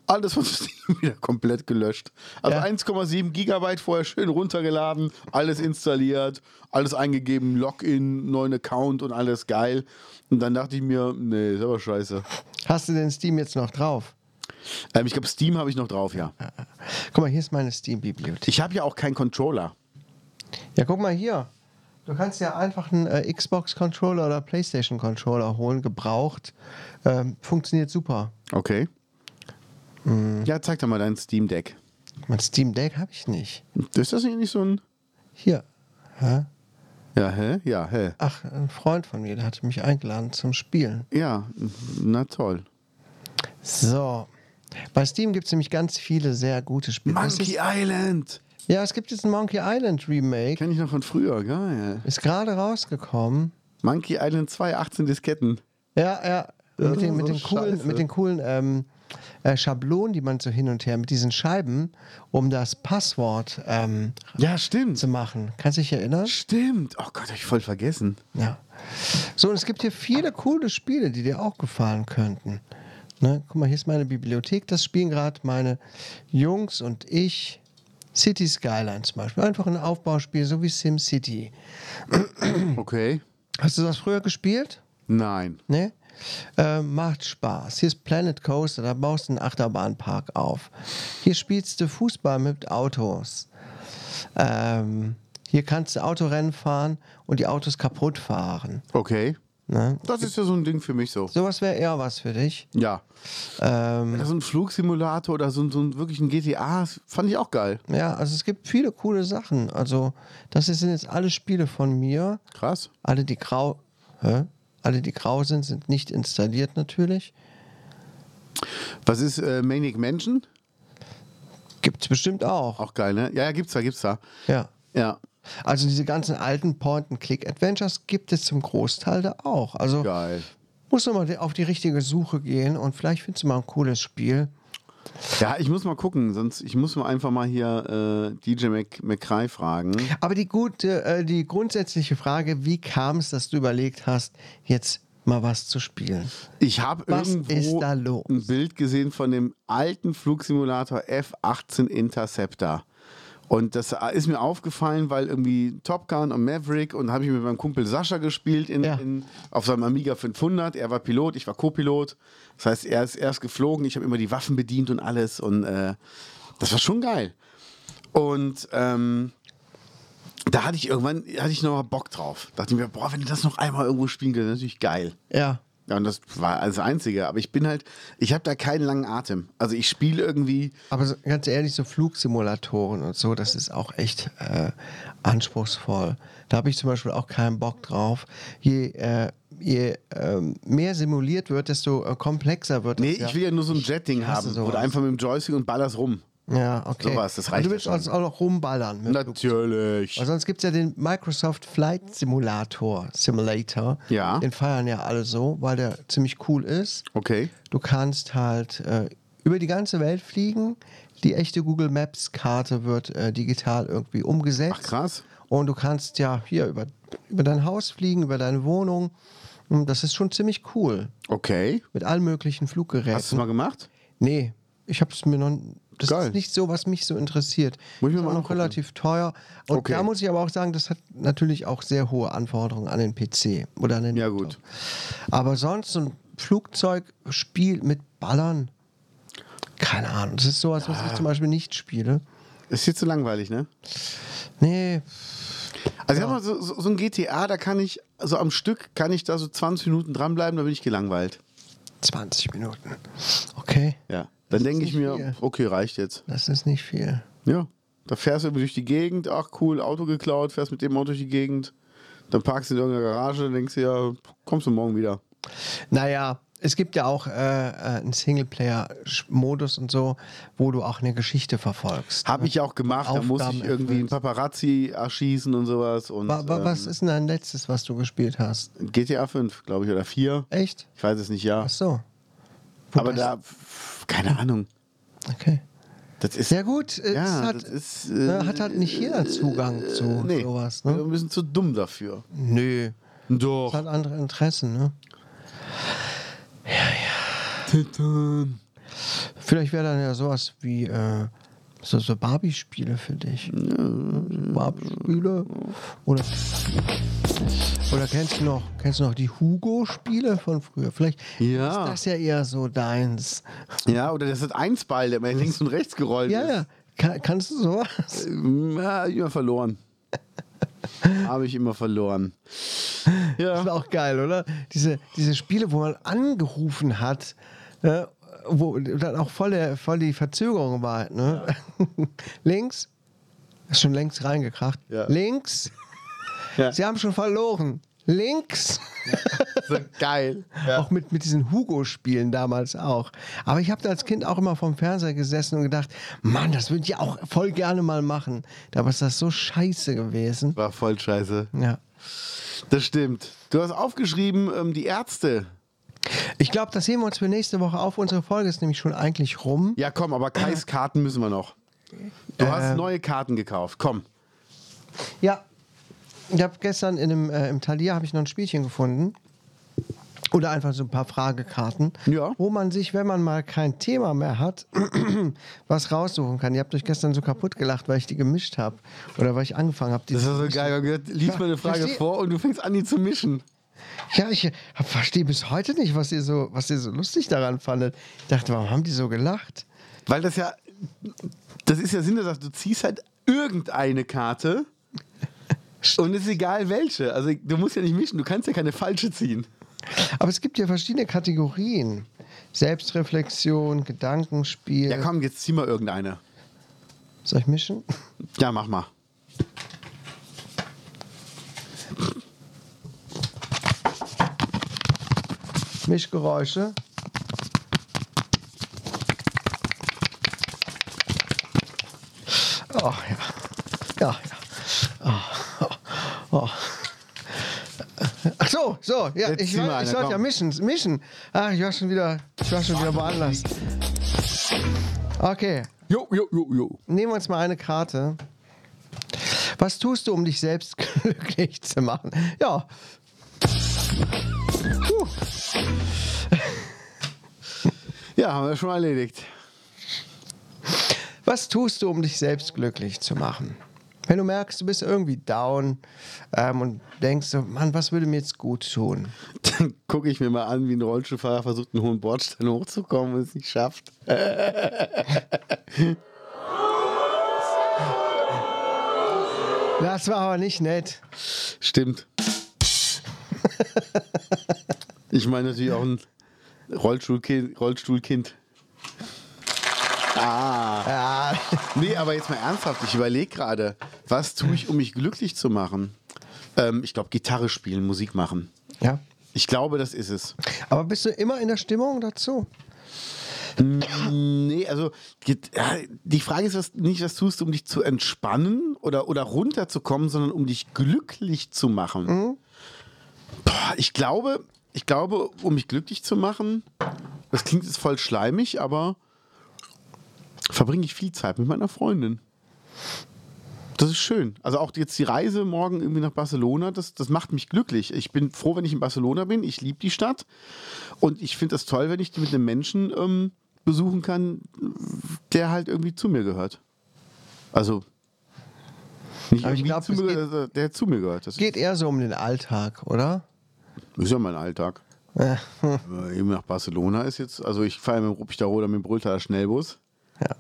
[SPEAKER 4] alles von Steam wieder komplett gelöscht. Also
[SPEAKER 3] Ja.
[SPEAKER 4] 1,7 Gigabyte vorher schön runtergeladen, alles installiert, alles eingegeben, Login, neuen Account und alles geil. Und dann dachte ich mir, nee, ist aber scheiße.
[SPEAKER 3] Hast du den Steam jetzt noch drauf?
[SPEAKER 4] Ähm, ich glaube, Steam habe ich noch drauf, ja.
[SPEAKER 3] Guck mal, hier ist meine Steam-Bibliothek.
[SPEAKER 4] Ich habe ja auch keinen Controller.
[SPEAKER 3] Ja, guck mal hier. Du kannst ja einfach einen äh, Xbox-Controller oder PlayStation-Controller holen, gebraucht. Ähm, funktioniert super.
[SPEAKER 4] Okay. Ja, zeig doch mal dein Steam Deck.
[SPEAKER 3] Mein Steam Deck habe ich nicht.
[SPEAKER 4] Ist das hier nicht so ein.
[SPEAKER 3] Hier. Hä?
[SPEAKER 4] Ja, hä? Ja, hä?
[SPEAKER 3] Ach, ein Freund von mir, der hatte mich eingeladen zum Spielen.
[SPEAKER 4] Ja, na toll.
[SPEAKER 3] So. Bei Steam gibt es nämlich ganz viele sehr gute Spiele. Das
[SPEAKER 4] Monkey Island!
[SPEAKER 3] Ist, ja, es gibt jetzt ein Monkey Island Remake.
[SPEAKER 4] Kenne ich noch von früher, geil.
[SPEAKER 3] Ist gerade rausgekommen.
[SPEAKER 4] Monkey Island 2, 18 Disketten.
[SPEAKER 3] Ja, ja.
[SPEAKER 4] Das
[SPEAKER 3] Mit den,
[SPEAKER 4] ist
[SPEAKER 3] mit
[SPEAKER 4] so
[SPEAKER 3] den coolen,
[SPEAKER 4] scheiße.
[SPEAKER 3] mit den coolen ähm, äh, Schablonen, die man so hin und her, mit diesen Scheiben, um das Passwort ähm,
[SPEAKER 4] Ja, stimmt.
[SPEAKER 3] zu machen. Kannst du dich erinnern?
[SPEAKER 4] Stimmt. Oh Gott, hab ich voll vergessen.
[SPEAKER 3] Ja. So, und es gibt hier viele coole Spiele, die dir auch gefallen könnten. Ne? Guck mal, hier ist meine Bibliothek. Das spielen gerade meine Jungs und ich. City Skyline zum Beispiel. Einfach ein Aufbauspiel, so wie SimCity.
[SPEAKER 4] Okay.
[SPEAKER 3] Hast du das früher gespielt?
[SPEAKER 4] Nein.
[SPEAKER 3] Ne? Äh, macht Spaß. Hier ist Planet Coaster, da baust du einen Achterbahnpark auf. Hier spielst du Fußball mit Autos. Ähm, hier kannst du Autorennen fahren und die Autos kaputt fahren.
[SPEAKER 4] Okay.
[SPEAKER 3] Ne?
[SPEAKER 4] Das ist ja so ein Ding für mich so.
[SPEAKER 3] Sowas wäre eher was für dich.
[SPEAKER 4] Ja.
[SPEAKER 3] Ähm,
[SPEAKER 4] ja so ein Flugsimulator oder so, ein- so ein wirklich ein GTA fand ich auch geil.
[SPEAKER 3] ja, also es gibt viele coole Sachen. Also, das sind jetzt alle Spiele von mir.
[SPEAKER 4] Krass.
[SPEAKER 3] Alle, die grau. Hä? Alle, die grau sind, sind nicht installiert natürlich.
[SPEAKER 4] Was ist äh, Maniac Mansion?
[SPEAKER 3] Gibt's bestimmt auch.
[SPEAKER 4] Auch geil, ne? Ja, ja, gibt's da, gibt's da.
[SPEAKER 3] Ja.
[SPEAKER 4] Ja.
[SPEAKER 3] Also diese ganzen alten Point-and-Click-Adventures gibt es zum Großteil da auch. Also
[SPEAKER 4] Geil.
[SPEAKER 3] musst du mal auf die richtige Suche gehen und vielleicht findest du mal ein cooles Spiel.
[SPEAKER 4] Ja, ich muss mal gucken, sonst ich muss mal einfach mal hier äh, DJ Mc, McCray fragen.
[SPEAKER 3] Aber die gute, äh, die grundsätzliche Frage, wie kam es, dass du überlegt hast, jetzt mal was zu spielen?
[SPEAKER 4] Ich habe
[SPEAKER 3] Was
[SPEAKER 4] irgendwo
[SPEAKER 3] ist da los?
[SPEAKER 4] ein Bild gesehen von dem alten Flugsimulator F18 Interceptor. Und das äh, ist mir aufgefallen, weil irgendwie Top Gun und Maverick und habe ich mit meinem Kumpel Sascha gespielt in,
[SPEAKER 3] Ja.
[SPEAKER 4] in, auf seinem Amiga 500. Er war Pilot, ich war Co-Pilot. Das heißt, er ist erst geflogen, ich habe immer die Waffen bedient und alles. Und äh, das war schon geil. Und ähm, da hatte ich irgendwann hatte ich noch mal Bock drauf. Dachte mir, boah, wenn du das noch einmal irgendwo spielen könntest, natürlich geil.
[SPEAKER 3] Ja.
[SPEAKER 4] Ja, und das war das Einzige. Aber ich bin halt, ich habe da keinen langen Atem. Also ich spiele irgendwie.
[SPEAKER 3] Aber so, ganz ehrlich, so Flugsimulatoren und so, das ist auch echt äh, anspruchsvoll. Da habe ich zum Beispiel auch keinen Bock drauf. Je, äh, je ähm, mehr simuliert wird, desto äh, komplexer wird
[SPEAKER 4] Nee,
[SPEAKER 3] das. ja.
[SPEAKER 4] ich will ja nur so ein Jet-Ding
[SPEAKER 3] hasse
[SPEAKER 4] haben.
[SPEAKER 3] sowas.
[SPEAKER 4] Oder einfach mit dem Joystick und ballerst rum.
[SPEAKER 3] Ja, okay.
[SPEAKER 4] Sowas, das
[SPEAKER 3] Aber
[SPEAKER 4] reicht
[SPEAKER 3] Du
[SPEAKER 4] ja
[SPEAKER 3] willst
[SPEAKER 4] schon.
[SPEAKER 3] also auch noch rumballern. mit Flugzeug.
[SPEAKER 4] Natürlich.
[SPEAKER 3] Weil sonst gibt es ja den Microsoft Flight Simulator Simulator.
[SPEAKER 4] Ja.
[SPEAKER 3] Den feiern ja alle so, weil der ziemlich cool ist.
[SPEAKER 4] Okay.
[SPEAKER 3] Du kannst halt äh, über die ganze Welt fliegen. Die echte Google Maps Karte wird äh, digital irgendwie umgesetzt.
[SPEAKER 4] Ach, krass.
[SPEAKER 3] Und du kannst ja hier über, über dein Haus fliegen, über deine Wohnung. Und Das ist schon ziemlich cool.
[SPEAKER 4] Okay.
[SPEAKER 3] Mit allen möglichen Fluggeräten.
[SPEAKER 4] Hast du es mal gemacht?
[SPEAKER 3] Nee, ich habe es mir noch. Das
[SPEAKER 4] Geil.
[SPEAKER 3] ist nicht so, was mich so interessiert.
[SPEAKER 4] Muss ich mir
[SPEAKER 3] ist
[SPEAKER 4] mal
[SPEAKER 3] auch noch
[SPEAKER 4] angucken.
[SPEAKER 3] relativ teuer. Und
[SPEAKER 4] Okay.
[SPEAKER 3] da muss ich aber auch sagen, das hat natürlich auch sehr hohe Anforderungen an den PC oder an den
[SPEAKER 4] Ja,
[SPEAKER 3] Laptop. Aber sonst so ein Flugzeugspiel mit Ballern. Keine Ahnung. Das ist sowas, was ich zum Beispiel nicht spiele.
[SPEAKER 4] Ist jetzt zu langweilig, ne?
[SPEAKER 3] Nee,
[SPEAKER 4] Also ich sag mal, so, so, so ein GTA, da kann ich, also am Stück kann ich da so 20 Minuten dranbleiben, da bin ich gelangweilt.
[SPEAKER 3] 20 Minuten. Okay,
[SPEAKER 4] Ja. Dann denke ich
[SPEAKER 3] nicht
[SPEAKER 4] mir,
[SPEAKER 3] viel.
[SPEAKER 4] okay, reicht jetzt.
[SPEAKER 3] das ist nicht viel.
[SPEAKER 4] Ja. Da fährst du über durch die Gegend, ach cool, Auto geklaut, fährst mit dem Auto durch die Gegend, dann parkst du in irgendeiner Garage, dann denkst du ja, kommst du morgen wieder.
[SPEAKER 3] Naja, es gibt ja auch äh, äh, einen Singleplayer-Modus und so, wo du auch eine Geschichte verfolgst. ne?
[SPEAKER 4] Habe ich ja auch gemacht, da muss ich
[SPEAKER 3] Aufgaben
[SPEAKER 4] irgendwie ähm, einen
[SPEAKER 3] erfüllt.
[SPEAKER 4] Paparazzi erschießen und sowas. Und,
[SPEAKER 3] Wa- wa- was ist denn dein letztes, was du gespielt hast?
[SPEAKER 4] ähm, GTA 5, glaube ich, oder 4.
[SPEAKER 3] Echt?
[SPEAKER 4] Ich weiß es nicht, ja.
[SPEAKER 3] Ach so. Wo
[SPEAKER 4] Aber
[SPEAKER 3] das-
[SPEAKER 4] da, pff, keine Ahnung.
[SPEAKER 3] Okay.
[SPEAKER 4] Das ist
[SPEAKER 3] Sehr gut. äh,
[SPEAKER 4] Ja,
[SPEAKER 3] es hat,
[SPEAKER 4] das ist, äh,
[SPEAKER 3] ne, hat halt nicht jeder Zugang zu
[SPEAKER 4] nee,
[SPEAKER 3] sowas.
[SPEAKER 4] wir
[SPEAKER 3] Ne?
[SPEAKER 4] sind zu dumm dafür.
[SPEAKER 3] Nö. Es
[SPEAKER 4] Doch.
[SPEAKER 3] hat andere Interessen. Ne?
[SPEAKER 4] Titan.
[SPEAKER 3] Vielleicht wäre dann ja sowas wie äh, so, so Barbie-Spiele für dich. Barbie-Spiele. Oder, oder kennst du noch, kennst du noch die Hugo-Spiele von früher? Vielleicht
[SPEAKER 4] Ja.
[SPEAKER 3] ist das ja eher so deins.
[SPEAKER 4] Ja, oder das hat ein Beil, der mal links und rechts gerollt
[SPEAKER 3] Ja,
[SPEAKER 4] ist.
[SPEAKER 3] ja. Ka kannst du sowas?
[SPEAKER 4] Ähm, Ja, immer verloren. Habe ich immer verloren.
[SPEAKER 3] Das
[SPEAKER 4] Ja.
[SPEAKER 3] war auch geil, oder? Diese, diese Spiele, wo man angerufen hat, ne? wo dann auch voll, der, voll die Verzögerung war. Ne? Links, ist schon längst reingekracht.
[SPEAKER 4] Ja.
[SPEAKER 3] Links,
[SPEAKER 4] Ja.
[SPEAKER 3] sie haben schon verloren. Links,
[SPEAKER 4] So geil.
[SPEAKER 3] auch mit, mit diesen Hugo-Spielen damals auch. Aber ich habe da als Kind auch immer vom Fernseher gesessen und gedacht, Mann, das würde ich auch voll gerne mal machen. Dabei ist das so scheiße gewesen.
[SPEAKER 4] War voll scheiße.
[SPEAKER 3] Ja.
[SPEAKER 4] Das stimmt. Du hast aufgeschrieben, ähm, die Ärzte.
[SPEAKER 3] Ich glaube, das sehen wir uns für nächste Woche auf. Unsere Folge ist nämlich schon eigentlich rum.
[SPEAKER 4] Ja, komm, aber Kais Karten müssen wir noch. Du hast neue Karten gekauft. Komm.
[SPEAKER 3] Ja. Ich habe gestern in einem, äh, im Talier habe ich noch ein Spielchen gefunden. Oder einfach so ein paar Fragekarten,
[SPEAKER 4] Ja.
[SPEAKER 3] wo man sich, wenn man mal kein Thema mehr hat, was raussuchen kann. Ihr habt euch gestern so kaputt gelacht, weil ich die gemischt habe. Oder weil ich angefangen habe.
[SPEAKER 4] Das ist so geil. Man gehört, liest mal eine Frage
[SPEAKER 3] verstehe.
[SPEAKER 4] vor und du fängst an, die zu mischen.
[SPEAKER 3] Ja, ich verstehe bis heute nicht, was ihr, so, was ihr so lustig daran fandet. Ich dachte, warum haben die so gelacht?
[SPEAKER 4] Weil das ja, das ist ja Sinn der Sache, du ziehst halt irgendeine Karte und es ist egal welche. Also du musst ja nicht mischen, du kannst ja keine falsche ziehen.
[SPEAKER 3] Aber es gibt ja verschiedene Kategorien. Selbstreflexion, Gedankenspiel.
[SPEAKER 4] Ja komm, jetzt zieh mal irgendeine.
[SPEAKER 3] Soll ich mischen?
[SPEAKER 4] Ja, mach mal.
[SPEAKER 3] Mischgeräusche. Oh ja. Ja, Ah, ja. Oh, oh. Ach so, so, ja,
[SPEAKER 4] Jetzt
[SPEAKER 3] ich,
[SPEAKER 4] zieh mal
[SPEAKER 3] soll-
[SPEAKER 4] eine,
[SPEAKER 3] ich sollte ja
[SPEAKER 4] komm.
[SPEAKER 3] mischen, mischen. Ach, ich war schon wieder, ich war schon wieder woanders. Okay,
[SPEAKER 4] Jo, jo, jo, jo.
[SPEAKER 3] nehmen wir uns mal eine Karte. Was tust du, um dich selbst glücklich zu machen? Ja. Puh.
[SPEAKER 4] Ja, haben wir schon erledigt.
[SPEAKER 3] Was tust du, um dich selbst glücklich zu machen? Wenn du merkst, du bist irgendwie down ähm, und denkst so, Mann, was würde mir jetzt gut tun?
[SPEAKER 4] Dann gucke ich mir mal an, wie ein Rollstuhlfahrer versucht, einen hohen Bordstein hochzukommen und es nicht schafft.
[SPEAKER 3] Das war aber nicht nett.
[SPEAKER 4] Stimmt. ich meine natürlich auch ein Rollstuhlkind. Rollstuhlkind. Ah.
[SPEAKER 3] Ja,
[SPEAKER 4] Nee, aber jetzt mal ernsthaft, ich überlege gerade, was tue ich, um mich glücklich zu machen? Ähm, ich glaube, Gitarre spielen, Musik machen.
[SPEAKER 3] ja.
[SPEAKER 4] Ich glaube, das ist es.
[SPEAKER 3] Aber bist du immer in der Stimmung dazu?
[SPEAKER 4] Nee, also Git- ja, die Frage ist was, nicht, was tust du, um dich zu entspannen oder, oder runterzukommen, sondern um dich glücklich zu machen. Boah, ich glaube, ich glaube, um mich glücklich zu machen, das klingt jetzt voll schleimig, aber verbringe ich viel Zeit mit meiner Freundin. Das ist schön. Also auch jetzt die Reise morgen irgendwie nach Barcelona, das, das macht mich glücklich. Ich bin froh, wenn ich in Barcelona bin. Ich liebe die Stadt. Und ich finde das toll, wenn ich die mit einem Menschen ähm, besuchen kann, der halt irgendwie zu mir gehört. Also nicht
[SPEAKER 3] Aber ich
[SPEAKER 4] irgendwie
[SPEAKER 3] glaub,
[SPEAKER 4] zu
[SPEAKER 3] es
[SPEAKER 4] mir, gehört, also der zu mir gehört. Das
[SPEAKER 3] Geht eher so um den Alltag, oder?
[SPEAKER 4] ist ja mein Alltag.
[SPEAKER 3] Ja.
[SPEAKER 4] Äh, Eben nach Barcelona ist jetzt, also ich fahre mit dem Ruppichter oder mit dem Brülltaler Schnellbus.
[SPEAKER 3] Ja.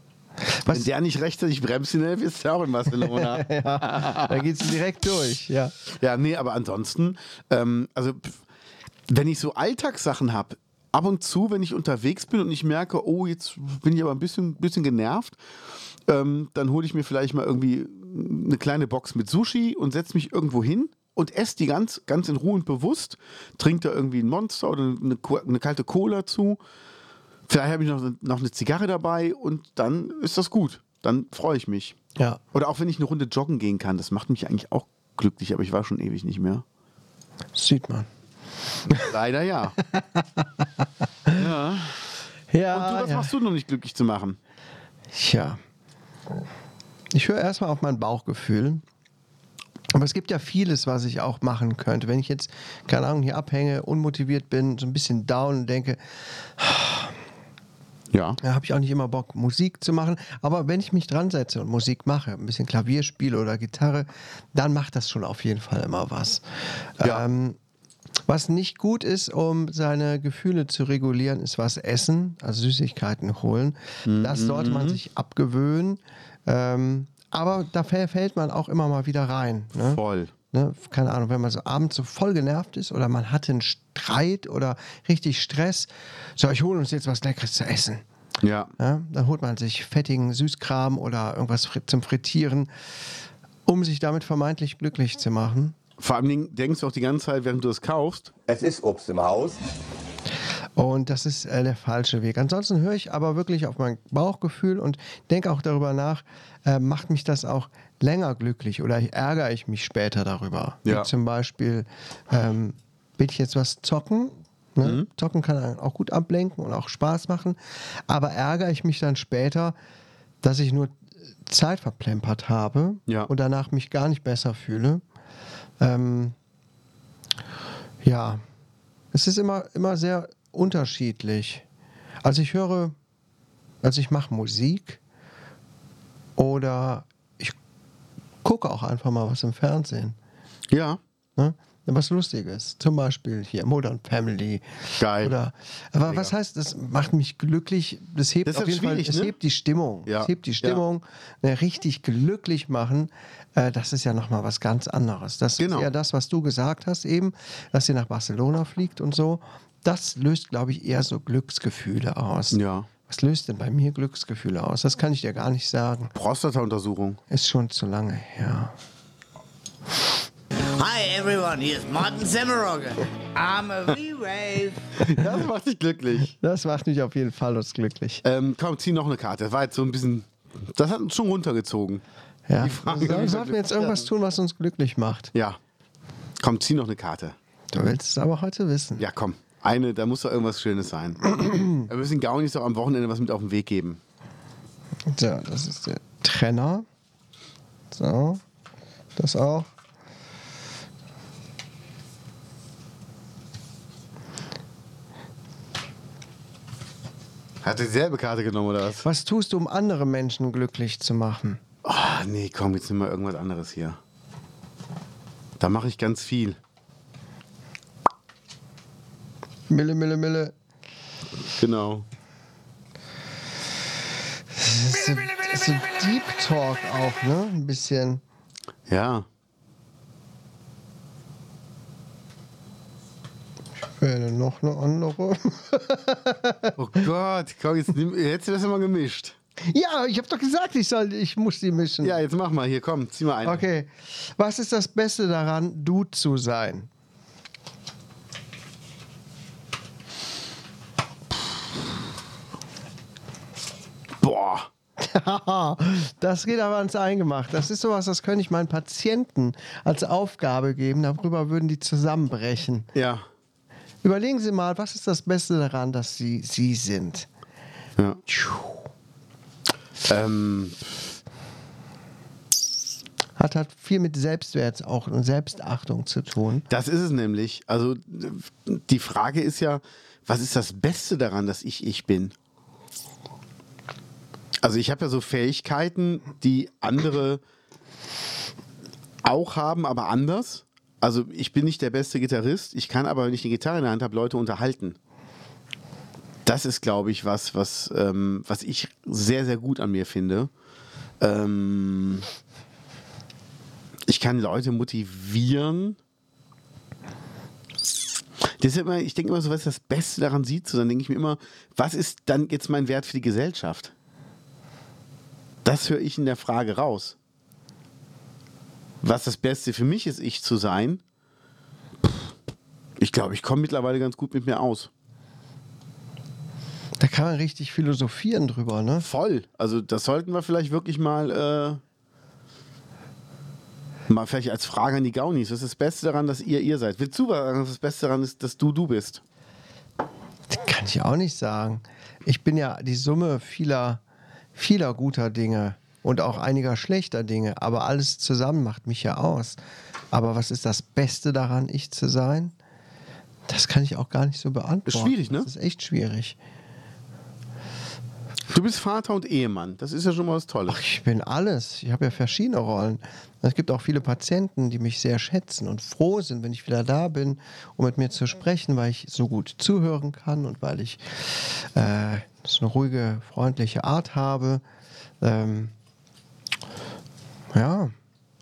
[SPEAKER 4] Wenn der nicht rechtzeitig bremst, dann ist er auch in Barcelona.
[SPEAKER 3] Da geht's direkt durch, ja.
[SPEAKER 4] Ja, nee, aber ansonsten, ähm, also pf, wenn ich so Alltagssachen habe, ab und zu, wenn ich unterwegs bin und ich merke, oh, jetzt bin ich aber ein bisschen, bisschen genervt, ähm, dann hole ich mir vielleicht mal irgendwie eine kleine Box mit Sushi und setze mich irgendwo hin und esse die ganz, ganz in Ruhe und bewusst, trinke da irgendwie ein Monster oder eine, Co- eine kalte Cola zu. Vielleicht habe ich noch, noch eine Zigarre dabei und dann ist das gut. Dann freue ich mich.
[SPEAKER 3] Ja.
[SPEAKER 4] Oder auch wenn ich eine Runde joggen gehen kann, das macht mich eigentlich auch glücklich, aber ich war schon ewig nicht mehr.
[SPEAKER 3] Sieht man.
[SPEAKER 4] Leider ja. Und
[SPEAKER 3] Ja.
[SPEAKER 4] du, was
[SPEAKER 3] Ah, ja.
[SPEAKER 4] machst du, um dich glücklich zu machen?
[SPEAKER 3] Tja. Ich höre erstmal auf mein Bauchgefühl. Aber es gibt ja vieles, was ich auch machen könnte. Wenn ich jetzt, keine Ahnung, hier abhänge, unmotiviert bin, so ein bisschen down und denke,
[SPEAKER 4] Ja.
[SPEAKER 3] da habe ich auch nicht immer Bock, Musik zu machen. Aber wenn ich mich dran setze und Musik mache, ein bisschen Klavier spiele oder Gitarre, dann macht das schon auf jeden Fall immer was.
[SPEAKER 4] Ja.
[SPEAKER 3] Ähm, was nicht gut ist, um seine Gefühle zu regulieren, ist was essen, also Süßigkeiten holen.
[SPEAKER 4] Mhm.
[SPEAKER 3] Das sollte man sich abgewöhnen. Ähm, aber da fä- fällt man auch immer mal wieder rein. Ne?
[SPEAKER 4] Voll.
[SPEAKER 3] Ne, keine Ahnung, wenn man so abends so voll genervt ist oder man hatte einen Streit oder richtig Stress, so, ich hole uns jetzt was Leckeres zu essen.
[SPEAKER 4] Ja.
[SPEAKER 3] Ja, dann ne? holt man sich fettigen Süßkram oder irgendwas fri zum Frittieren, um sich damit vermeintlich glücklich zu machen.
[SPEAKER 4] Vor allen Dingen denkst du auch die ganze Zeit, während du es kaufst.
[SPEAKER 5] Es ist Obst im Haus.
[SPEAKER 3] Und das ist äh, der falsche Weg. Ansonsten höre ich aber wirklich auf mein Bauchgefühl und denke auch darüber nach, äh, macht mich das auch länger glücklich oder ärgere ich mich später darüber.
[SPEAKER 4] Ja.
[SPEAKER 3] Wie zum Beispiel, ähm, will ich jetzt was zocken? Ne?
[SPEAKER 4] Mhm.
[SPEAKER 3] Zocken kann einen auch gut ablenken und auch Spaß machen. Aber ärgere ich mich dann später, dass ich nur Zeit verplempert habe
[SPEAKER 4] Ja.
[SPEAKER 3] und danach mich gar nicht besser fühle. Ähm, ja, es ist immer, immer sehr unterschiedlich. Also ich höre, also ich mache Musik oder ich gucke auch einfach mal was im Fernsehen.
[SPEAKER 4] Ja.
[SPEAKER 3] Ne? Was Lustiges. Zum Beispiel hier Modern Family.
[SPEAKER 4] Geil.
[SPEAKER 3] Oder, aber was heißt, das macht mich glücklich. Das hebt
[SPEAKER 4] Das ist
[SPEAKER 3] auf
[SPEAKER 4] halt
[SPEAKER 3] jeden Fall,
[SPEAKER 4] schwierig,
[SPEAKER 3] es
[SPEAKER 4] ne?
[SPEAKER 3] hebt die Stimmung.
[SPEAKER 4] Ja.
[SPEAKER 3] Es hebt die
[SPEAKER 4] Ja.
[SPEAKER 3] Stimmung. Ne, richtig glücklich machen, äh, das ist ja nochmal was ganz anderes. Das
[SPEAKER 4] Genau.
[SPEAKER 3] ist eher das, was du gesagt hast eben, dass ihr nach Barcelona fliegt und so. Das löst, glaube ich, eher so Glücksgefühle aus.
[SPEAKER 4] Ja.
[SPEAKER 3] Was löst denn bei mir Glücksgefühle aus? Das kann ich dir gar nicht sagen.
[SPEAKER 4] Prostata-Untersuchung.
[SPEAKER 3] Ist schon zu lange her.
[SPEAKER 7] Hi everyone, here's Martin Semmerogger. I'm a V-Wave.
[SPEAKER 4] Das macht dich glücklich.
[SPEAKER 3] Das macht mich auf jeden Fall uns glücklich.
[SPEAKER 4] Ähm, komm, zieh noch eine Karte. Das war jetzt so ein bisschen. Das hat uns schon runtergezogen.
[SPEAKER 3] Ja.
[SPEAKER 4] Die Frage-
[SPEAKER 3] Soll- sollten wir jetzt irgendwas tun, was uns glücklich macht?
[SPEAKER 4] Ja. Komm, zieh noch eine Karte.
[SPEAKER 3] Du willst es aber heute wissen.
[SPEAKER 4] Ja, komm. Eine, da muss doch irgendwas Schönes sein. Wir müssen Gaunis doch am Wochenende was mit auf den Weg geben.
[SPEAKER 3] So, das ist der Trenner. So, das auch.
[SPEAKER 4] Hat er dieselbe Karte genommen oder was?
[SPEAKER 3] Was tust du, um andere Menschen glücklich zu machen?
[SPEAKER 4] Ah, nee, komm, jetzt nimm mal irgendwas anderes hier. Da mache ich ganz viel.
[SPEAKER 3] Mille, Mille, Mille.
[SPEAKER 4] Genau.
[SPEAKER 3] Das ist so, das ist so Deep Talk auch, ne? Ein bisschen.
[SPEAKER 4] Ja.
[SPEAKER 3] Ich wähle Äh, noch eine andere.
[SPEAKER 4] Oh Gott, komm, jetzt, nimm, hättest du das mal gemischt.
[SPEAKER 3] ja, ich habe doch gesagt, ich soll, ich muss die mischen.
[SPEAKER 4] Ja, jetzt mach mal hier, komm, zieh mal ein.
[SPEAKER 3] Okay. Was ist das Beste daran, du zu sein?
[SPEAKER 4] Boah.
[SPEAKER 3] Haha, das geht aber ans Eingemacht. Das ist sowas, das könnte ich meinen Patienten als Aufgabe geben. Darüber würden die zusammenbrechen.
[SPEAKER 4] Ja.
[SPEAKER 3] Überlegen Sie mal, was ist das Beste daran, dass Sie Sie sind?
[SPEAKER 4] ja.
[SPEAKER 3] Tschuh.
[SPEAKER 4] Ähm,
[SPEAKER 3] Hat halt viel mit Selbstwert auch und Selbstachtung zu tun.
[SPEAKER 4] das ist es nämlich. Also die Frage ist ja, was ist das Beste daran, dass ich ich bin? Also ich habe ja so Fähigkeiten, die andere auch haben, aber anders. Also ich bin nicht der beste Gitarrist, ich kann aber, wenn ich eine Gitarre in der Hand habe, Leute unterhalten. das ist, glaube ich, was, was, ähm, was ich sehr, sehr gut an mir finde. Ähm, ich kann Leute motivieren. Das ist immer, ich denke immer so, was ist das Beste daran sieht, so dann denke ich mir immer, was ist dann jetzt mein Wert für die Gesellschaft? Das höre ich in der Frage raus. Was das Beste für mich ist, ich zu sein. Pff, Ich glaube, ich komme mittlerweile ganz gut mit mir aus.
[SPEAKER 3] Da kann man richtig philosophieren drüber, ne?
[SPEAKER 4] Voll. Also das sollten wir vielleicht wirklich mal, äh, mal vielleicht als Frage an die Gaunis. Was ist das Beste daran, dass ihr ihr seid? Willst du was sagen, was das Beste daran ist, dass du du bist?
[SPEAKER 3] Das kann ich auch nicht sagen. Ich bin ja die Summe vieler, vieler guter Dinge und auch einiger schlechter Dinge, aber alles zusammen macht mich ja aus. Aber was ist das Beste daran, ich zu sein? Das kann ich auch gar nicht so beantworten.
[SPEAKER 4] Ist schwierig, ne?
[SPEAKER 3] Das ist echt schwierig.
[SPEAKER 4] Du bist Vater und Ehemann. Das ist ja schon mal was Tolles.
[SPEAKER 3] Ach, ich bin alles. Ich habe ja verschiedene Rollen. Es gibt auch viele Patienten, die mich sehr schätzen und froh sind, wenn ich wieder da bin, um mit mir zu sprechen, weil ich so gut zuhören kann und weil ich äh, so eine ruhige, freundliche Art habe. Ähm, ja,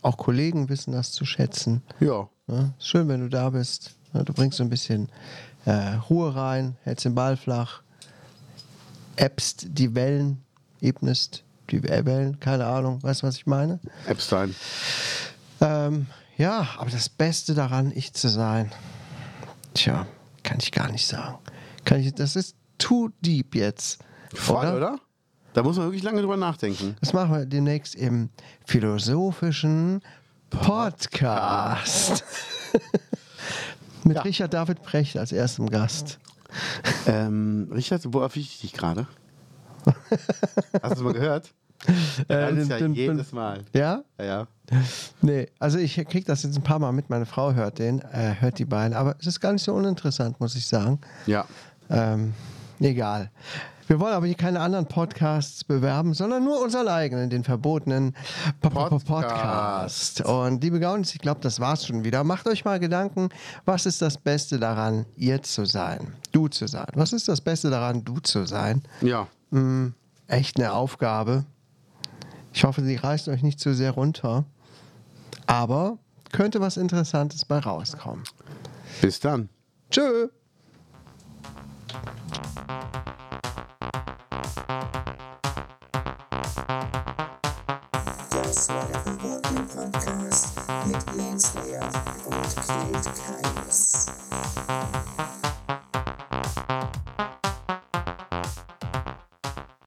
[SPEAKER 3] auch Kollegen wissen das zu schätzen.
[SPEAKER 4] Ja.
[SPEAKER 3] Ne? Ist schön, wenn du da bist. Ne? Du bringst so ein bisschen äh, Ruhe rein, hältst den Ball flach, appst die Wellen, ebnest die Wellen, keine Ahnung, weißt du, was ich meine?
[SPEAKER 4] Epstein.
[SPEAKER 3] Ähm, ja, aber das Beste daran, ich zu sein, tja, kann ich gar nicht sagen. Kann ich, das ist too deep jetzt.
[SPEAKER 4] Voll, oder? Da muss man wirklich lange drüber nachdenken.
[SPEAKER 3] Das machen wir demnächst im philosophischen Podcast. Mit Richard David Precht als erstem Gast.
[SPEAKER 4] Ähm, Richard, wo erwische ich dich gerade? Hast du es mal gehört?
[SPEAKER 3] Äh,
[SPEAKER 4] Ganz
[SPEAKER 3] dün-
[SPEAKER 4] ja
[SPEAKER 3] dün-
[SPEAKER 4] jedes
[SPEAKER 3] dün-
[SPEAKER 4] Mal.
[SPEAKER 3] Ja?
[SPEAKER 4] Ja, ja.
[SPEAKER 3] Nee, also ich krieg das jetzt ein paar Mal mit. Meine Frau hört den, äh, hört die beiden. Aber es ist gar nicht so uninteressant, muss ich sagen.
[SPEAKER 4] Ja.
[SPEAKER 3] Ähm, egal. Wir wollen aber hier keine anderen Podcasts bewerben, sondern nur unseren eigenen, den verbotenen P- P- P- Podcast. Und liebe Gaunis, ich glaube, das war's schon wieder. Macht euch mal Gedanken, was ist das Beste daran, ihr zu sein, du zu sein? Was ist das Beste daran, du zu sein?
[SPEAKER 4] Ja.
[SPEAKER 3] Hm, echt eine Aufgabe. Ich hoffe, sie reißt euch nicht zu sehr runter. Aber könnte was Interessantes bei rauskommen.
[SPEAKER 4] Bis dann.
[SPEAKER 3] Tschö!
[SPEAKER 8] Das war der verbotene Podcast mit Lance Lehr und Knut Kreis.